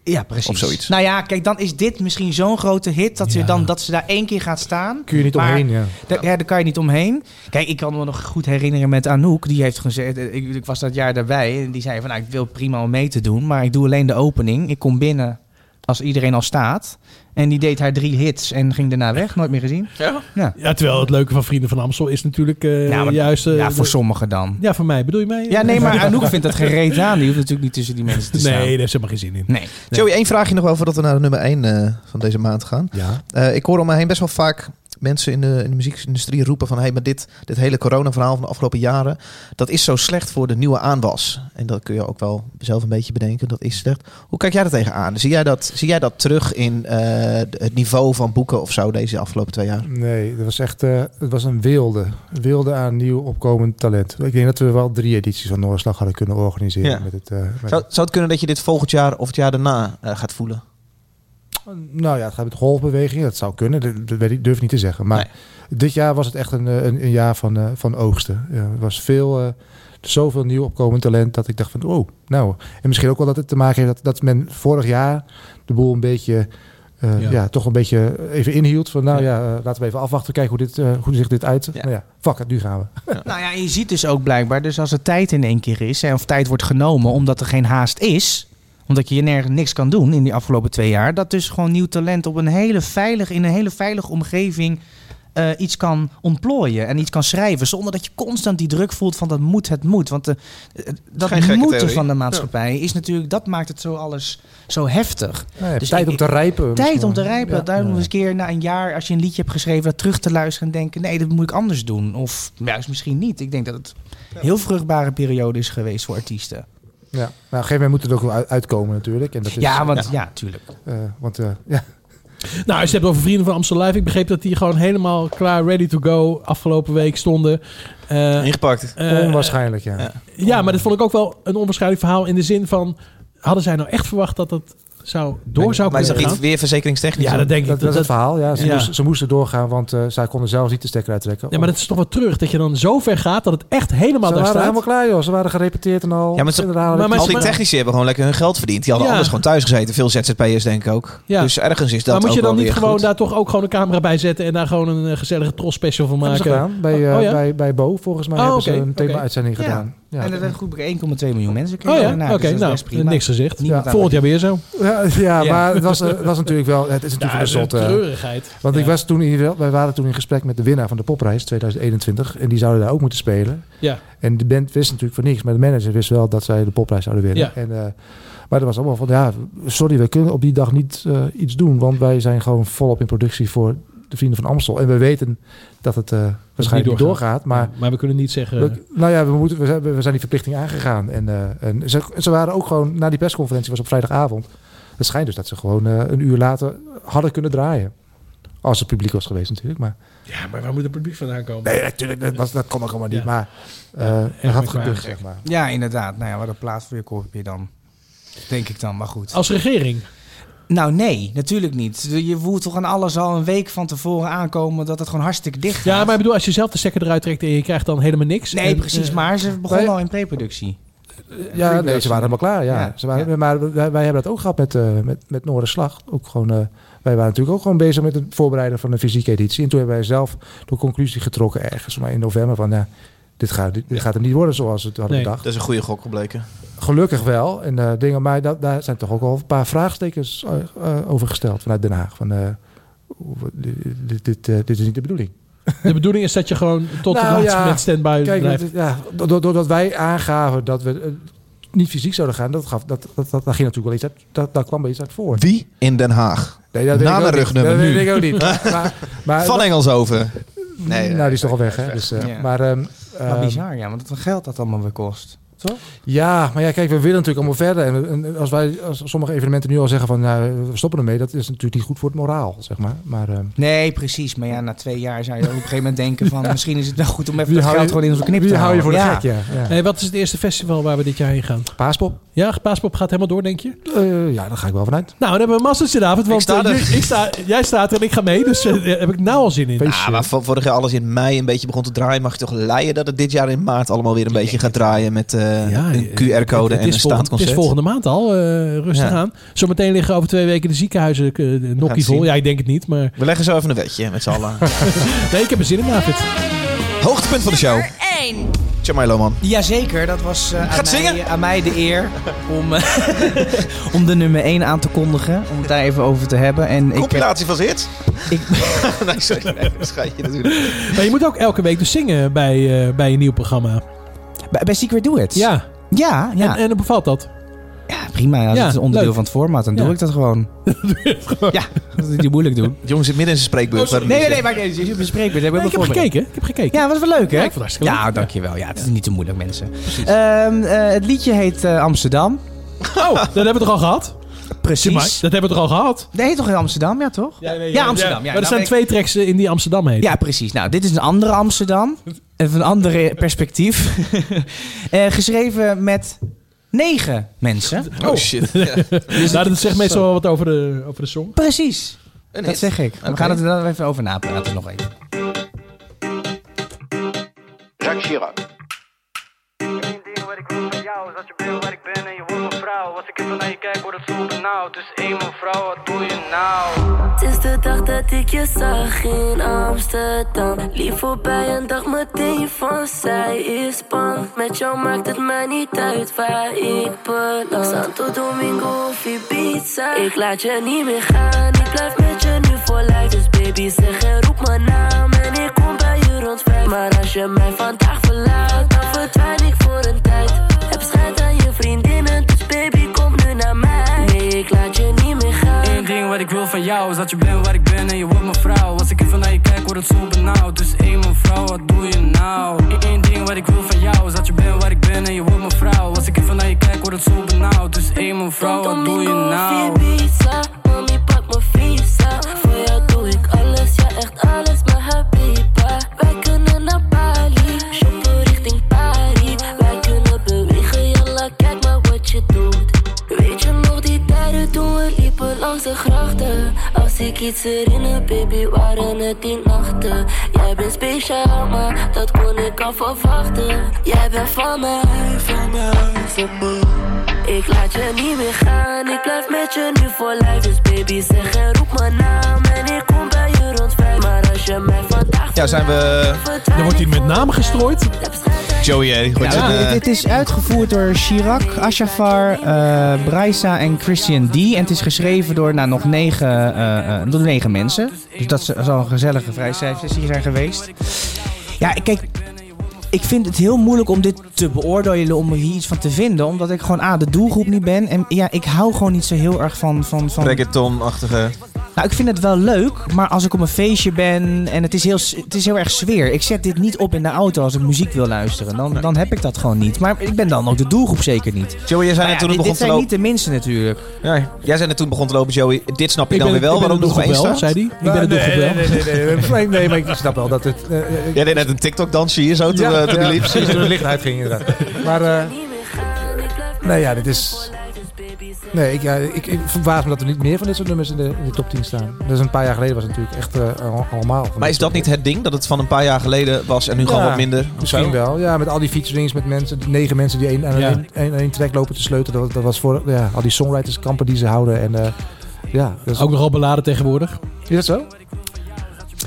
Speaker 1: Ja, precies.
Speaker 3: Of zoiets.
Speaker 1: Nou ja, kijk, dan is dit misschien zo'n grote hit dat,
Speaker 2: Ja.
Speaker 1: ze dan, dat ze daar één keer gaat staan.
Speaker 5: Kun je niet
Speaker 1: Maar-
Speaker 5: omheen, ja.
Speaker 1: Daar, ja, daar kan je niet omheen. Kijk, ik kan me nog goed herinneren met Anouk. Die heeft gezegd, eh, ik, ik was dat jaar daarbij. En die zei van, nou, ik wil prima om mee te doen. Maar ik doe alleen de opening. Ik kom binnen. Als iedereen al staat. En die deed haar drie hits en ging daarna weg. Nooit meer gezien.
Speaker 3: Ja?
Speaker 2: Ja, terwijl het leuke van Vrienden van Amstel is natuurlijk eh,
Speaker 1: Ja, maar-
Speaker 2: juist... eh,
Speaker 1: ja, voor
Speaker 2: de-
Speaker 1: sommigen dan.
Speaker 2: ja, voor mij. Bedoel je mij? eh,
Speaker 1: Ja, nee, maar Anouk vindt dat gereed aan. Die hoeft natuurlijk niet tussen die mensen te
Speaker 2: Nee,
Speaker 1: staan.
Speaker 2: daar heeft ze maar geen zin in.
Speaker 1: Nee.
Speaker 3: Joey, één vraagje nog wel voordat we naar de nummer 1 van deze maand gaan.
Speaker 2: Ja.
Speaker 3: Eh, ik hoor om me heen best wel vaak mensen in de, in de muziekindustrie roepen van... hey, maar dit, dit hele corona-verhaal van de afgelopen jaren... dat is zo slecht voor de nieuwe aanwas. En dat kun je ook wel zelf een beetje bedenken, dat is slecht. Hoe kijk jij daar tegenaan? Zie jij dat, zie jij dat terug in eh, het niveau van boeken of zo deze afgelopen twee jaar?
Speaker 5: Nee, dat was echt eh, het was een wilde. Wilde aan nieuw opkomend talent. Ik denk dat we wel drie edities van Noorderslag hadden kunnen organiseren.
Speaker 3: Ja.
Speaker 5: Met het, eh, met-
Speaker 3: Zou, zou het kunnen dat je dit volgend jaar of het jaar daarna eh, gaat voelen?
Speaker 5: Nou ja, het gaat met golfbewegingen. Dat zou kunnen. Dat, dat weet ik, durf ik niet te zeggen. Maar dit jaar was het echt een, eh, een, een jaar van, eh, van oogsten. Ja, er was veel, eh, zoveel nieuw opkomend talent dat ik dacht van, oh, nou. En misschien ook wel dat het te maken heeft dat, dat men vorig jaar de boel een beetje, eh,
Speaker 2: Ja.
Speaker 5: ja. toch een beetje even inhield. Van nou ja, eh, laten we even afwachten, kijken hoe, dit, eh, hoe zich dit uit.
Speaker 3: Ja.
Speaker 5: Nou ja, fuck het, nu gaan we.
Speaker 1: Nou ja, je ziet dus ook blijkbaar, dus als er tijd in één keer is, hè, of tijd wordt genomen omdat er geen haast is, omdat je nergens niks kan doen in die afgelopen twee jaar, dat dus gewoon nieuw talent op een hele veilig, in een hele veilige omgeving eh, iets kan ontplooien en iets kan schrijven, zonder dat je constant die druk voelt van dat moet, het moet. Want de, eh,
Speaker 3: Geen gekke
Speaker 1: dat moeten
Speaker 3: theorie.
Speaker 1: van de maatschappij is natuurlijk, dat maakt het zo alles zo heftig.
Speaker 5: Nou ja,
Speaker 1: Dus
Speaker 5: tijd
Speaker 1: ik-
Speaker 5: om te rijpen.
Speaker 1: Tijd
Speaker 5: misschien
Speaker 1: om te
Speaker 5: wel.
Speaker 1: rijpen. dus-
Speaker 5: Ja.
Speaker 1: Daarom eens een keer na een jaar, als je een liedje hebt geschreven, dat terug te luisteren en denken: nee, dat moet ik anders doen. Of juist misschien niet. Ik denk dat het een heel vruchtbare periode is geweest voor artiesten.
Speaker 5: Ja. Nou, op een gegeven moment moet het ook wel uit- uitkomen natuurlijk. En dat is,
Speaker 1: ja, want ja, tuurlijk.
Speaker 5: eh, want eh, ja,
Speaker 2: Nou, als je het hebt over Vrienden van Amstel Live. Ik begreep dat die gewoon helemaal klaar, ready to go, afgelopen week stonden. Eh,
Speaker 3: Ingepakt.
Speaker 2: eh,
Speaker 5: onwaarschijnlijk ja.
Speaker 2: Ja, maar dat vond ik ook wel een onwaarschijnlijk verhaal in de zin van... Hadden zij nou echt verwacht dat dat zou, door zou
Speaker 3: Maar is
Speaker 2: kunnen
Speaker 3: dat
Speaker 2: gaan?
Speaker 3: niet weer verzekeringstechnisch?
Speaker 2: Ja, dat denk ik.
Speaker 5: Dat, dat is het verhaal, ja. Ze,
Speaker 2: Ja.
Speaker 5: Moesten, ze moesten doorgaan, want eh, zij konden zelfs niet de stekker uittrekken.
Speaker 2: ja, maar dat is toch wel terug dat je dan zo ver gaat dat het echt helemaal
Speaker 5: ze
Speaker 2: daar
Speaker 5: waren
Speaker 2: staat.
Speaker 5: helemaal klaar, joh. Ze waren gerepeteerd en al.
Speaker 3: Ja, maar ze-
Speaker 5: Inderdaad, hadden
Speaker 2: maar-
Speaker 5: die-
Speaker 3: Al die technici hebben gewoon lekker hun geld verdiend. Die hadden
Speaker 2: Ja.
Speaker 3: anders gewoon thuis gezeten. Veel ZZP'ers denk ik ook.
Speaker 2: Ja.
Speaker 3: Dus ergens is dat
Speaker 2: maar moet
Speaker 3: ook
Speaker 2: je dan
Speaker 3: wel
Speaker 2: niet
Speaker 3: weer
Speaker 2: gewoon
Speaker 3: goed.
Speaker 2: daar toch ook gewoon een camera bij zetten en daar gewoon een eh, gezellige tros special van
Speaker 5: hebben ze
Speaker 2: maken?
Speaker 5: gedaan. Bij, eh,
Speaker 2: Oh, ja?
Speaker 5: bij, bij Bo, volgens mij,
Speaker 2: Oh,
Speaker 5: hebben ze
Speaker 2: oké,
Speaker 5: een
Speaker 2: oké.
Speaker 5: thema-uitzending
Speaker 1: Ja.
Speaker 5: gedaan. Ja,
Speaker 1: En dat werd goed bekeken, 1,2 miljoen mensen.
Speaker 2: Oh ja,
Speaker 1: daarna,
Speaker 2: oké.
Speaker 1: dus dat is
Speaker 2: nou,
Speaker 1: best prima.
Speaker 2: niks gezegd.
Speaker 1: Niemand aan
Speaker 2: Volgend jaar weer zo.
Speaker 5: ja, ja, maar het was, eh, het was natuurlijk wel... eh. Het is natuurlijk
Speaker 2: Ja,
Speaker 5: een zotte...
Speaker 2: treurigheid.
Speaker 5: Want ik
Speaker 2: Ja.
Speaker 5: was toen in ieder geval- wij waren toen in gesprek met de winnaar van de popprijs 2021. En die zouden daar ook moeten spelen.
Speaker 2: Ja.
Speaker 5: En de band wist natuurlijk van niks. Maar de manager wist wel dat zij de popprijs zouden winnen.
Speaker 2: Ja.
Speaker 5: En, eh, maar er was allemaal van, ja, sorry, we kunnen op die dag niet eh, iets doen. Want wij zijn gewoon volop in productie voor de Vrienden van Amstel. En we weten dat het eh, waarschijnlijk niet
Speaker 2: doorgaat.
Speaker 5: doorgaat. Maar
Speaker 2: Maar we kunnen niet zeggen...
Speaker 5: we, nou ja, we, moeten, we, zijn, we zijn die verplichting aangegaan. En, eh, en ze, ze waren ook gewoon, na die persconferentie was op vrijdagavond. Het schijnt dus dat ze gewoon eh, een uur later hadden kunnen draaien. Als het publiek was geweest natuurlijk. Maar
Speaker 2: ja, maar waar moet het publiek vandaan komen?
Speaker 5: nee, natuurlijk, dat, was, dat kon ook allemaal niet.
Speaker 2: Ja.
Speaker 5: Maar eh het
Speaker 2: erg
Speaker 5: had
Speaker 2: merkwaardig.
Speaker 5: gekund, zeg maar.
Speaker 1: Ja, inderdaad. Nou ja, wat een plaats voor je kop heb je dan. Denk ik dan, maar goed.
Speaker 2: Als regering.
Speaker 1: Nou nee, natuurlijk niet. Je voelt toch aan alles al een week van tevoren aankomen dat het gewoon hartstikke dicht gaat.
Speaker 2: Ja, maar ik bedoel, als je zelf de stekker eruit trekt en je krijgt dan helemaal niks.
Speaker 1: Nee,
Speaker 2: en,
Speaker 1: precies.
Speaker 2: eh,
Speaker 1: Maar ze begonnen
Speaker 5: wij-
Speaker 1: al in pre-productie.
Speaker 5: Ja, nee, ze waren helemaal klaar. Ja.
Speaker 1: Ja,
Speaker 5: Ze waren, Maar wij, wij hebben dat ook gehad met, eh met, met Noorderslag. Ook gewoon, eh, wij waren natuurlijk ook gewoon bezig met het voorbereiden van een fysieke editie. En toen hebben wij zelf de conclusie getrokken ergens maar in november van... ja, dit gaat, dit, dit gaat hem niet worden zoals we het hadden
Speaker 2: Nee.
Speaker 5: bedacht.
Speaker 3: Dat is een goede gok gebleken.
Speaker 5: Gelukkig wel. En eh, dingen, maar dat, daar zijn toch ook al een paar vraagstekens eh, eh, over gesteld vanuit Den Haag. Van, eh, hoe- dit, dit, dit, eh, dit is niet de bedoeling.
Speaker 2: De bedoeling is dat je gewoon tot
Speaker 5: Nou,
Speaker 2: de laatste
Speaker 5: ja.
Speaker 2: moment standby
Speaker 5: Kijk,
Speaker 2: blijft.
Speaker 5: dat- ja, do- do- doordat wij aangaven dat we eh, niet fysiek zouden gaan, dat gaf, dat, dat, dat, daar ging natuurlijk wel iets uit, dat, daar kwam wel iets uit voor.
Speaker 3: Wie in Den Haag?
Speaker 5: Nee, dat weet
Speaker 3: Na
Speaker 5: ik ook
Speaker 3: de
Speaker 5: niet.
Speaker 3: rugnummer
Speaker 5: Dat
Speaker 3: nu.
Speaker 5: weet ik ook niet. maar,
Speaker 2: Ah,
Speaker 5: maar,
Speaker 3: Van Engelshoven.
Speaker 2: Oh,
Speaker 3: Nee,
Speaker 5: nou, die is toch al weg, hè? Dus, eh,
Speaker 1: Ja.
Speaker 5: Maar, ehm,
Speaker 1: Maar
Speaker 5: ehm,
Speaker 1: bizar, ja. Want wat geld dat allemaal weer kost.
Speaker 5: Ja, maar ja, kijk, we willen natuurlijk allemaal verder. En, en als wij als sommige evenementen nu al zeggen van, nou, we stoppen ermee, dat is natuurlijk niet goed voor het moraal, zeg maar. Maar ehm,
Speaker 1: Nee, precies. Maar ja, na twee jaar zou je op een gegeven moment denken van... misschien is het wel goed om even
Speaker 5: Wie
Speaker 1: dat
Speaker 5: hou
Speaker 1: geld
Speaker 5: je-
Speaker 1: gewoon in onze knip te
Speaker 5: wie hou je voor de
Speaker 1: houden.
Speaker 5: gek, ja. ja.
Speaker 2: Hey, wat is het eerste festival waar we dit jaar heen gaan?
Speaker 5: Paaspop?
Speaker 2: Ja, Paaspop gaat helemaal door, denk je? Nou,
Speaker 5: Eh, ja, daar ga ik wel
Speaker 3: Nou,
Speaker 5: vanuit.
Speaker 2: dan hebben we een massa's vanavond. Want
Speaker 3: sta
Speaker 2: eh,
Speaker 3: er.
Speaker 2: ju- ik sta, jij staat er en ik ga mee. Dus eh, daar heb ik nou al zin in.
Speaker 3: Ah,
Speaker 5: eh,
Speaker 3: maar vor- vorig jaar alles in mei een beetje begon te draaien. Mag je toch leiden dat het dit jaar in maart allemaal weer een beetje gaat draaien met eh,
Speaker 2: Ja,
Speaker 3: een
Speaker 2: eh, het- het
Speaker 3: QR-code en een
Speaker 2: is volgende- Het
Speaker 3: staandconcert?
Speaker 2: is volgende maand al. eh, rustig
Speaker 3: Ja.
Speaker 2: aan. Zometeen liggen over twee weken de ziekenhuizen eh,
Speaker 3: het
Speaker 2: nokkie vol.
Speaker 3: zien.
Speaker 2: Ja, ik denk het niet. Maar
Speaker 3: We leggen zo even een wetje met z'n allen.
Speaker 2: nee, ik heb er zin in, David.
Speaker 3: Hoogtepunt van de show.
Speaker 4: Nummer 1.
Speaker 3: Jamilo, man.
Speaker 1: Jazeker, dat was eh,
Speaker 3: Gaat
Speaker 1: aan, mij,
Speaker 3: zingen?
Speaker 1: aan mij de eer om, eh, om de nummer 1 aan te kondigen. Om het daar even over te hebben. En
Speaker 2: eh,
Speaker 1: ik, heb-
Speaker 3: Compilatie van zijn hits?
Speaker 1: ik,
Speaker 3: nee, sorry. Nee, dat schijntje natuurlijk.
Speaker 2: Maar je moet ook elke week dus zingen bij, eh, bij een nieuw programma.
Speaker 1: bij, bij Secret Do It.
Speaker 2: Ja,
Speaker 1: Ja, ja.
Speaker 2: en, en dan bevalt dat.
Speaker 1: Ja, prima. Als
Speaker 2: Ja,
Speaker 1: het een onderdeel
Speaker 2: leuk.
Speaker 1: van het format, dan
Speaker 2: Ja.
Speaker 1: doe ik dat gewoon. ja, dat is niet moeilijk doen.
Speaker 3: De jongen zit midden in zijn spreekbeurt.
Speaker 2: Oh,
Speaker 3: Waarom
Speaker 1: Nee, nee,
Speaker 3: niet?
Speaker 1: nee, maar nee, je bespreekt het.
Speaker 2: Nee, ik heb gekeken. Ik heb gekeken.
Speaker 1: Ja, was wel leuk, hè?
Speaker 2: Ja, ik vond het hartstikke
Speaker 1: Ja,
Speaker 2: leuk.
Speaker 1: dankjewel. Ja, het is niet te moeilijk, mensen. Ehm, eh, het liedje heet eh, Amsterdam.
Speaker 2: Oh, dat hebben we toch al gehad?
Speaker 1: Precies.
Speaker 2: Dat hebben we toch al gehad?
Speaker 1: Nee, heet toch in Amsterdam, ja toch? Ja, Amsterdam. Ja,
Speaker 2: maar er
Speaker 1: nou
Speaker 2: staan
Speaker 1: ben ik-
Speaker 2: twee tracks eh, in die Amsterdam heet.
Speaker 1: Ja, precies. Nou, dit is een andere Amsterdam. Even een andere perspectief. Eh, geschreven met negen mensen.
Speaker 3: Oh shit. Ja.
Speaker 2: dus nou, dat zegt meestal wel wat over de, over de song.
Speaker 1: Precies. Dat
Speaker 3: hit.
Speaker 1: zeg ik. We
Speaker 3: Oké.
Speaker 1: gaan het er dan even over napraten nog even.
Speaker 10: Jacques Chirac.
Speaker 11: Eén ding wat ik wil van jou is dat je bent waar ik ben en je wordt mijn vrouw. Als ik even naar je kijk, wordt het zo benauwd. Dus één mijn vrouw, wat doe je nou?
Speaker 6: Het is de dag dat ik je zag in Amsterdam. Lief voorbij en dacht meteen van zij is bang. Met jou maakt het mij niet uit waar ik beland. Santo Domingo of Ibiza. Ik laat je niet meer gaan. Ik blijf met je nu voor lijf. Dus baby zeg en roep mijn naam. En ik kom bij je rond vijf. Maar als je mij vandaag verlaat, dan verdwijn ik voor een tijd. Heb schijt aan je vriendinnen. Dus baby kom nu naar mij. Nee, ik laat je niet meer gaan.
Speaker 11: Eén ding wat ik wil van jou is dat je bent waar ik ben en je wordt mijn vrouw. Als ik even naar je kijk, wordt het zo benauwd. Dus één mijn vrouw, wat doe je nou? Eén ding wat ik wil van jou is dat je bent waar ik ben en je wordt mijn vrouw. Als ik even naar je kijk, wordt het zo benauwd. Dus één mijn vrouw, wat doe je nou?
Speaker 6: Ibiza, mami pak mijn visa. Voor jou doe ik alles, ja echt alles, maar habiba. Wij kunnen naar Bali, shoppen richting Paris. Wij kunnen bewegen, jalla kijk maar wat je doet. Weet je nog die tijden toen we liepen langs de grachten? Als ik iets herinner, baby, waren het die nachten. Jij bent speciaal, maar dat kon ik al verwachten. Jij bent van mij, van mij, van mij. Ik laat je niet meer gaan, ik blijf met je nu voor lijf. Dus baby, zeg en roep mijn naam. En ik kom bij je rond vijf. Maar als je mij vandaag.
Speaker 3: Ja, zijn we-
Speaker 2: Dan wordt hij met namen gestrooid.
Speaker 3: Joey, eh, goed.
Speaker 1: Ja,
Speaker 3: eh,
Speaker 1: dit, dit is uitgevoerd door Chirac, Ashafar, eh Braissa en Christian D. En het is geschreven door nou, nog negen, eh, eh, door negen mensen. Dus dat is al een gezellige vrijsessie zijn geweest. Ja, kijk, ik vind het heel moeilijk om dit te beoordelen, om er hier iets van te vinden. Omdat ik gewoon A, de doelgroep niet ben. En ja, ik hou gewoon niet zo heel erg van... van, van
Speaker 3: Reggaeton-achtige.
Speaker 1: nou, ik vind het wel leuk, maar als ik op een feestje ben en het is heel, s- het is heel erg sfeer. Ik zet dit niet op in de auto als ik muziek wil luisteren. Dan, dan heb ik dat gewoon niet. Maar ik ben dan ook de doelgroep zeker niet.
Speaker 3: Joey, jij
Speaker 1: Nou ja,
Speaker 3: zei net toen
Speaker 1: dit,
Speaker 3: het begon
Speaker 1: dit
Speaker 3: te
Speaker 1: zijn niet
Speaker 3: lopen.
Speaker 1: de minste natuurlijk.
Speaker 3: Ja, jij zei net toen het begon te lopen, Joey. Dit snap je dan weer wel,
Speaker 2: ik ben
Speaker 3: waarom
Speaker 2: de
Speaker 3: er nog
Speaker 2: doelgroep
Speaker 3: één
Speaker 2: wel,
Speaker 3: staat.
Speaker 2: zei hij. Ik ben de
Speaker 5: nee,
Speaker 2: doelgroep
Speaker 5: nee,
Speaker 2: wel.
Speaker 5: nee, nee, nee, nee, nee, nee, maar ik snap wel dat het... eh, eh, ik-
Speaker 3: Jij deed net een TikTok-dansje hier zo toen,
Speaker 5: ja,
Speaker 3: eh, toen
Speaker 5: ja,
Speaker 3: hij liep.
Speaker 5: precies, toen het licht uitging inderdaad. Maar eh, nee, ja, dit is...
Speaker 6: Dus
Speaker 5: Nee, ik, ja, ik, ik verbaas me dat er niet meer van dit soort nummers in de, in de top 10 staan. Dus een paar jaar geleden was het natuurlijk echt eh, al- allemaal.
Speaker 3: Maar is dat niet het ding? Dat het van een paar jaar geleden was en nu gewoon
Speaker 5: Ja,
Speaker 3: wat minder?
Speaker 5: Misschien wel. Ja, met al die featurings met mensen, die negen mensen die één aan
Speaker 2: Ja.
Speaker 5: één- één één track lopen te sleutelen. Dat, dat was voor ja, al die songwriterskampen die ze houden. En eh, ja, dat is,
Speaker 2: Ook nogal beladen tegenwoordig.
Speaker 5: is dat zo?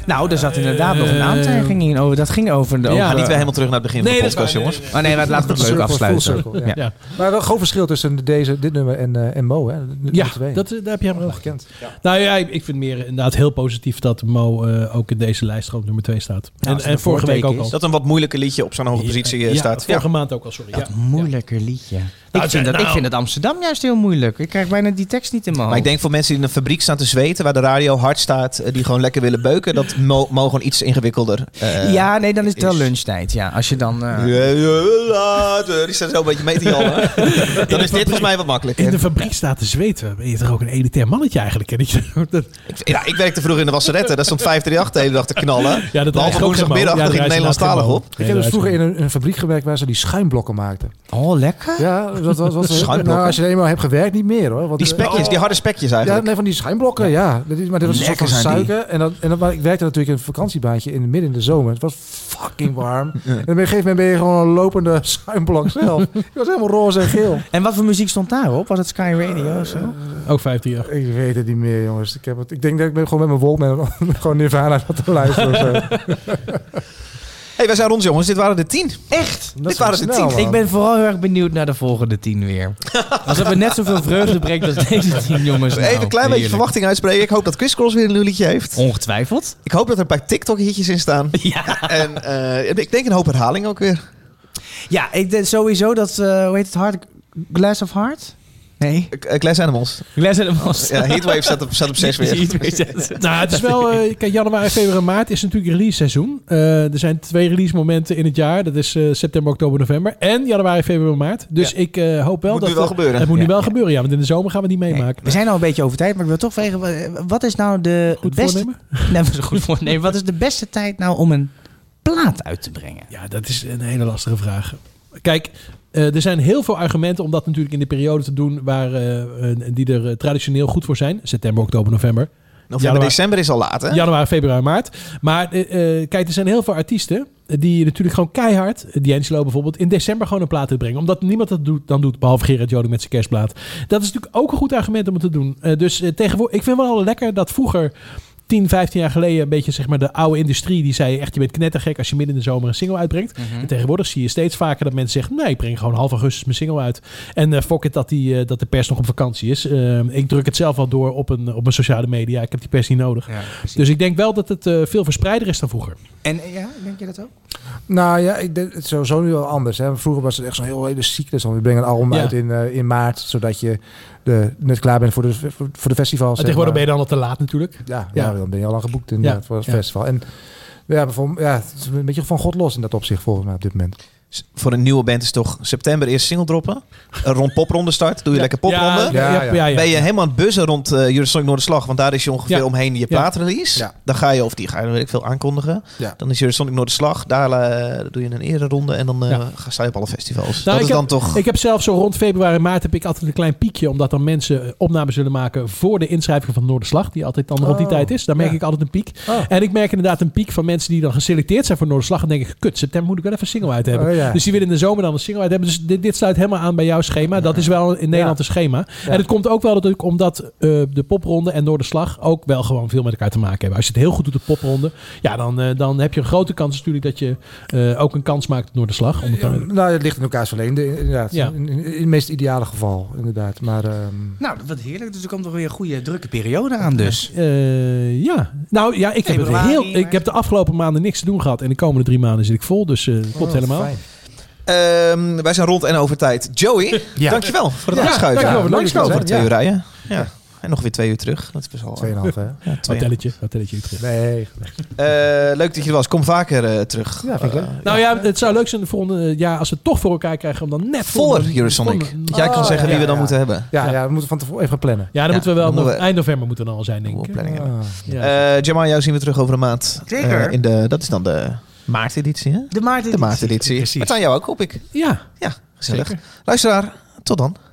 Speaker 1: Nou, er zat inderdaad nog een
Speaker 2: Eh.
Speaker 1: aantijging in. Over, dat ging over de...
Speaker 2: Ja,
Speaker 3: Ja,
Speaker 1: over,
Speaker 3: niet weer helemaal terug naar het begin
Speaker 2: Nee,
Speaker 3: van de
Speaker 2: dat is
Speaker 3: podcast,
Speaker 2: waar,
Speaker 3: jongens.
Speaker 1: Oh nee, maar laten we het leuk
Speaker 5: Circle, full
Speaker 1: afsluiten.
Speaker 5: circle, ja.
Speaker 1: Ja.
Speaker 5: Maar wel een groot verschil tussen deze, dit nummer en, eh, en Mo. Hè? De- de
Speaker 2: Ja,
Speaker 5: twee.
Speaker 2: dat, eh, daar heb je helemaal gelijk.
Speaker 5: gekend.
Speaker 2: Nou ja, ik ik vind meer inderdaad heel positief dat Mo eh, ook in deze lijst gewoon op nummer 2 staat. en
Speaker 1: als het
Speaker 2: en
Speaker 1: een
Speaker 2: vorige week ook
Speaker 1: voorteken
Speaker 2: al.
Speaker 1: is.
Speaker 3: Dat een wat moeilijker liedje op zo'n hoge positie eh,
Speaker 2: Ja,
Speaker 3: staat. Ja.
Speaker 2: Vorige maand ook al, sorry. Ja.
Speaker 1: Dat moeilijker liedje. ik, vind
Speaker 2: het zijn-
Speaker 1: dat, ik
Speaker 2: nou-
Speaker 1: vind het Amsterdam juist heel moeilijk. Ik krijg bijna die tekst niet in mijn hoofd.
Speaker 3: Maar ik denk voor mensen die in een fabriek staan te zweten, waar de radio hard staat, eh, die gewoon lekker willen beuken, dat mo Mo gewoon iets ingewikkelder. eh,
Speaker 1: ja, nee, dan is het wel
Speaker 3: is-
Speaker 1: lunchtijd. Ja, als je dan... eh,
Speaker 3: Ja, ja, later. Ah. Die staat zo een beetje mee te jallen. Dan is dit volgens mij wat
Speaker 2: In de
Speaker 3: makkelijker.
Speaker 2: fabriek staat te zweten. Ben je toch ook een elitair mannetje eigenlijk? hè? Dat je- dat-
Speaker 3: Ik, ja, ik werkte vroeger in de wasseretten. Daar stond 538 de hele dag te
Speaker 2: Ja,
Speaker 3: knallen.
Speaker 2: dat
Speaker 3: Behalve
Speaker 2: reist ook
Speaker 3: woensdagmiddag,
Speaker 2: geen
Speaker 3: dan
Speaker 2: man.
Speaker 3: ging
Speaker 2: Ja, dat reist
Speaker 3: Nederlandstalig
Speaker 2: inderdaad geen man.
Speaker 3: op.
Speaker 5: Ik heb
Speaker 2: Nee,
Speaker 5: dus
Speaker 2: dat
Speaker 5: vroeger
Speaker 2: reist
Speaker 5: in een, een fabriek gewerkt waar ze die schuimblokken maakten.
Speaker 1: Oh, lekker.
Speaker 5: Ja, dat was, was
Speaker 3: Schuimblokken?
Speaker 5: Nou, als je er eenmaal hebt gewerkt, niet meer hoor. Want, eh,
Speaker 3: Die spekjes, die harde spekjes
Speaker 5: Ja,
Speaker 3: eigenlijk.
Speaker 5: nee, van die schuimblokken, ja. Dat is, maar dit was een soort van
Speaker 1: Lekker zijn die.
Speaker 5: suiker. En dan, en dan, maar ik werkte natuurlijk in een vakantiebaantje in, midden in de zomer. Het was fucking warm. En op een gegeven moment ben je gewoon een lopende schuimblok zelf. Ik was helemaal roze en geel.
Speaker 1: En wat voor muziek stond daarop? Was het Sky Radio of zo?
Speaker 2: wel. Ook 15 jaar.
Speaker 5: Ik weet het niet meer, jongens. Ik, heb het, ik denk dat ik ben gewoon met mijn Walkman gewoon Nirvana zat te luisteren. of zo.
Speaker 3: hey, wij zijn rond, jongens. Dit waren de tien.
Speaker 1: Echt?
Speaker 3: Dit waren de tien.
Speaker 1: Ik ben vooral heel erg benieuwd naar de volgende tien weer. Als het me net zoveel vreugde brengt als deze tien jongens. nou,
Speaker 3: Even een klein beetje
Speaker 1: heerlijk.
Speaker 3: verwachting uitspreken. Ik hoop dat Chris Cross weer een liedje heeft.
Speaker 1: Ongetwijfeld.
Speaker 3: Ik hoop dat er een paar TikTok-hitjes in staan. Ja. En eh, ik denk een hoop herhaling ook weer.
Speaker 1: Ja, ik denk sowieso dat, eh, hoe heet het, hard, Glass of Heart? Nee.
Speaker 3: Eh, Glass Animals.
Speaker 1: Glass of Heart.
Speaker 3: Ja, Heatwave staat op, staat op zes weer.
Speaker 2: Nou, het is wel... eh, kijk, januari, februari en maart is natuurlijk release seizoen. Eh, er zijn twee release momenten in het jaar. Dat is eh, september, oktober, november. En januari, februari en maart. Dus ik eh, hoop wel
Speaker 3: Moet
Speaker 2: dat...
Speaker 3: nu wel
Speaker 2: eh,
Speaker 3: gebeuren.
Speaker 2: Het moet nu
Speaker 1: Ja,
Speaker 2: wel
Speaker 1: ja.
Speaker 2: gebeuren, ja. Want in de zomer gaan we het niet meemaken.
Speaker 1: We zijn al een beetje over tijd, maar ik wil toch vragen, wat is nou de
Speaker 2: Goed
Speaker 1: beste...
Speaker 2: voornemen?
Speaker 1: Nee, maar zo goed voornemen. Wat is de beste tijd nou om een plaat uit te brengen?
Speaker 2: Ja, dat is een hele lastige vraag. Kijk, eh, er zijn heel veel argumenten om dat natuurlijk in de periode te doen waar, eh, eh, die er eh, traditioneel goed voor zijn. September, oktober, november.
Speaker 3: November,
Speaker 2: Januari.
Speaker 3: december is al laat, hè?
Speaker 2: Januari, februari, maart. Maar eh, eh, kijk, er zijn heel veel artiesten die natuurlijk gewoon keihard, eh, D'Angelo bijvoorbeeld, in december gewoon een plaat uitbrengen. Omdat niemand dat doet, dan doet, behalve Gerard Joling met zijn kerstplaat. Dat is natuurlijk ook een goed argument om het te doen. Eh, dus eh, tegenwoordig, ik vind wel lekker dat vroeger... 10, 15 jaar geleden een beetje zeg maar de oude industrie. Die zei echt, je bent knettergek als je midden in de zomer een single uitbrengt. En tegenwoordig zie je steeds vaker dat mensen zeggen... nee, ik breng gewoon half augustus mijn single uit. En eh fuck it dat, die, eh, dat de pers nog op vakantie is. Eh, ik druk het zelf wel door op, een, op mijn sociale media. Ik heb die pers niet nodig. Dus ik denk wel dat het eh, veel verspreider is dan vroeger.
Speaker 1: En eh, ja, denk je dat ook?
Speaker 5: Nou ja, ik denk het is sowieso nu wel anders. Hè. Vroeger was het echt zo'n heel hele cyclus. Dan we brengen een album
Speaker 2: Ja.
Speaker 5: uit in, eh, in maart, zodat je de, net klaar bent voor de, voor, voor de festivals.
Speaker 2: Maar
Speaker 5: zeg
Speaker 2: tegenwoordig
Speaker 5: maar.
Speaker 2: ben je dan al te laat natuurlijk.
Speaker 5: Ja,
Speaker 2: Ja.
Speaker 5: ja. dan ben je al lang geboekt in eh, voor het festival. En ja, bijvoorbeeld, ja, het is een beetje van God los in dat opzicht volgens mij op dit moment.
Speaker 3: S- Voor een nieuwe band is toch september eerst single droppen. Een rond popronde start. Doe je lekker popronde.
Speaker 2: Ja, ja, ja, ja, ja.
Speaker 3: Ben je helemaal aan het buzzen rond eh Eurosonic Noorderslag? Want daar is je ongeveer
Speaker 2: Ja.
Speaker 3: omheen je
Speaker 2: Ja.
Speaker 3: plaatrelease.
Speaker 5: Ja.
Speaker 3: Dan ga je, of die ga je, weet ik veel, aankondigen.
Speaker 5: Ja.
Speaker 3: Dan is Eurosonic Noorderslag. Daar eh, doe je een ereronde en dan eh,
Speaker 2: Ja.
Speaker 3: ga sta je op alle
Speaker 2: Nou,
Speaker 3: festivals. dat is
Speaker 2: ik
Speaker 3: dan
Speaker 2: heb-
Speaker 3: toch...
Speaker 2: Ik heb zelf zo rond februari en maart heb ik altijd een klein piekje. Omdat dan mensen eh, opnames zullen maken voor de inschrijving van Noorderslag. Die altijd dan rond die
Speaker 5: Oh,
Speaker 2: tijd is. Daar merk
Speaker 5: ja.
Speaker 2: ik altijd een piek.
Speaker 5: Oh.
Speaker 2: En ik merk inderdaad een piek van mensen die dan geselecteerd zijn voor Noorderslag. En denken, kut, september moet ik wel even een single uit hebben.
Speaker 5: Oh, ja.
Speaker 2: Dus die willen in de zomer dan een single uit hebben. Dus dit, dit sluit helemaal aan bij jouw schema. Dat is wel in Nederland een schema. En het komt ook wel natuurlijk omdat eh, de popronde en Noorderslag ook wel gewoon veel met elkaar te maken hebben. Als je het heel goed doet op popronde, ja, dan, eh, dan heb je een grote kans natuurlijk dat je eh, ook een kans maakt op Noorderslag. Om het dan-
Speaker 5: Nou, het ligt in elkaars verlengde, inderdaad.
Speaker 2: Ja.
Speaker 5: In, in- in het meest ideale geval, inderdaad. Maar ehm,
Speaker 1: Nou, wat heerlijk. Dus er komt toch weer een goede drukke periode aan dus.
Speaker 2: Eh, ja. Nou ja, ik heb, het
Speaker 1: Februari,
Speaker 2: heel,
Speaker 1: maart.
Speaker 2: ik heb de afgelopen maanden niks te doen gehad. En de komende drie maanden zit ik vol. Dus
Speaker 3: Oh,
Speaker 2: eh, het klopt helemaal.
Speaker 5: fijn.
Speaker 3: Ehm, wij zijn rond en over tijd. Joey,
Speaker 5: Ja.
Speaker 3: dankjewel voor het
Speaker 2: Ja,
Speaker 3: aanschuiven.
Speaker 2: dankjewel voor het
Speaker 3: Voor
Speaker 5: langskomen.
Speaker 3: de twee
Speaker 5: Ja.
Speaker 3: uur rijden. Ja. En nog weer twee uur terug. Dat is best wel...
Speaker 5: Tweeënhalf, hè?
Speaker 3: Ja, twee.
Speaker 2: Hotelletje, hotelletje Utrecht.
Speaker 5: Nee.
Speaker 3: Eh, leuk dat je er was. Kom vaker eh, terug.
Speaker 5: Ja, vind ik leuk.
Speaker 2: Nou ja, het zou leuk zijn volgende jaar als we het toch voor elkaar krijgen om dan net
Speaker 3: Voor
Speaker 2: voor-
Speaker 3: Eurosonic.
Speaker 2: voor-
Speaker 3: Dat jij kan
Speaker 5: Oh,
Speaker 3: zeggen
Speaker 5: ja,
Speaker 3: wie we dan
Speaker 5: ja.
Speaker 3: moeten hebben.
Speaker 5: Ja, ja. we moeten van tevoren even gaan plannen.
Speaker 2: Ja, dan moeten we wel.
Speaker 3: dan moeten
Speaker 2: nog-
Speaker 3: we-
Speaker 2: eind november moeten we dan al zijn, denk
Speaker 3: Hoe we
Speaker 2: ik.
Speaker 3: planningen.
Speaker 5: Ah.
Speaker 2: Ja.
Speaker 3: Eh Jamal, jou zien we terug over een maand.
Speaker 1: Zeker.
Speaker 3: Eh, in de, dat is dan de maarteditie, hè?
Speaker 1: De maart
Speaker 3: De maarteditie.
Speaker 1: Precies.
Speaker 3: Het aan jou ook, hoop ik.
Speaker 2: ja.
Speaker 3: Ja, gezellig. Luisteraar, tot dan.